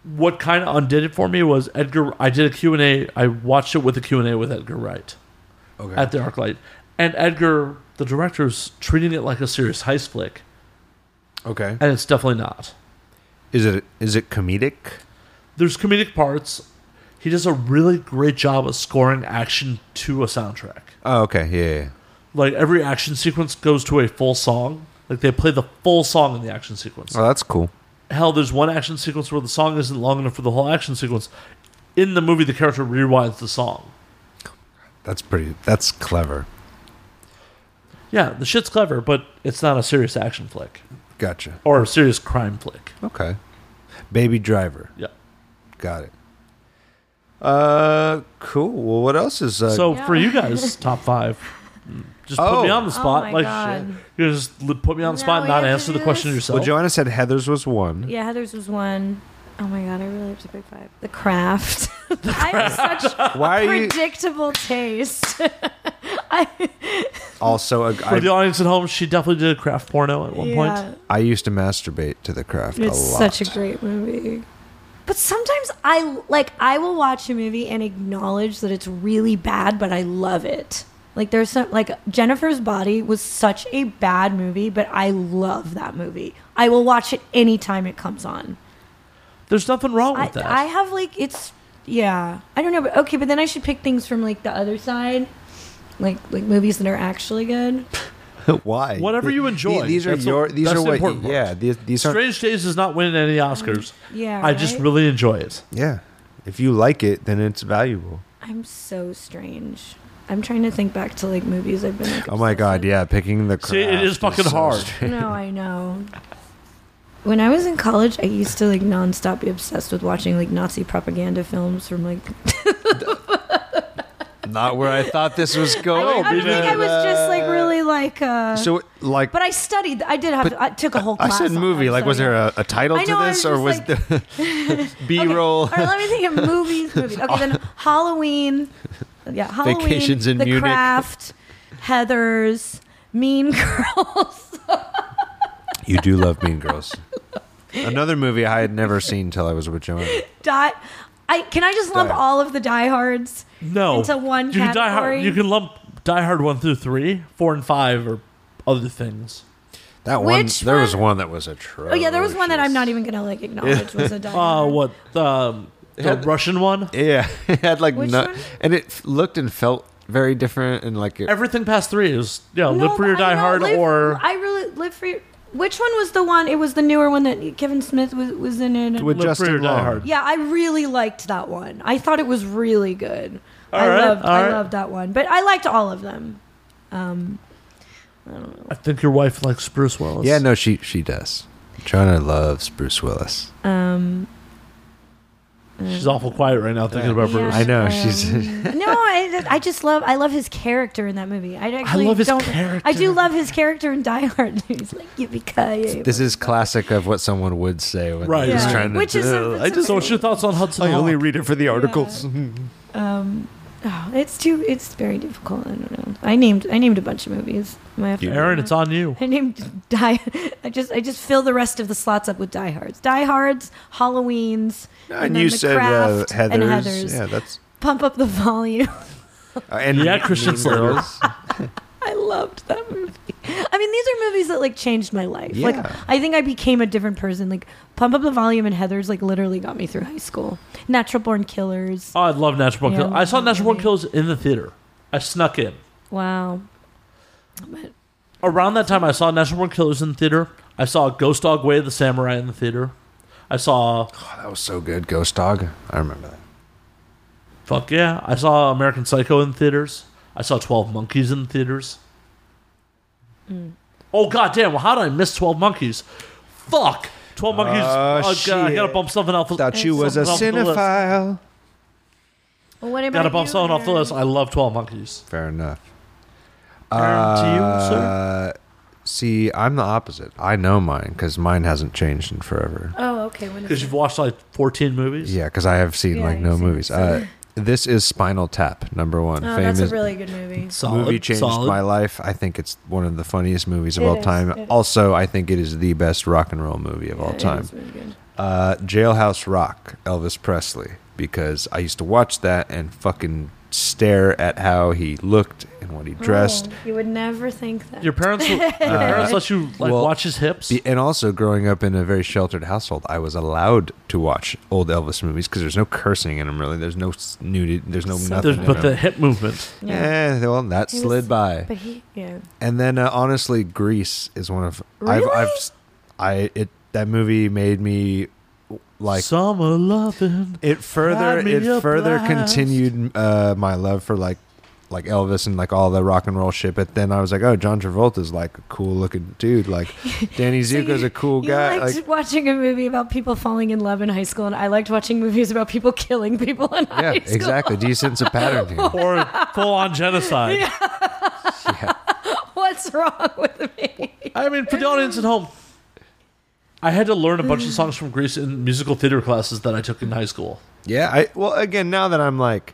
Speaker 1: What kind of undid it for me was Edgar. I did a Q and A. I watched it with a Q and A with Edgar Wright
Speaker 4: Okay.
Speaker 1: at the ArcLight, and Edgar, the director, is treating it like a serious heist flick,
Speaker 4: okay.
Speaker 1: and it's definitely not.
Speaker 4: Is it is it comedic?
Speaker 1: There's comedic parts. He does a really great job of scoring action to a soundtrack.
Speaker 4: Oh, okay. Yeah. yeah, yeah.
Speaker 1: Like every action sequence goes to a full song. Like they play the full song in the action sequence.
Speaker 4: Oh, that's cool.
Speaker 1: hell, there's one action sequence where the song isn't long enough for the whole action sequence. In the movie, the character rewinds the song.
Speaker 4: That's pretty. That's clever.
Speaker 1: Yeah, the shit's clever, but it's not a serious action flick
Speaker 4: Gotcha.
Speaker 1: or a serious crime flick.
Speaker 4: Okay. Baby Driver.
Speaker 1: Yeah.
Speaker 4: Got it. Uh, cool. Well, what else is uh,
Speaker 1: so
Speaker 3: Yeah.
Speaker 1: for you guys, top five. mm, Just put me
Speaker 4: Oh.
Speaker 1: on the spot.
Speaker 3: my
Speaker 1: like
Speaker 3: God.
Speaker 1: you just li- put me on the
Speaker 3: Now
Speaker 1: spot,
Speaker 3: we
Speaker 1: and not
Speaker 3: have to
Speaker 1: answer
Speaker 3: do
Speaker 1: the question
Speaker 3: this?
Speaker 1: yourself.
Speaker 4: Well, Joanna said Heather's was one.
Speaker 3: yeah, Heather's was one. Oh my god, I really have to pick five. The Craft. I have such
Speaker 4: Why are you
Speaker 3: predictable taste. I,
Speaker 4: also? A,
Speaker 1: for the
Speaker 4: I,
Speaker 1: audience at home, she definitely did a craft porno at one
Speaker 3: yeah,
Speaker 1: point.
Speaker 4: I used to masturbate to the craft
Speaker 3: it's
Speaker 4: a lot.
Speaker 3: such a great movie. But sometimes I like I will watch a movie and acknowledge that it's really bad, but I love it. Like there's some like Jennifer's Body was such a bad movie, but I love that movie. I will watch it anytime it comes on.
Speaker 1: There's nothing wrong
Speaker 3: I,
Speaker 1: with that.
Speaker 3: I have like it's yeah. I don't know, but okay, but then I should pick things from like the other side. Like like movies that are actually good.
Speaker 4: Why?
Speaker 1: Whatever you enjoy,
Speaker 4: These are
Speaker 1: that's the-
Speaker 4: your. These
Speaker 1: that's
Speaker 4: are
Speaker 1: the
Speaker 4: what.
Speaker 1: important part.
Speaker 4: yeah. These, these are.
Speaker 1: Strange Days does not win any Oscars.
Speaker 3: Yeah.
Speaker 1: I just
Speaker 3: Mm. right?
Speaker 1: really enjoy it.
Speaker 4: Yeah. If you like it, then it's valuable.
Speaker 3: I'm so strange. I'm trying to think back to like movies I've been like
Speaker 4: Oh my
Speaker 3: obsessed
Speaker 4: god.
Speaker 3: with.
Speaker 4: Yeah. Picking the craft.
Speaker 1: See, it is fucking
Speaker 4: so
Speaker 1: hard.
Speaker 4: str-
Speaker 3: No, I know. When I was in college, I used to like nonstop be obsessed with watching like Nazi propaganda films from like.
Speaker 4: Not where I thought this was
Speaker 3: I,
Speaker 4: going.
Speaker 3: I don't think I was just like really like. Uh,
Speaker 4: So like.
Speaker 3: but I studied. I did have.
Speaker 4: But
Speaker 3: I took a whole.
Speaker 4: I
Speaker 3: Class
Speaker 4: said
Speaker 3: on
Speaker 4: movie.
Speaker 3: that,
Speaker 4: Like,
Speaker 3: so,
Speaker 4: was there
Speaker 3: yeah.
Speaker 4: a, a title
Speaker 3: I
Speaker 4: to
Speaker 3: know, I was
Speaker 4: this, or was
Speaker 3: just
Speaker 4: the B roll?
Speaker 3: All right, let me think of movies. Movies. Okay, then Halloween. yeah, Halloween,
Speaker 4: Vacations in
Speaker 3: The
Speaker 4: Munich.
Speaker 3: Craft, Heather's, Mean Girls.
Speaker 4: You do love Mean Girls. Another movie I had never seen till I was with Joanna.
Speaker 3: Die. I can I just lump
Speaker 4: Die.
Speaker 3: all of the diehards.
Speaker 1: No,
Speaker 3: Into one
Speaker 1: you Can die hard,
Speaker 3: category?
Speaker 1: you can lump Die Hard one through three, four and five, or other things.
Speaker 4: That one,
Speaker 3: Which
Speaker 4: there was
Speaker 3: one?
Speaker 4: one that was atrocious.
Speaker 3: Oh yeah, there was one that I'm not even gonna like acknowledge was a
Speaker 1: Uh,
Speaker 3: diehard.
Speaker 1: what um, the
Speaker 4: Had-
Speaker 1: Russian one?
Speaker 4: Yeah, it had like
Speaker 3: Which
Speaker 4: no,
Speaker 3: one?
Speaker 4: and it f- looked and felt very different, and like it,
Speaker 1: Everything past three is yeah,
Speaker 3: No,
Speaker 1: uh, Live Free or
Speaker 3: but I
Speaker 1: Die
Speaker 3: know,
Speaker 1: Hard
Speaker 3: Live-
Speaker 1: or
Speaker 3: I really live for. Your, which one was the one? It was the newer one that Kevin Smith was, was in it.
Speaker 4: with
Speaker 1: Live Free or
Speaker 4: Justin
Speaker 1: Die
Speaker 4: Long.
Speaker 1: Hard.
Speaker 3: yeah, I really liked that one. I thought it was really good.
Speaker 1: All
Speaker 3: I
Speaker 1: right,
Speaker 3: loved.
Speaker 1: all
Speaker 3: I
Speaker 1: right.
Speaker 3: loved that one, but I liked all of them. Um,
Speaker 1: I think your wife likes Bruce Willis.
Speaker 4: Yeah, no, she she does. Joanna loves Bruce Willis.
Speaker 3: Um,
Speaker 1: she's awful quiet right now thinking about Bruce.
Speaker 3: Yeah. um,
Speaker 4: I know she's.
Speaker 3: no, I, I just love. I love his character in that movie. I actually
Speaker 1: love his
Speaker 3: don't, I
Speaker 1: character.
Speaker 3: do love his character in Die Hard. He's like yippee ki
Speaker 4: this is classic of what someone would say when
Speaker 1: Right.
Speaker 4: they're just
Speaker 1: Yeah.
Speaker 4: trying to.
Speaker 3: Which is a-
Speaker 4: I
Speaker 3: it's a-
Speaker 4: just. Oh,
Speaker 1: So, what's your thoughts on Hudson?
Speaker 4: I
Speaker 1: Hawk?
Speaker 4: only read it for the articles.
Speaker 3: Um, oh, it's too. It's very difficult. I don't know. I named. I named a bunch of movies. Am I have to-
Speaker 1: Aaron, it's on you.
Speaker 3: I named Die. I just. I just fill the rest of the slots up with diehards, diehards, Halloweens,
Speaker 4: And
Speaker 3: then
Speaker 4: you
Speaker 3: The
Speaker 4: said uh,
Speaker 3: Craft
Speaker 4: Heather's.
Speaker 3: and Heather's.
Speaker 4: Yeah, that's.
Speaker 3: Pump up the volume.
Speaker 4: Uh, and
Speaker 1: Yeah,
Speaker 4: Mean
Speaker 1: Christian Slater.
Speaker 4: Girls.
Speaker 3: I loved that movie. I mean, these are movies that like changed my life. Like,
Speaker 4: Yeah.
Speaker 3: I think I became a different person. Like, Pump Up the Volume and Heather's like literally got me through high school. Natural Born Killers.
Speaker 1: Oh, I love Natural Born
Speaker 3: Yeah,
Speaker 1: Killers. I saw Natural Born
Speaker 3: okay.
Speaker 1: Killers in the theater. I snuck in.
Speaker 3: Wow.
Speaker 1: Around that time, I saw Natural Born Killers in the theater. I saw Ghost Dog Way of the Samurai in the theater. I saw
Speaker 4: Oh, that was so good. Ghost Dog. I remember that.
Speaker 1: Fuck yeah. I saw American Psycho in theaters. I saw 12 Monkeys in theaters. Oh, goddamn. Well, how did I miss 12 Monkeys? Fuck. 12 Monkeys.
Speaker 4: Oh,
Speaker 1: Oh, God, I
Speaker 4: shit.
Speaker 1: gotta bump something off.
Speaker 4: Thought you was a
Speaker 1: something off the list.
Speaker 4: cinephile.
Speaker 3: Well, what about
Speaker 1: Gotta bump
Speaker 3: you,
Speaker 1: something off the
Speaker 3: Aaron?
Speaker 1: list. I love 12 Monkeys.
Speaker 4: Fair enough.
Speaker 1: Aaron, to you, sir?
Speaker 4: Uh, See, I'm the opposite. I know mine because mine hasn't changed in forever.
Speaker 3: Oh, okay. When
Speaker 1: Because
Speaker 3: is
Speaker 1: you've
Speaker 3: it?
Speaker 1: watched like 14 movies.
Speaker 4: Yeah, because I have seen
Speaker 3: Yeah,
Speaker 4: like
Speaker 3: you've
Speaker 4: no
Speaker 3: seen
Speaker 4: movies.
Speaker 3: it,
Speaker 4: Uh, this is Spinal Tap, number one.
Speaker 3: Oh,
Speaker 4: Famous
Speaker 3: that's a really good movie.
Speaker 1: Solid,
Speaker 4: movie changed
Speaker 1: solid.
Speaker 4: my life. I think it's one of the funniest movies of
Speaker 3: It
Speaker 4: all
Speaker 3: is,
Speaker 4: time.
Speaker 3: it is.
Speaker 4: Also, I think it is the best rock and roll movie of all time. Uh, Jailhouse Rock, Elvis Presley, because I used to watch that and fucking stare at how he looked and what he
Speaker 3: Oh.
Speaker 4: dressed.
Speaker 3: you would never think that.
Speaker 1: Your parents, your parents let you like
Speaker 4: Uh, well,
Speaker 1: watch his hips.
Speaker 4: Be- And also, growing up in a very sheltered household, I was allowed to watch old Elvis movies because there's no cursing in them. Really, there's no s- nudity, there's no nothing.
Speaker 1: There's-
Speaker 4: in
Speaker 1: but the
Speaker 4: 'em.
Speaker 1: hip movement.
Speaker 4: Eh, well, that
Speaker 3: He was-
Speaker 4: slid by.
Speaker 3: But he, yeah.
Speaker 4: And then uh, honestly, Grease is one of I've,
Speaker 3: Really?
Speaker 4: I've I it that movie made me like
Speaker 1: Summer loving.
Speaker 4: it further
Speaker 1: Light me
Speaker 4: it
Speaker 1: up
Speaker 4: further
Speaker 1: lights.
Speaker 4: continued uh, my love for like like Elvis and like all the rock and roll shit. But then I was like, oh, John Travolta's like a cool looking dude. Like Danny
Speaker 3: So
Speaker 4: Zuko's
Speaker 3: you-
Speaker 4: a cool
Speaker 3: you
Speaker 4: guy.
Speaker 3: liked
Speaker 4: Like
Speaker 3: watching a movie about people falling in love in high school, and I liked watching movies about people killing people in
Speaker 4: yeah,
Speaker 3: high school.
Speaker 4: exactly. Do you sense a pattern here?
Speaker 1: Or full on genocide.
Speaker 3: What's wrong with me?
Speaker 1: I mean, for the audience at home, I had to learn a bunch of songs from Greece in musical theater classes that I took in high school.
Speaker 4: Yeah, I well again now that I'm like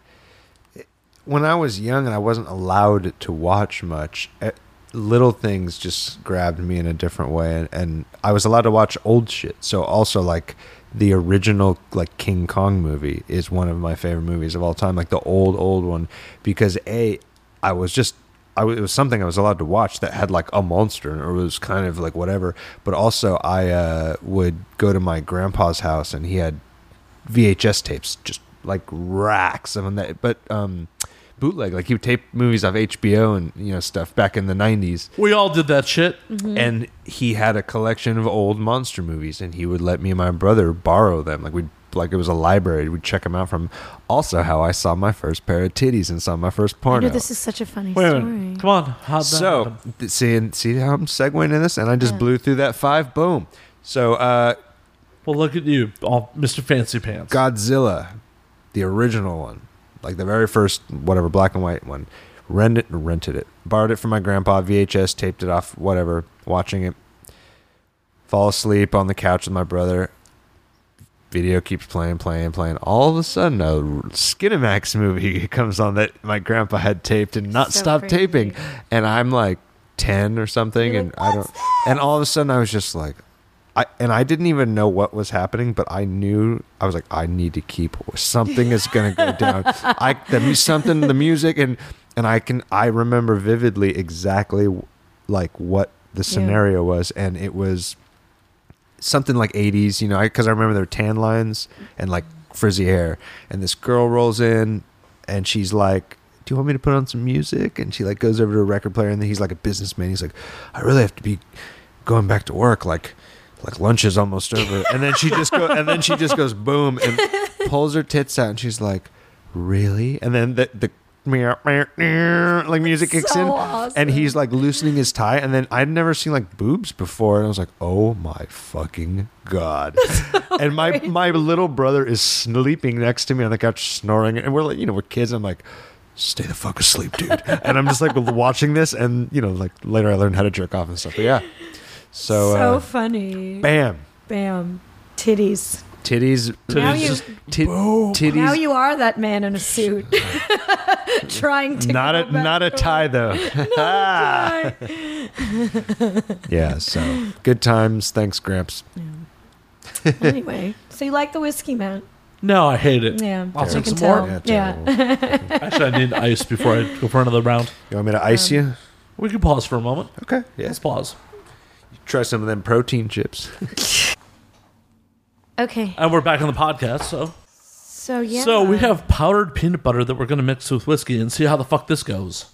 Speaker 4: when I was young and I wasn't allowed to watch much, eh, little things just grabbed me in a different way and, and I was allowed to watch old shit. So also like the original like King Kong movie is one of my favorite movies of all time, like the old old one because a I was just I w- it was something I was allowed to watch that had like a monster in it, or was kind of like whatever. But also, I uh, would go to my grandpa's house and he had VHS tapes, just like racks of them. That, but um, bootleg, like he would tape movies off HBO and you know stuff back in the '90s.
Speaker 1: We all did that shit.
Speaker 3: Mm-hmm.
Speaker 4: And he had a collection of old monster movies, and he would let me and my brother borrow them. Like we'd like it was a library. We'd check them out from. Also, how I saw my first pair of titties and saw my first
Speaker 3: I
Speaker 4: porno.
Speaker 3: know this is such a funny
Speaker 1: Wait a
Speaker 3: story.
Speaker 1: minute. Come on. How'd that
Speaker 4: So
Speaker 1: happen?
Speaker 4: th- see and see how I'm segueing in this, and I just blew through that five. Boom. So uh,
Speaker 1: Well, look at you, all Mr. Fancy Pants.
Speaker 4: Godzilla, the original one, like the very first whatever black and white one, rented rented it, borrowed it from my grandpa, VHS, taped it off, whatever, watching it. Fall asleep on the couch with my brother. video keeps playing, playing, playing. All of a sudden, a Skinamax movie comes on that my grandpa had taped and not
Speaker 3: So
Speaker 4: stopped
Speaker 3: crazy.
Speaker 4: taping, and I'm like ten or something, and I don't. And all of a sudden, I was just like, I and I didn't even know what was happening, but I knew I was like, I need to keep something is going to go down. I the mu- something the music and and I can I remember vividly exactly like what the scenario was, and it was something like 80s, you know, because I, remember there were tan lines and like frizzy hair. And this girl rolls in and she's like, Do you want me to put on some music? And she like goes over to a record player and then he's like a businessman. He's like, I really have to be going back to work. Like, like lunch is almost over. And then she just go, and then she just goes boom and pulls her tits out and she's like, Really? And then the, the, meow, meow, meow, like music kicks
Speaker 3: So
Speaker 4: in and
Speaker 3: awesome.
Speaker 4: he's like loosening his tie and then i'd never seen like boobs before and i was like oh my fucking god and my my little brother is sleeping next to me on the couch snoring and we're like you know we're kids i'm like stay the fuck asleep dude and i'm just like watching this and you know like later i learned how to jerk off and stuff but yeah so,
Speaker 3: So,
Speaker 4: uh,
Speaker 3: funny.
Speaker 4: bam
Speaker 3: Bam. Titties.
Speaker 4: titties
Speaker 3: Now
Speaker 4: titties
Speaker 3: you-
Speaker 4: just- tit- titties
Speaker 3: Now you are that man in a suit trying to
Speaker 4: not
Speaker 3: go
Speaker 4: a
Speaker 3: back
Speaker 4: not a
Speaker 3: to
Speaker 4: tie though
Speaker 1: Ah.
Speaker 3: work.
Speaker 4: yeah so good times thanks gramps
Speaker 3: anyway, so you like the whiskey, Matt?
Speaker 1: No, I hate it.
Speaker 3: Yeah,
Speaker 1: I'll
Speaker 3: I
Speaker 1: drink
Speaker 3: can
Speaker 1: some more.
Speaker 3: tell.
Speaker 4: Yeah,
Speaker 3: Oh, Yeah,
Speaker 4: terrible.
Speaker 1: Actually, I need ice before I go for another round.
Speaker 4: You want me to ice
Speaker 3: Um,
Speaker 4: you?
Speaker 1: We can pause for a moment.
Speaker 4: Okay. Yeah.
Speaker 1: Let's pause.
Speaker 4: Try some of them protein chips.
Speaker 3: Okay,
Speaker 1: And we're back on the podcast, so.
Speaker 3: so yeah.
Speaker 1: So we have powdered peanut butter that we're going to mix with whiskey and see how the fuck this goes.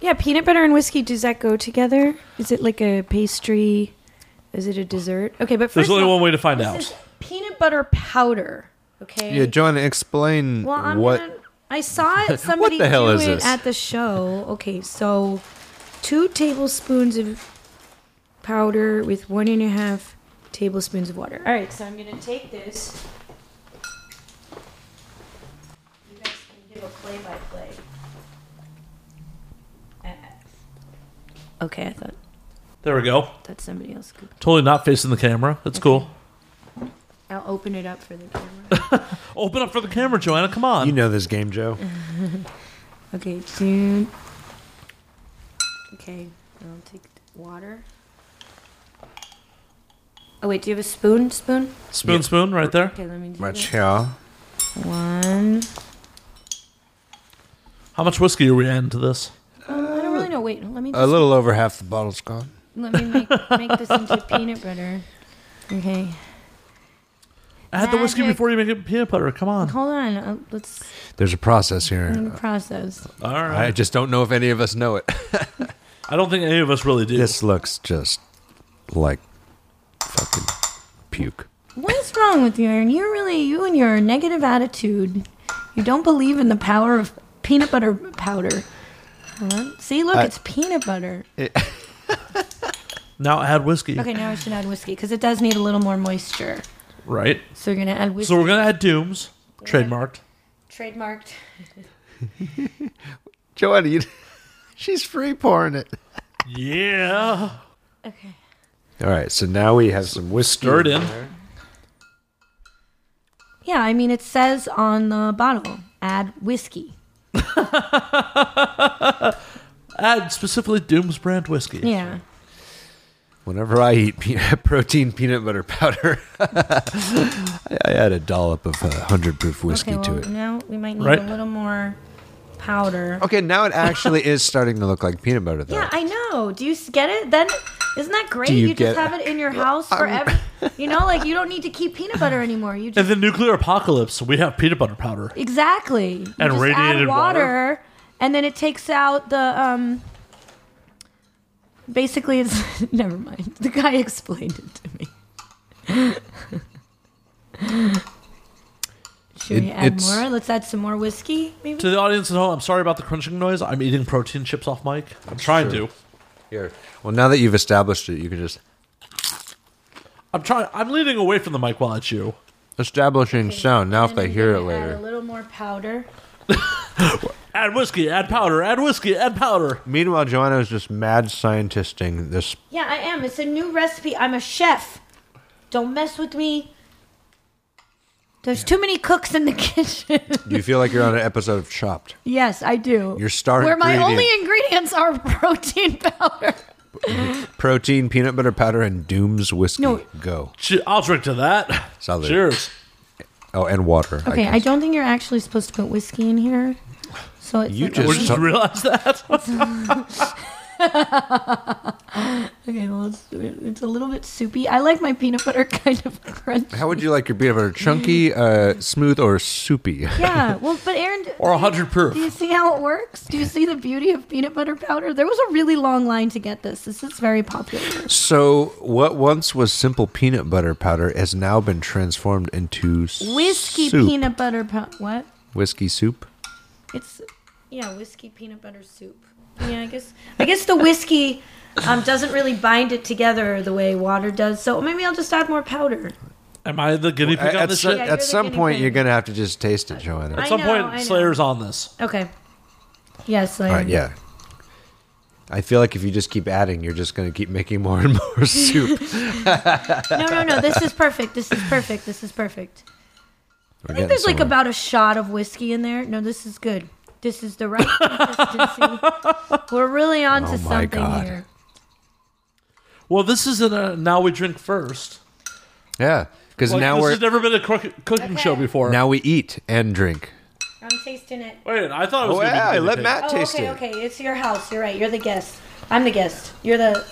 Speaker 3: yeah, peanut butter and whiskey. Does that go together? Is it like a pastry? Is it a dessert? Okay, but first
Speaker 1: There's only
Speaker 3: of all,
Speaker 1: one way to find
Speaker 3: this
Speaker 1: out.
Speaker 3: is peanut butter powder. Okay.
Speaker 4: Yeah, John, explain
Speaker 3: Well, I'm
Speaker 4: what.
Speaker 3: gonna. I saw it- somebody
Speaker 4: the hell
Speaker 3: do
Speaker 4: is
Speaker 3: it
Speaker 4: this?
Speaker 3: at the show. Okay, so two tablespoons of powder with one and a half tablespoons of water. All right, so I'm gonna take this. You guys can give a play-by-play. Uh, Okay, I thought
Speaker 1: There we go.
Speaker 3: that's somebody else. Could.
Speaker 1: Totally not facing the camera. That's cool.
Speaker 3: I'll open it up for the camera.
Speaker 1: Open up for the camera, Joanna. Come on.
Speaker 4: You know this game, Joe.
Speaker 3: Okay, dude. Okay, I'll take water. Oh wait, do you have a spoon? Spoon?
Speaker 1: spoon, spoon, right there.
Speaker 3: Okay, let me do
Speaker 4: Much yeah.
Speaker 3: that. One.
Speaker 1: How much whiskey are we adding to this?
Speaker 3: I don't really know. Wait, let me
Speaker 4: A
Speaker 3: just,
Speaker 4: little over half the bottle's gone.
Speaker 3: let me make, make this into peanut butter. Okay,
Speaker 1: Add the whiskey
Speaker 3: Magic.
Speaker 1: before you make it peanut butter. Come on.
Speaker 3: hold on. Uh, let's
Speaker 4: There's a process
Speaker 3: let me
Speaker 4: here.
Speaker 3: process.
Speaker 1: All right.
Speaker 4: I just don't know if any of us know it.
Speaker 1: I don't think any of us really do.
Speaker 4: this looks just like fucking puke.
Speaker 3: What's wrong with you, Aaron? You're really you and your negative attitude. You don't believe in the power of peanut butter powder. Hold on. See, look,
Speaker 4: I-
Speaker 3: it's peanut butter.
Speaker 1: Now add whiskey.
Speaker 3: Okay, now I should add whiskey because it does need a little more moisture.
Speaker 1: Right.
Speaker 3: So you're gonna add whiskey.
Speaker 1: So we're gonna add dooms, trademarked.
Speaker 3: trademarked.
Speaker 4: Joanna, you, she's free pouring it.
Speaker 1: Yeah.
Speaker 3: Okay.
Speaker 4: All right, so now we have some whiskey.
Speaker 1: Stir it in.
Speaker 3: Yeah, I mean it says on the bottle, add whiskey.
Speaker 1: Add specifically dooms brand whiskey.
Speaker 3: Yeah.
Speaker 4: Whenever I eat peanut, protein peanut butter powder, I, I add a dollop of uh, 100 proof whiskey
Speaker 3: okay,
Speaker 4: to
Speaker 3: well,
Speaker 4: it. Oh,
Speaker 3: Now we might need
Speaker 1: Right.
Speaker 3: a little more powder.
Speaker 4: Okay, now it actually is starting to look like peanut butter, though.
Speaker 3: Yeah, I know. Do you s- get it? Then isn't that great?
Speaker 4: Do you
Speaker 3: You, just
Speaker 4: get it?
Speaker 3: have it in your house forever. you know, like you don't need to keep peanut butter anymore. You
Speaker 1: In
Speaker 3: just
Speaker 1: the nuclear apocalypse, we have peanut butter powder.
Speaker 3: exactly. You just
Speaker 1: radiated
Speaker 3: add
Speaker 1: water?
Speaker 3: and then it takes out the um. Basically, it's never mind. The guy explained it to me. Should we
Speaker 4: It-
Speaker 3: add
Speaker 4: it's-
Speaker 3: more? Let's add some more whiskey, maybe.
Speaker 1: To the audience at home, I'm sorry about the crunching noise. I'm eating protein chips off mic. I'm trying
Speaker 4: Sure.
Speaker 1: to.
Speaker 4: Here. Well, now that you've established it, you can just
Speaker 1: I'm trying. I'm leaning away from the mic while I chew.
Speaker 4: establishing sound. Now, if
Speaker 3: And
Speaker 4: they
Speaker 3: I'm
Speaker 4: hear it
Speaker 3: gonna add a
Speaker 4: later.
Speaker 3: little more powder.
Speaker 1: Add whiskey. Add powder. Add whiskey. Add powder.
Speaker 4: Meanwhile, Joanna is just mad scientisting this.
Speaker 3: Yeah, I am. It's a new recipe. I'm a chef. Don't mess with me. There's too many cooks in the kitchen.
Speaker 4: Do you feel like you're on an episode of Chopped?
Speaker 3: yes, I do.
Speaker 4: Your star
Speaker 3: Where my
Speaker 4: ingredient.
Speaker 3: only ingredients are protein powder.
Speaker 4: Protein, peanut butter powder, and Doom's whiskey.
Speaker 3: No.
Speaker 4: Go.
Speaker 1: Che- I'll drink to that.
Speaker 4: Salud.
Speaker 1: Cheers.
Speaker 4: Oh, and water.
Speaker 3: Okay,
Speaker 4: guess.
Speaker 3: I don't think you're actually supposed to put whiskey in here. So it's
Speaker 4: You
Speaker 3: like-
Speaker 1: We
Speaker 4: just-
Speaker 1: just realized that.
Speaker 3: okay. Well, it's, it's a little bit soupy. I like my peanut butter kind of crunchy.
Speaker 4: How would you like your peanut butter? Chunky, uh, smooth, or soupy?
Speaker 3: Mm. Yeah. Well, but Aaron, do-
Speaker 1: Or 100
Speaker 3: do you
Speaker 1: proof.
Speaker 3: see how it works? Do you see the beauty of peanut butter powder? There was a really long line to get this. This is very popular.
Speaker 4: So, what once was simple peanut butter powder has now been transformed into
Speaker 3: Whiskey
Speaker 4: soup.
Speaker 3: peanut butter powder. What?
Speaker 4: whiskey soup.
Speaker 3: It's yeah, whiskey peanut butter soup. Yeah, I guess I guess the whiskey um, doesn't really bind it together the way water does. So maybe I'll just add more powder.
Speaker 1: Am I the guinea pig on
Speaker 4: At,
Speaker 1: this
Speaker 4: so-
Speaker 1: shit?
Speaker 3: Yeah,
Speaker 4: at
Speaker 1: At
Speaker 3: you're the
Speaker 4: some
Speaker 3: guinea
Speaker 4: point,
Speaker 3: pig.
Speaker 4: you're gonna have to just taste it, Joanna.
Speaker 3: I
Speaker 1: some
Speaker 3: know, I know.
Speaker 1: point, Slayer's on this.
Speaker 3: Okay. Yes, I
Speaker 4: All right, yeah. I feel like if you just keep adding, you're just gonna keep making more and more soup.
Speaker 3: No, no, no. This is perfect. This is perfect. This is perfect.
Speaker 4: We're
Speaker 3: I think there's like about a shot of whiskey in there. No, this is good. This is the right consistency. We're really on to
Speaker 4: Oh my
Speaker 3: something
Speaker 4: God.
Speaker 3: here.
Speaker 1: Well, this isn't a now we drink first.
Speaker 4: yeah, because
Speaker 1: Like,
Speaker 4: now
Speaker 1: this
Speaker 4: we're
Speaker 1: has never been a crook- cooking
Speaker 3: Okay.
Speaker 1: show before.
Speaker 4: now we eat and drink.
Speaker 3: I'm tasting it.
Speaker 1: Wait, I thought it was.
Speaker 4: Oh
Speaker 1: gonna be the
Speaker 4: yeah,
Speaker 1: guinea
Speaker 4: let
Speaker 1: pig.
Speaker 4: Matt
Speaker 3: Oh,
Speaker 4: taste
Speaker 3: okay,
Speaker 4: it.
Speaker 3: okay. It's your house. You're right. You're the guest. I'm the guest. You're the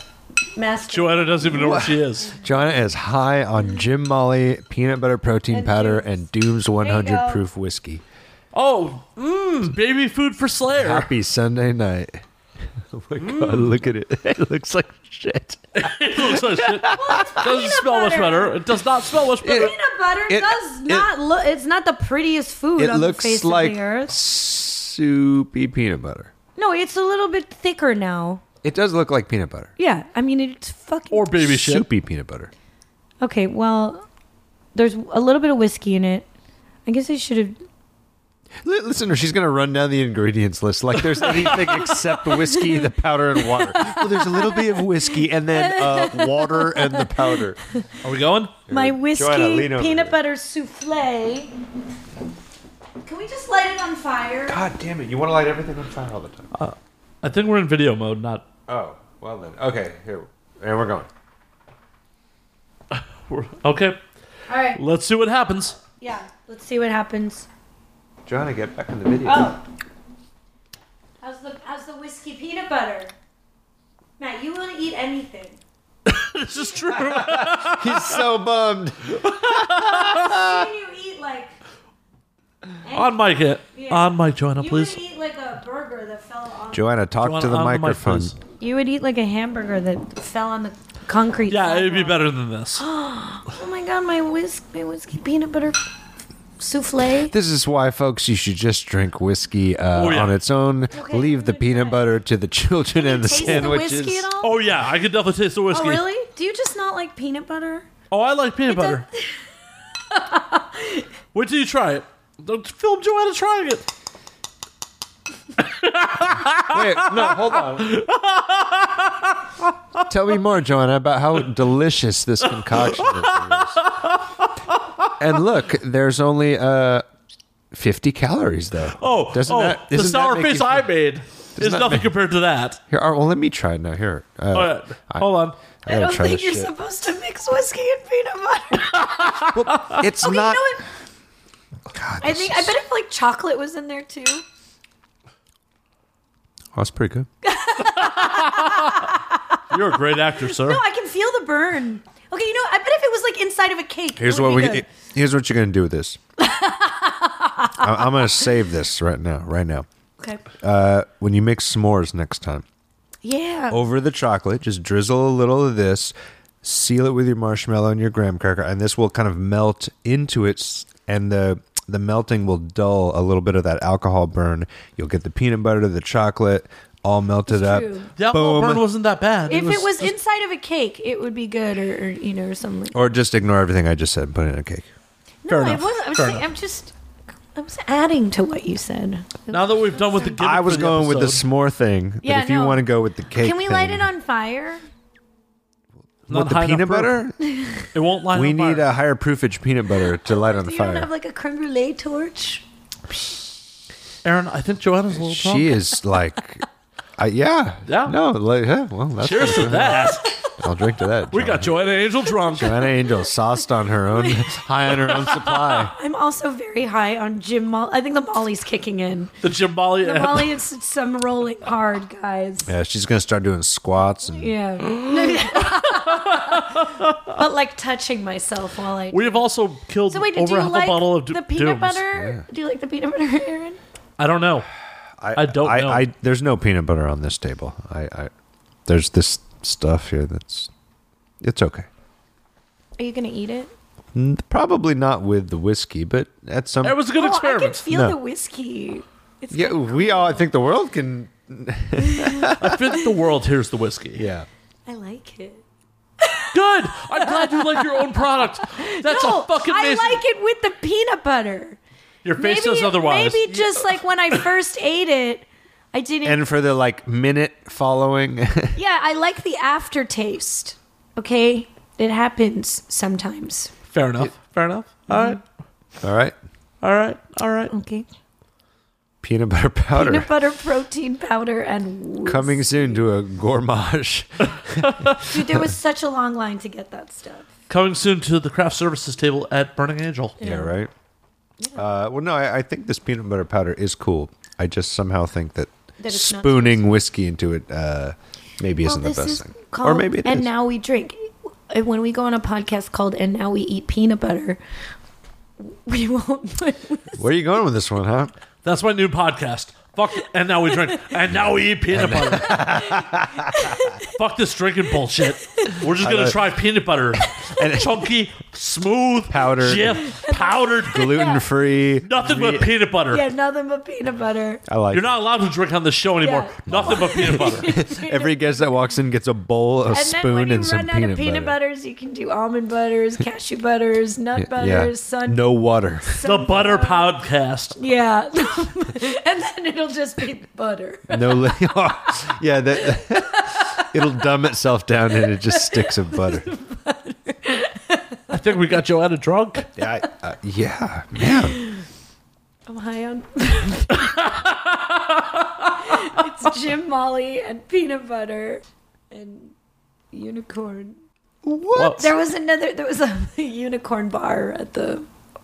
Speaker 3: master.
Speaker 1: Joanna doesn't even know where she is.
Speaker 4: Joanna is high on Jim Molly peanut butter protein
Speaker 3: And
Speaker 4: powder
Speaker 3: Doom's.
Speaker 4: and Doom's 100
Speaker 3: go.
Speaker 4: proof whiskey.
Speaker 1: Oh, mmm, baby food for Slayer.
Speaker 4: Happy Sunday night. Oh my god,
Speaker 3: Mm.
Speaker 4: look at it. It looks like shit.
Speaker 1: It looks like shit. Doesn't
Speaker 3: peanut
Speaker 1: smell much
Speaker 3: butter.
Speaker 1: better. It does not smell much better.
Speaker 3: Peanut butter
Speaker 4: It-
Speaker 3: does
Speaker 4: it-
Speaker 3: not look. It's not the prettiest food
Speaker 4: It
Speaker 3: on
Speaker 4: looks
Speaker 3: the face
Speaker 4: like
Speaker 3: of the earth.
Speaker 4: soupy peanut butter.
Speaker 3: No, it's a little bit thicker now.
Speaker 4: It does look like peanut butter.
Speaker 3: Yeah, I mean it's fucking.
Speaker 1: or baby shit.
Speaker 4: Soupy peanut butter.
Speaker 3: okay, well, there's a little bit of whiskey in it. I guess I should have.
Speaker 4: Li- Listen, to her, she's going to run down the ingredients list like there's anything except whiskey, the powder, and water. Well, there's a little bit of whiskey and then uh, water and the powder.
Speaker 1: Are we going?
Speaker 3: My whiskey
Speaker 4: lean over
Speaker 3: peanut
Speaker 4: here.
Speaker 3: butter souffle. Can we just light it on fire?
Speaker 4: God damn it! You want to light everything on fire all the time.
Speaker 1: I think we're in video mode, not.
Speaker 4: Oh, well then. Okay, here, and we're going.
Speaker 1: We're, okay,
Speaker 3: All right.
Speaker 1: let's see what happens.
Speaker 3: Yeah. Let's see what happens.
Speaker 4: Joanna, get back in the video.
Speaker 3: Oh. How's the how's the whiskey peanut butter? Matt, you will eat anything.
Speaker 1: This is true.
Speaker 4: He's so bummed.
Speaker 3: Can you eat like
Speaker 1: on mic it.
Speaker 3: Yeah.
Speaker 1: On mic, Joanna,
Speaker 3: you
Speaker 1: please.
Speaker 3: would eat like a burger that fell on
Speaker 4: Joanna, talk
Speaker 1: Joanna,
Speaker 4: to the
Speaker 1: on mic,
Speaker 4: microphone.
Speaker 1: please.
Speaker 3: You would eat like a hamburger that fell on the concrete.
Speaker 1: yeah, it'd be
Speaker 3: sidewalk.
Speaker 1: better than this.
Speaker 3: Oh my god, my whisk my whiskey peanut butter souffle.
Speaker 4: This is why, folks, you should just drink whiskey uh,
Speaker 1: Oh, yeah.
Speaker 4: on its own.
Speaker 3: Okay,
Speaker 4: Leave
Speaker 3: I'm
Speaker 4: the
Speaker 3: gonna
Speaker 4: peanut
Speaker 3: try.
Speaker 4: butter to the children and the
Speaker 3: Taste the
Speaker 4: sandwiches.
Speaker 3: whiskey at all?
Speaker 1: Oh yeah, I could definitely taste the whiskey.
Speaker 3: Oh really? Do you just not like peanut butter?
Speaker 1: Oh, I like peanut
Speaker 3: It does-
Speaker 1: butter. Wait till you try it. Don't film Joanna trying it.
Speaker 4: Wait, no, hold on. Tell me more, Joanna, about how delicious this concoction is. And look, there's only uh, 50 calories, though.
Speaker 1: Oh,
Speaker 4: doesn't
Speaker 1: oh,
Speaker 4: that
Speaker 1: the
Speaker 4: doesn't that
Speaker 1: sour
Speaker 4: make you
Speaker 1: face
Speaker 4: feel-
Speaker 1: I made is
Speaker 4: that
Speaker 1: nothing
Speaker 4: make-
Speaker 1: compared to that.
Speaker 4: Here, oh, well, let me try it now. Here, uh,
Speaker 1: All right, hold on.
Speaker 4: I
Speaker 3: I
Speaker 4: gotta
Speaker 3: don't
Speaker 4: try
Speaker 3: think
Speaker 4: this
Speaker 3: you're
Speaker 4: shit.
Speaker 3: supposed to mix whiskey and peanut butter.
Speaker 4: It's
Speaker 3: Okay,
Speaker 4: not.
Speaker 3: you know what?
Speaker 4: God,
Speaker 3: I
Speaker 4: this
Speaker 3: think
Speaker 4: is-
Speaker 3: I bet if like chocolate was in there too.
Speaker 4: Oh, that's pretty good.
Speaker 1: You're a great actor, sir.
Speaker 3: No, I can feel the burn. Okay, you know, I bet if it was like inside of a cake.
Speaker 4: Here's
Speaker 3: it would
Speaker 4: what
Speaker 3: be
Speaker 4: we.
Speaker 3: good.
Speaker 4: Here's what you're gonna do with this. I- I'm gonna save this right now. Right now,
Speaker 3: Okay.
Speaker 4: uh, when you make s'mores next time,
Speaker 3: Yeah.
Speaker 4: over the chocolate, just drizzle a little of this, seal it with your marshmallow and your graham cracker, and this will kind of melt into it, s- and the the melting will dull a little bit of that alcohol burn. You'll get the peanut butter, the chocolate, all melted up.
Speaker 3: true.
Speaker 1: The alcohol burn wasn't that bad.
Speaker 3: if it was inside of a cake, it would be good, or, or you know, or something.
Speaker 4: or just ignore everything I just said and put it in a cake.
Speaker 1: Fair
Speaker 3: no,
Speaker 1: enough.
Speaker 3: I wasn't. I was
Speaker 1: Fair
Speaker 3: saying, I'm just. I'm just adding to what you said.
Speaker 1: now that we've done with the gimmick
Speaker 4: I was
Speaker 1: for
Speaker 4: going with the
Speaker 1: episode-
Speaker 4: s'more thing,
Speaker 3: Yeah,
Speaker 4: but if you
Speaker 3: no.
Speaker 4: want to go with the cake,
Speaker 3: Can we light
Speaker 4: thing-
Speaker 3: it on fire?
Speaker 4: With
Speaker 1: Not
Speaker 4: the
Speaker 1: high enough
Speaker 4: peanut
Speaker 1: proof.
Speaker 4: butter?
Speaker 1: It won't line
Speaker 4: We
Speaker 1: on fire.
Speaker 4: need a higher proofage peanut butter to light on the
Speaker 3: You don't have
Speaker 4: fire.
Speaker 3: like a creme brulee torch.
Speaker 1: Aaron, I think Joanna's a little drunk.
Speaker 4: She is like, I, yeah,
Speaker 1: Yeah.
Speaker 4: No, like, yeah, well, that's
Speaker 1: Cheers to that.
Speaker 4: I'll drink to that.
Speaker 1: We got Joanna Angel drunk.
Speaker 4: Joanna Angel sauced on her own, high on her own supply.
Speaker 3: I'm also very high on Jim Molly. I think the Molly's kicking in.
Speaker 1: The Jim Molly.
Speaker 3: The Molly is some rolling hard, guys.
Speaker 4: Yeah, she's gonna start doing squats and
Speaker 3: Yeah. but like touching myself while I.
Speaker 1: We have also killed
Speaker 3: so wait, do
Speaker 1: over
Speaker 3: you
Speaker 1: half
Speaker 3: like
Speaker 1: a bottle of d-
Speaker 3: the peanut
Speaker 1: Dooms.
Speaker 3: butter? Do you like the peanut butter, Aaron?
Speaker 1: I don't know. I don't
Speaker 4: I,
Speaker 1: know.
Speaker 4: I, there's no peanut butter on this table. I, I there's this stuff here that's it's okay.
Speaker 3: Are you gonna eat it?
Speaker 4: Mm, Probably not with the whiskey, but at some
Speaker 1: It was a good
Speaker 3: oh, I can
Speaker 1: experiment.
Speaker 3: feel
Speaker 4: No.
Speaker 3: the whiskey. It's
Speaker 4: yeah, we all I think the world can
Speaker 1: I think the world hears the whiskey.
Speaker 4: yeah.
Speaker 3: I like it.
Speaker 1: Good. I'm glad you like your own product. That's
Speaker 3: no,
Speaker 1: a fucking
Speaker 3: I
Speaker 1: amazing.
Speaker 3: like it with the peanut butter.
Speaker 1: Your face says
Speaker 3: maybe,
Speaker 1: otherwise.
Speaker 3: Maybe just like when I first ate it, I didn't.
Speaker 4: And for the like minute following,
Speaker 3: yeah, I like the aftertaste. Okay, it happens sometimes.
Speaker 1: Fair enough. Fair enough. All right.
Speaker 4: all right,
Speaker 1: All right. All right.
Speaker 3: Okay,
Speaker 4: peanut butter powder
Speaker 3: peanut butter protein powder and whiskey.
Speaker 4: coming soon to a gourmage.
Speaker 3: Dude, there was such a long line to get that stuff.
Speaker 1: Coming soon to the craft services table at Burning Angel.
Speaker 4: Yeah, right. Uh, well, no, I, I think this peanut butter powder is cool. I just somehow think that,
Speaker 3: That it's not
Speaker 4: spooning whiskey into it uh, maybe isn't the best thing, or maybe it is.
Speaker 3: and now we drink. Uh, When we go on a podcast called "And Now We Eat Peanut Butter," we won't. Put
Speaker 4: Where are you going with this one, huh?
Speaker 1: That's my new podcast. Fuck. And now we drink. And now we eat peanut butter. Fuck this drinking bullshit. We're just gonna try peanut butter and chunky, smooth,
Speaker 4: Powdered.
Speaker 1: Jif, powdered,
Speaker 4: Gluten free.
Speaker 1: nothing but peanut butter.
Speaker 3: yeah, nothing but peanut butter.
Speaker 4: I like
Speaker 1: You're not allowed to drink on the show anymore.
Speaker 3: Yeah.
Speaker 1: Nothing but peanut butter.
Speaker 4: it. every guest that walks in gets a bowl, a
Speaker 3: And then when
Speaker 4: spoon,
Speaker 3: you
Speaker 4: and some
Speaker 3: run out
Speaker 4: peanut,
Speaker 3: of peanut
Speaker 4: butter.
Speaker 3: butters, you can do almond butters, cashew butters, nut butters, sun.
Speaker 4: no water.
Speaker 1: the
Speaker 3: sunflower-
Speaker 1: Butter Podcast.
Speaker 3: Yeah, and then it'll just be butter.
Speaker 4: No. Li- oh, yeah, that it'll dumb itself down, and it just sticks of butter.
Speaker 1: I think we got Joanna drunk.
Speaker 4: Yeah, I- uh, yeah, man.
Speaker 3: I'm high on. it's Jim Molly and peanut butter and unicorn.
Speaker 1: What?
Speaker 3: There was another. There was a unicorn bar at the.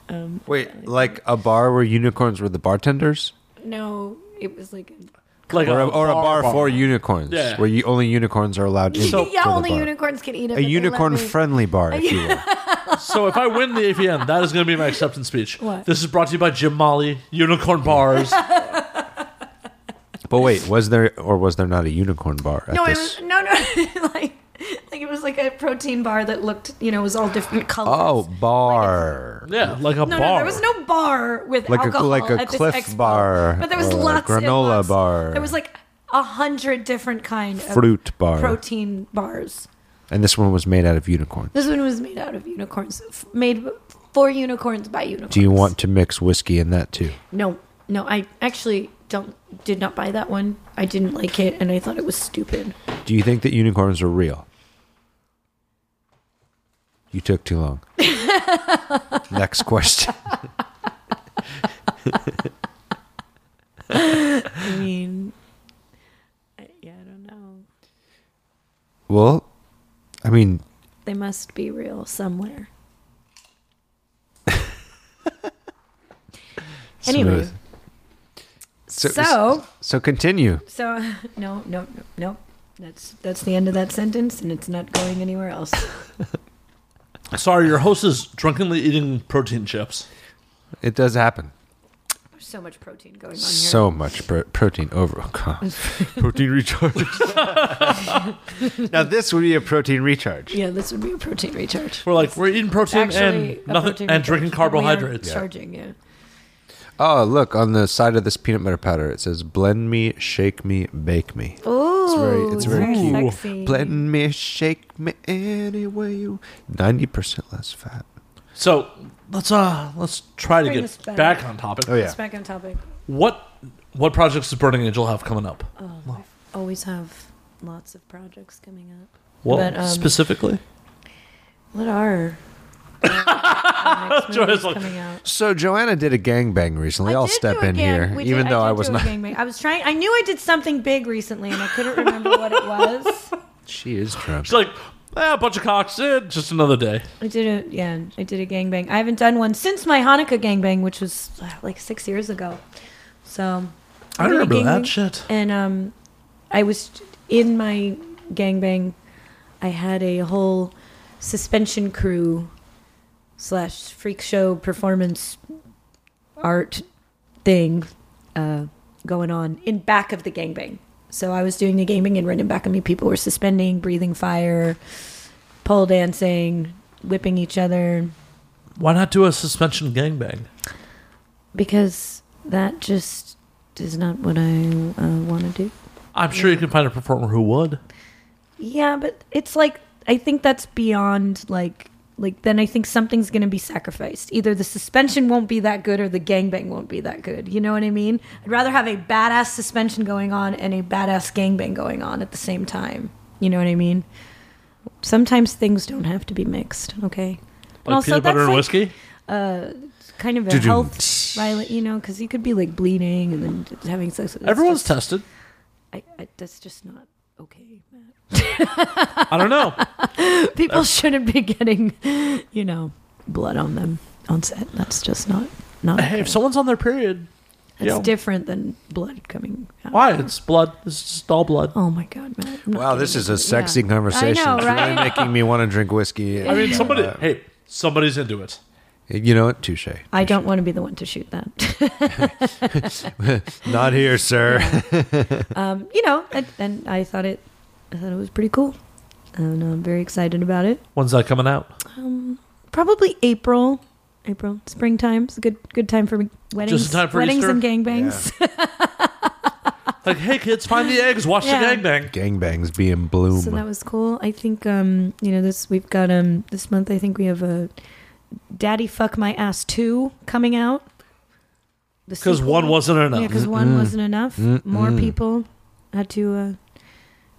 Speaker 3: Um,
Speaker 4: Wait, like a bar where unicorns were the bartenders,
Speaker 3: no, it was like. A,
Speaker 1: like
Speaker 4: or a, or a bar, for unicorns,
Speaker 1: Yeah.
Speaker 4: where you, only unicorns are allowed in.
Speaker 1: So-
Speaker 4: to
Speaker 3: yeah,
Speaker 4: the
Speaker 3: only
Speaker 4: bar.
Speaker 3: unicorns can eat it.
Speaker 4: A unicorn-friendly bar, if you will.
Speaker 1: So if I win the AVN, that is going to be my acceptance speech.
Speaker 3: What?
Speaker 1: This is brought to you by Jim Molly, Unicorn Bars.
Speaker 4: But wait, was there or was there not a unicorn bar at
Speaker 3: No, it
Speaker 4: this?
Speaker 3: was no, no. like, like it was like a protein bar that looked, you know, was all different colors.
Speaker 4: Oh, bar.
Speaker 1: yeah, like a
Speaker 3: No,
Speaker 1: bar.
Speaker 3: no, there was no bar with
Speaker 4: Like a-
Speaker 3: alcohol.
Speaker 4: like a
Speaker 3: at this
Speaker 4: Cliff
Speaker 3: expo.
Speaker 4: bar
Speaker 3: but there was
Speaker 4: or a
Speaker 3: lots and
Speaker 4: granola
Speaker 3: lots.
Speaker 4: bar.
Speaker 3: There was like a hundred different kind of
Speaker 4: Fruit bar.
Speaker 3: protein bars.
Speaker 4: And this one was made out of unicorn.
Speaker 3: This one was made out of unicorns, f- made for unicorns by unicorns.
Speaker 4: Do you want to mix whiskey in that too?
Speaker 3: No, no. I actually don't. Did not buy that one. I didn't like it, and I thought it was stupid.
Speaker 4: Do you think that unicorns are real? You took too long. Next question.
Speaker 3: I mean, I, yeah, I don't know.
Speaker 4: Well, I mean,
Speaker 3: They must be real somewhere. anyway,
Speaker 4: smooth.
Speaker 3: so,
Speaker 4: so
Speaker 3: so
Speaker 4: continue.
Speaker 3: no, no, no, no. That's that's the end of that sentence, and it's not going anywhere else.
Speaker 1: Sorry, your host is drunkenly eating protein chips.
Speaker 4: It does happen.
Speaker 3: Oh, There's so much protein going on here.
Speaker 4: So much pro- protein over. Oh, God. protein recharge. now this would be a protein recharge.
Speaker 3: yeah, this would be a protein recharge.
Speaker 1: We're like, we're eating protein
Speaker 3: Actually,
Speaker 1: and nothing and drinking carbohydrates.
Speaker 3: Charging, yeah.
Speaker 4: Oh, look on the side of this peanut butter powder. It says "blend me, shake me, bake me."
Speaker 3: Ooh,
Speaker 4: very- it's very
Speaker 1: cute.
Speaker 3: sexy.
Speaker 4: Blend me, shake me, any way you. Ninety percent less fat.
Speaker 1: So let's uh let's try to
Speaker 3: Bring
Speaker 1: get
Speaker 3: this
Speaker 1: back.
Speaker 3: back.
Speaker 1: on topic.
Speaker 4: Oh, yeah.
Speaker 3: It's back on topic.
Speaker 1: What what Uh, projects does Burning Angel have coming up?
Speaker 3: Oh, I always have lots of projects coming up.
Speaker 1: What
Speaker 3: But, um,
Speaker 1: specifically?
Speaker 3: What are our next movies coming out?
Speaker 4: So Joanna did a gangbang recently. I'll
Speaker 3: did
Speaker 4: step
Speaker 3: do a
Speaker 4: in
Speaker 3: gang-
Speaker 4: here,
Speaker 3: we did-
Speaker 4: even though
Speaker 3: did
Speaker 4: I,
Speaker 3: do
Speaker 4: was
Speaker 3: a
Speaker 4: not.
Speaker 3: gangbang. I was trying. I knew I did something big recently, and I couldn't remember what it was.
Speaker 4: She is Trump.
Speaker 1: She's like, ah, a bunch of cocks. Eh, just another day.
Speaker 3: I did a yeah. I did a gangbang. I haven't done one since my Hanukkah gangbang, which was uh, like six years ago. So
Speaker 1: I
Speaker 3: did a
Speaker 1: remember that
Speaker 3: gangbang,
Speaker 1: shit.
Speaker 3: And um, I was in my gangbang. I had a whole suspension crew slash freak show performance art thing uh, going on in back of the gangbang. So I was doing the gangbang, and right in back of me, people were suspending, breathing fire, pole dancing, whipping each other,
Speaker 1: Why not do a suspension gangbang?
Speaker 3: because that just is not what I uh, want to do.
Speaker 1: I'm sure you can find a performer who would.
Speaker 3: Yeah, but it's like I think that's beyond like like then I think something's going to be sacrificed. Either the suspension won't be that good or the gangbang won't be that good. You know what I mean? I'd rather have a badass suspension going on and a badass gangbang going on at the same time. You know what I mean? Sometimes things don't have to be mixed, okay?
Speaker 1: Like peanut butter and whiskey?
Speaker 3: uh, kind of a
Speaker 4: Doo-doo.
Speaker 3: health violent, you know, because you could be like bleeding and then just having sex. with- that's
Speaker 1: Everyone's
Speaker 3: just,
Speaker 1: tested.
Speaker 3: I, I, that's just not okay.
Speaker 1: I don't know.
Speaker 3: People shouldn't be getting, you know, blood on them on set. That's just not not.
Speaker 1: hey,
Speaker 3: okay.
Speaker 1: if someone's on their period,
Speaker 3: That's
Speaker 1: yeah.
Speaker 3: different than blood coming. out.
Speaker 1: why? It's blood. It's just all blood.
Speaker 3: Oh my god, Matt! I'm not
Speaker 4: Wow,
Speaker 3: getting
Speaker 4: this is
Speaker 3: into
Speaker 4: a
Speaker 3: it.
Speaker 4: sexy
Speaker 3: Yeah. I
Speaker 4: conversation.
Speaker 3: know,
Speaker 4: it's really
Speaker 3: right?
Speaker 4: making me want to drink whiskey. uh,
Speaker 1: I mean, somebody. hey, somebody's into it.
Speaker 4: you know what? Touche.
Speaker 3: I don't want to be the one to shoot that.
Speaker 4: Not here, sir.
Speaker 3: um, you know, and, and I thought it, I thought it was pretty cool, and I'm very excited about it. Um,
Speaker 1: When's that coming out?
Speaker 3: probably April. April, springtime is a good good time for weddings,
Speaker 1: Just in time for
Speaker 3: weddings
Speaker 1: Easter?
Speaker 3: and gangbangs.
Speaker 1: Like, hey kids, find the eggs. Watch
Speaker 3: Yeah.
Speaker 1: the gangbang.
Speaker 4: Gangbangs be in bloom.
Speaker 3: so that was cool. I think um, you know this. We've got um this month. I think we have a Daddy Fuck My Ass Two coming out.
Speaker 1: Because one wasn't enough.
Speaker 3: because one wasn't enough. More people had to uh,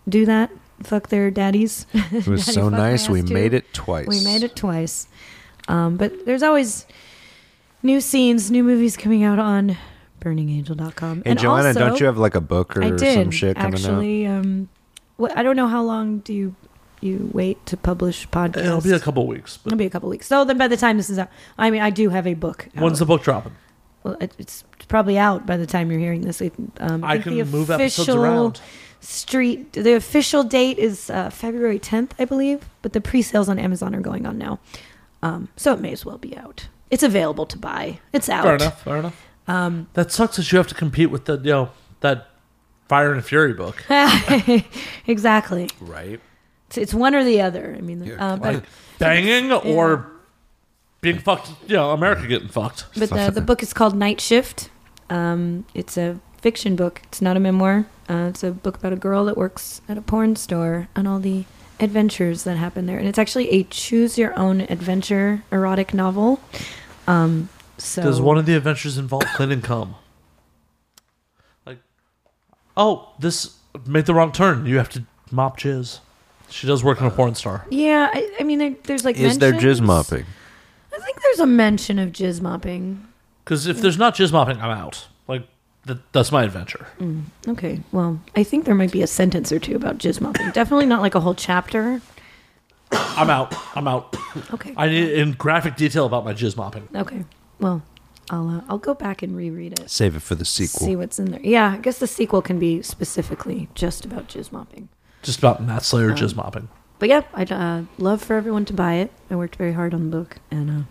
Speaker 3: do that. Fuck their daddies.
Speaker 4: it was so
Speaker 3: fuck my
Speaker 4: nice.
Speaker 3: ass
Speaker 4: We
Speaker 3: too.
Speaker 4: made it twice.
Speaker 3: We made it twice. Um, but there's always new scenes, new movies coming out on burningangel.com.
Speaker 4: Hey, Joanna, don't you have like a book or
Speaker 3: I did,
Speaker 4: some shit coming out?
Speaker 3: actually, Um, what, I don't know how long do you you wait to publish podcasts.
Speaker 1: It'll be a couple weeks. But
Speaker 3: It'll be a couple weeks. So then by the time this is out, I mean, I do have a book. out.
Speaker 1: when's the book dropping?
Speaker 3: Well, it, it's probably out by the time you're hearing this. It- Um,
Speaker 1: I
Speaker 3: think
Speaker 1: can
Speaker 3: the
Speaker 1: move episodes
Speaker 3: official
Speaker 1: around.
Speaker 3: Street. The official date is uh, February 10th, I believe, but the pre-sales on Amazon are going on now, um, so it may as well be out. It's available to buy. It's out.
Speaker 1: Fair enough. Fair enough. Um, that sucks that you have to compete with the you know that Fire and Fury book.
Speaker 3: exactly.
Speaker 4: Right.
Speaker 3: It's, it's one or the other. I mean,
Speaker 4: Yeah,
Speaker 3: um,
Speaker 1: like banging or being fucked. You know, America getting fucked.
Speaker 3: but the, the book is called Night Shift. Um, it's a fiction book. It's not a memoir. Uh, it's a book about a girl that works at a porn store and all the adventures that happen there. And it's actually a choose your own adventure erotic novel. Um, so
Speaker 1: Does one of the adventures involve clean and cum? Like, oh, this made the wrong turn. You have to mop jizz. She does work in a porn star.
Speaker 3: Yeah, I, I mean, there, there's like
Speaker 4: Is there jizz
Speaker 3: mentions.
Speaker 4: mopping?
Speaker 3: I think there's a mention of jizz mopping.
Speaker 1: Because if there's not jizz mopping, I'm out. Like, th- that's my adventure.
Speaker 3: Okay, well, I think there might be a sentence or two about jizz mopping. Definitely not like a whole chapter.
Speaker 1: I'm out. I'm out.
Speaker 3: Okay.
Speaker 1: I need in graphic detail about my jizz mopping.
Speaker 3: Okay. Well, I'll uh, I'll go back and reread it.
Speaker 4: Save it for the sequel.
Speaker 3: See what's in there. Yeah, I guess the sequel can be specifically just about jizz mopping.
Speaker 1: Just about Matt Slayer jizz mopping.
Speaker 3: But yeah, I'd uh, love for everyone to buy it. I worked very hard on the book, and uh,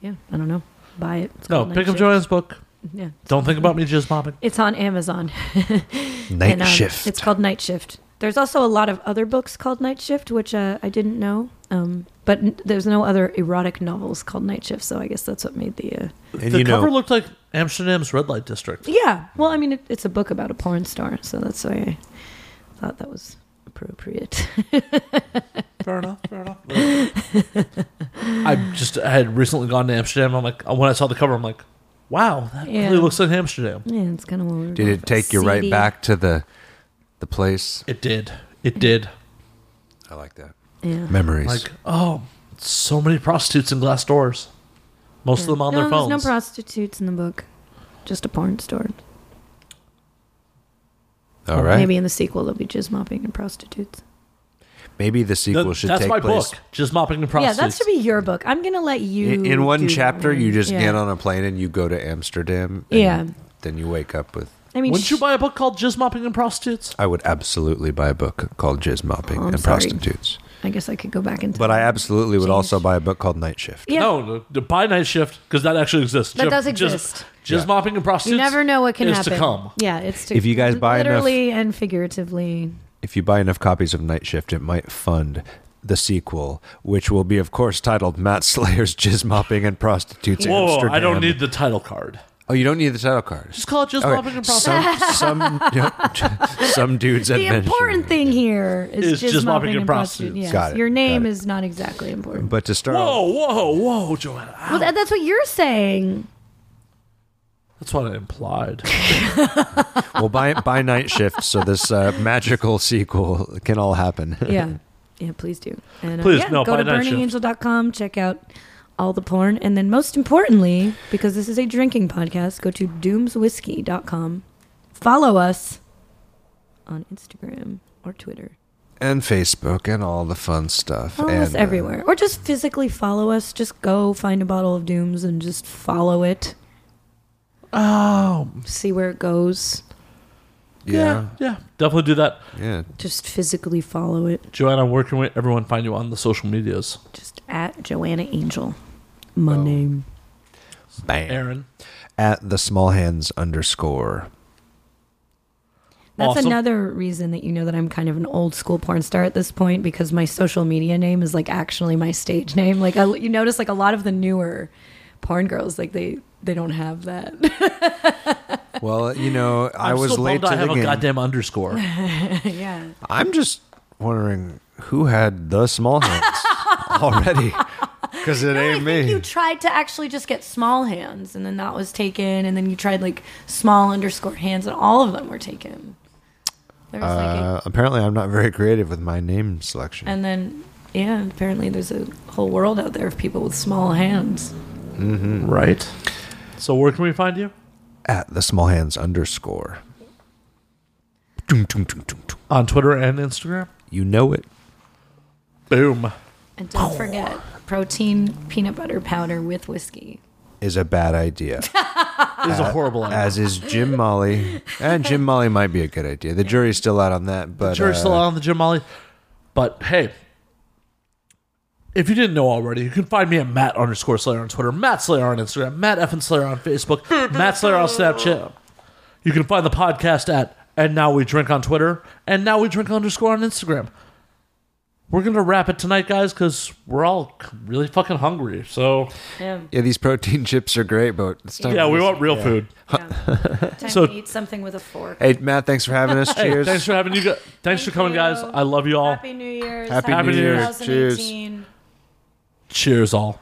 Speaker 3: yeah, I don't know, buy it. It's
Speaker 1: No,
Speaker 3: called
Speaker 1: Oh, pick
Speaker 3: Night
Speaker 1: up
Speaker 3: Shift.
Speaker 1: Joanne's book.
Speaker 3: Yeah,
Speaker 1: Don't think about me jizz mopping.
Speaker 3: it's on Amazon.
Speaker 4: Night
Speaker 3: And, um,
Speaker 4: shift.
Speaker 3: It's called Night Shift. There's also a lot of other books called Night Shift, which uh, I didn't know. Um, but n- there's no other erotic novels called Night Shift, so I guess that's what made the. Uh,
Speaker 4: and
Speaker 1: the
Speaker 4: you know,
Speaker 1: cover looked like Amsterdam's red light district.
Speaker 3: yeah, well, I mean, it, it's a book about a porn star, so that's why I thought that was appropriate.
Speaker 1: Fair enough. Fair enough. I just I had recently gone to Amsterdam. I'm like, when I saw the cover, I'm like, wow, that
Speaker 3: Yeah.
Speaker 1: really looks like Amsterdam.
Speaker 3: yeah, it's kind of weird.
Speaker 4: did it take you right
Speaker 3: CD.
Speaker 4: back to the the place?
Speaker 1: It did. It did.
Speaker 4: I like that.
Speaker 3: Yeah.
Speaker 4: Memories.
Speaker 1: Like, oh, so many prostitutes in glass doors. Most of them on
Speaker 3: no,
Speaker 1: their phones.
Speaker 3: There's no prostitutes in the book. Just a porn store.
Speaker 4: All right. Maybe,
Speaker 3: Maybe in the sequel there'll be jizz mopping and prostitutes.
Speaker 4: the sequel
Speaker 1: Th-
Speaker 4: should
Speaker 1: that's
Speaker 4: take
Speaker 1: my
Speaker 4: place.
Speaker 1: book. Just mopping the
Speaker 3: yeah,
Speaker 1: prostitutes.
Speaker 3: that should be your book. I'm gonna let you.
Speaker 4: In, in one
Speaker 3: do that
Speaker 4: chapter,
Speaker 3: one.
Speaker 4: you just
Speaker 3: Yeah.
Speaker 4: get on a plane and you go to Amsterdam. and
Speaker 3: Yeah.
Speaker 4: Then you wake up with.
Speaker 3: I mean,
Speaker 1: Wouldn't you
Speaker 3: sh-
Speaker 1: buy a book called Just Mopping and Prostitutes?
Speaker 4: I would absolutely buy a book called Jizz Mopping
Speaker 3: Oh, I'm
Speaker 4: and
Speaker 3: sorry.
Speaker 4: Prostitutes.
Speaker 3: I guess I could go back into.
Speaker 4: But I absolutely would
Speaker 3: Change.
Speaker 4: also buy a book called Night Shift.
Speaker 3: Yeah.
Speaker 1: No, no, the buy night shift because that actually exists.
Speaker 3: That does
Speaker 1: just-
Speaker 3: exist.
Speaker 1: Just
Speaker 4: Yeah.
Speaker 1: mopping and prostitutes.
Speaker 3: You never know what can
Speaker 1: is
Speaker 3: happen.
Speaker 1: to come.
Speaker 3: Yeah, it's to
Speaker 4: If you guys buy enough-
Speaker 3: literally and figuratively.
Speaker 4: If you buy enough copies of Night Shift, it might fund the sequel, which will be, of course, titled Matt Slayer's Jizz Mopping and Prostitutes
Speaker 1: Whoa,
Speaker 4: Amsterdam.
Speaker 1: I don't need the title card.
Speaker 4: Oh, you don't need the title card.
Speaker 1: Just call it Just
Speaker 4: Okay,
Speaker 1: Mopping and Prostitutes.
Speaker 4: Some, some, some dudes had
Speaker 3: The
Speaker 4: mentioned
Speaker 3: important
Speaker 4: it.
Speaker 3: thing here
Speaker 1: Is
Speaker 3: is jizz
Speaker 1: jizz mopping
Speaker 3: mopping
Speaker 1: and
Speaker 3: and prostitutes.
Speaker 1: prostitutes.
Speaker 3: Yes.
Speaker 4: Got it,
Speaker 3: Your
Speaker 4: got
Speaker 3: name
Speaker 4: it.
Speaker 3: is not exactly important.
Speaker 4: But to start
Speaker 1: Whoa,
Speaker 4: off,
Speaker 1: whoa, whoa, Joanna. Ow.
Speaker 3: well, that, that's what you're saying.
Speaker 1: That's what I implied.
Speaker 4: well, buy, buy Night Shift so this uh, magical sequel can all happen.
Speaker 3: yeah. Yeah, please do. And, uh,
Speaker 1: Please,
Speaker 3: yeah,
Speaker 1: no,
Speaker 3: go to
Speaker 1: buy Night Shift.
Speaker 3: burningangel.com, check out all the porn. And then, most importantly, because this is a drinking podcast, go to doomswhiskey.com. Follow us on Instagram or Twitter.
Speaker 4: and Facebook and all the fun stuff.
Speaker 3: Follow
Speaker 4: and
Speaker 3: us
Speaker 4: uh,
Speaker 3: everywhere. Or just physically follow us. Just go find a bottle of Dooms and just follow it.
Speaker 1: oh,
Speaker 3: See where it goes.
Speaker 4: yeah,
Speaker 1: yeah, definitely do that.
Speaker 4: yeah.
Speaker 3: Just physically follow it.
Speaker 1: Joanna, where can we, everyone find you on the social medias?
Speaker 3: Just at Joanna Angel. My name.
Speaker 4: Bam.
Speaker 1: Aaron.
Speaker 4: At the small hands underscore.
Speaker 3: That's
Speaker 1: Awesome.
Speaker 3: another reason that you know that I'm kind of an old school porn star at this point because my social media name is like actually my stage name. Like I, you notice, like a lot of the newer porn girls, like they they don't have that.
Speaker 4: Well, uh, you know, I
Speaker 1: I'm
Speaker 4: was
Speaker 1: still
Speaker 4: late
Speaker 1: bummed
Speaker 4: to
Speaker 1: I
Speaker 4: the
Speaker 1: have
Speaker 4: game.
Speaker 1: a goddamn underscore.
Speaker 3: yeah,
Speaker 4: I'm just wondering who had the small hands already, because it
Speaker 3: I
Speaker 4: ain't
Speaker 3: think
Speaker 4: me.
Speaker 3: you tried to actually just get small hands, and then that was taken, and then you tried like small underscore hands, and all of them were taken. There was like a
Speaker 4: uh, apparently, I'm not very creative with my name selection.
Speaker 3: And then, yeah, apparently there's a whole world out there of people with small hands.
Speaker 1: right. So, where can we find you?
Speaker 4: At the small hands underscore. Dum, dum, dum, dum, dum.
Speaker 1: On Twitter and Instagram?
Speaker 4: You know it.
Speaker 1: Boom.
Speaker 3: And don't forget protein peanut butter powder with whiskey.
Speaker 4: Is a bad idea.
Speaker 1: This is a horrible idea.
Speaker 4: as is Jim Molly. And Jim Molly might be a good idea. The jury's still out on that, but
Speaker 1: Sure,
Speaker 4: uh,
Speaker 1: still out on the Jim Molly. But hey, if you didn't know already, you can find me at Matt underscore Slayer on Twitter, Matt Slayer on Instagram, Matt Effin Slayer on Facebook, Matt Slayer on Snapchat. You can find the podcast at And Now We Drink on Twitter, and Now We Drink underscore on Instagram. We're going to wrap it tonight, guys, because we're all c- really fucking hungry. So,
Speaker 3: Yeah.
Speaker 4: yeah, these protein chips are great, but it's time
Speaker 1: yeah,
Speaker 4: to
Speaker 1: we
Speaker 4: listen.
Speaker 1: want real food.
Speaker 3: Time
Speaker 1: So-
Speaker 3: to eat something with a fork.
Speaker 4: Hey Matt, thanks for having us.
Speaker 1: Hey,
Speaker 4: Cheers.
Speaker 1: thanks for having you guys. Thanks for coming, guys.
Speaker 3: you.
Speaker 1: I love you all.
Speaker 3: Happy New Year's.
Speaker 4: Happy Happy
Speaker 1: New New Year's.
Speaker 4: Year's. Cheers.
Speaker 3: 2018.
Speaker 1: Cheers, all.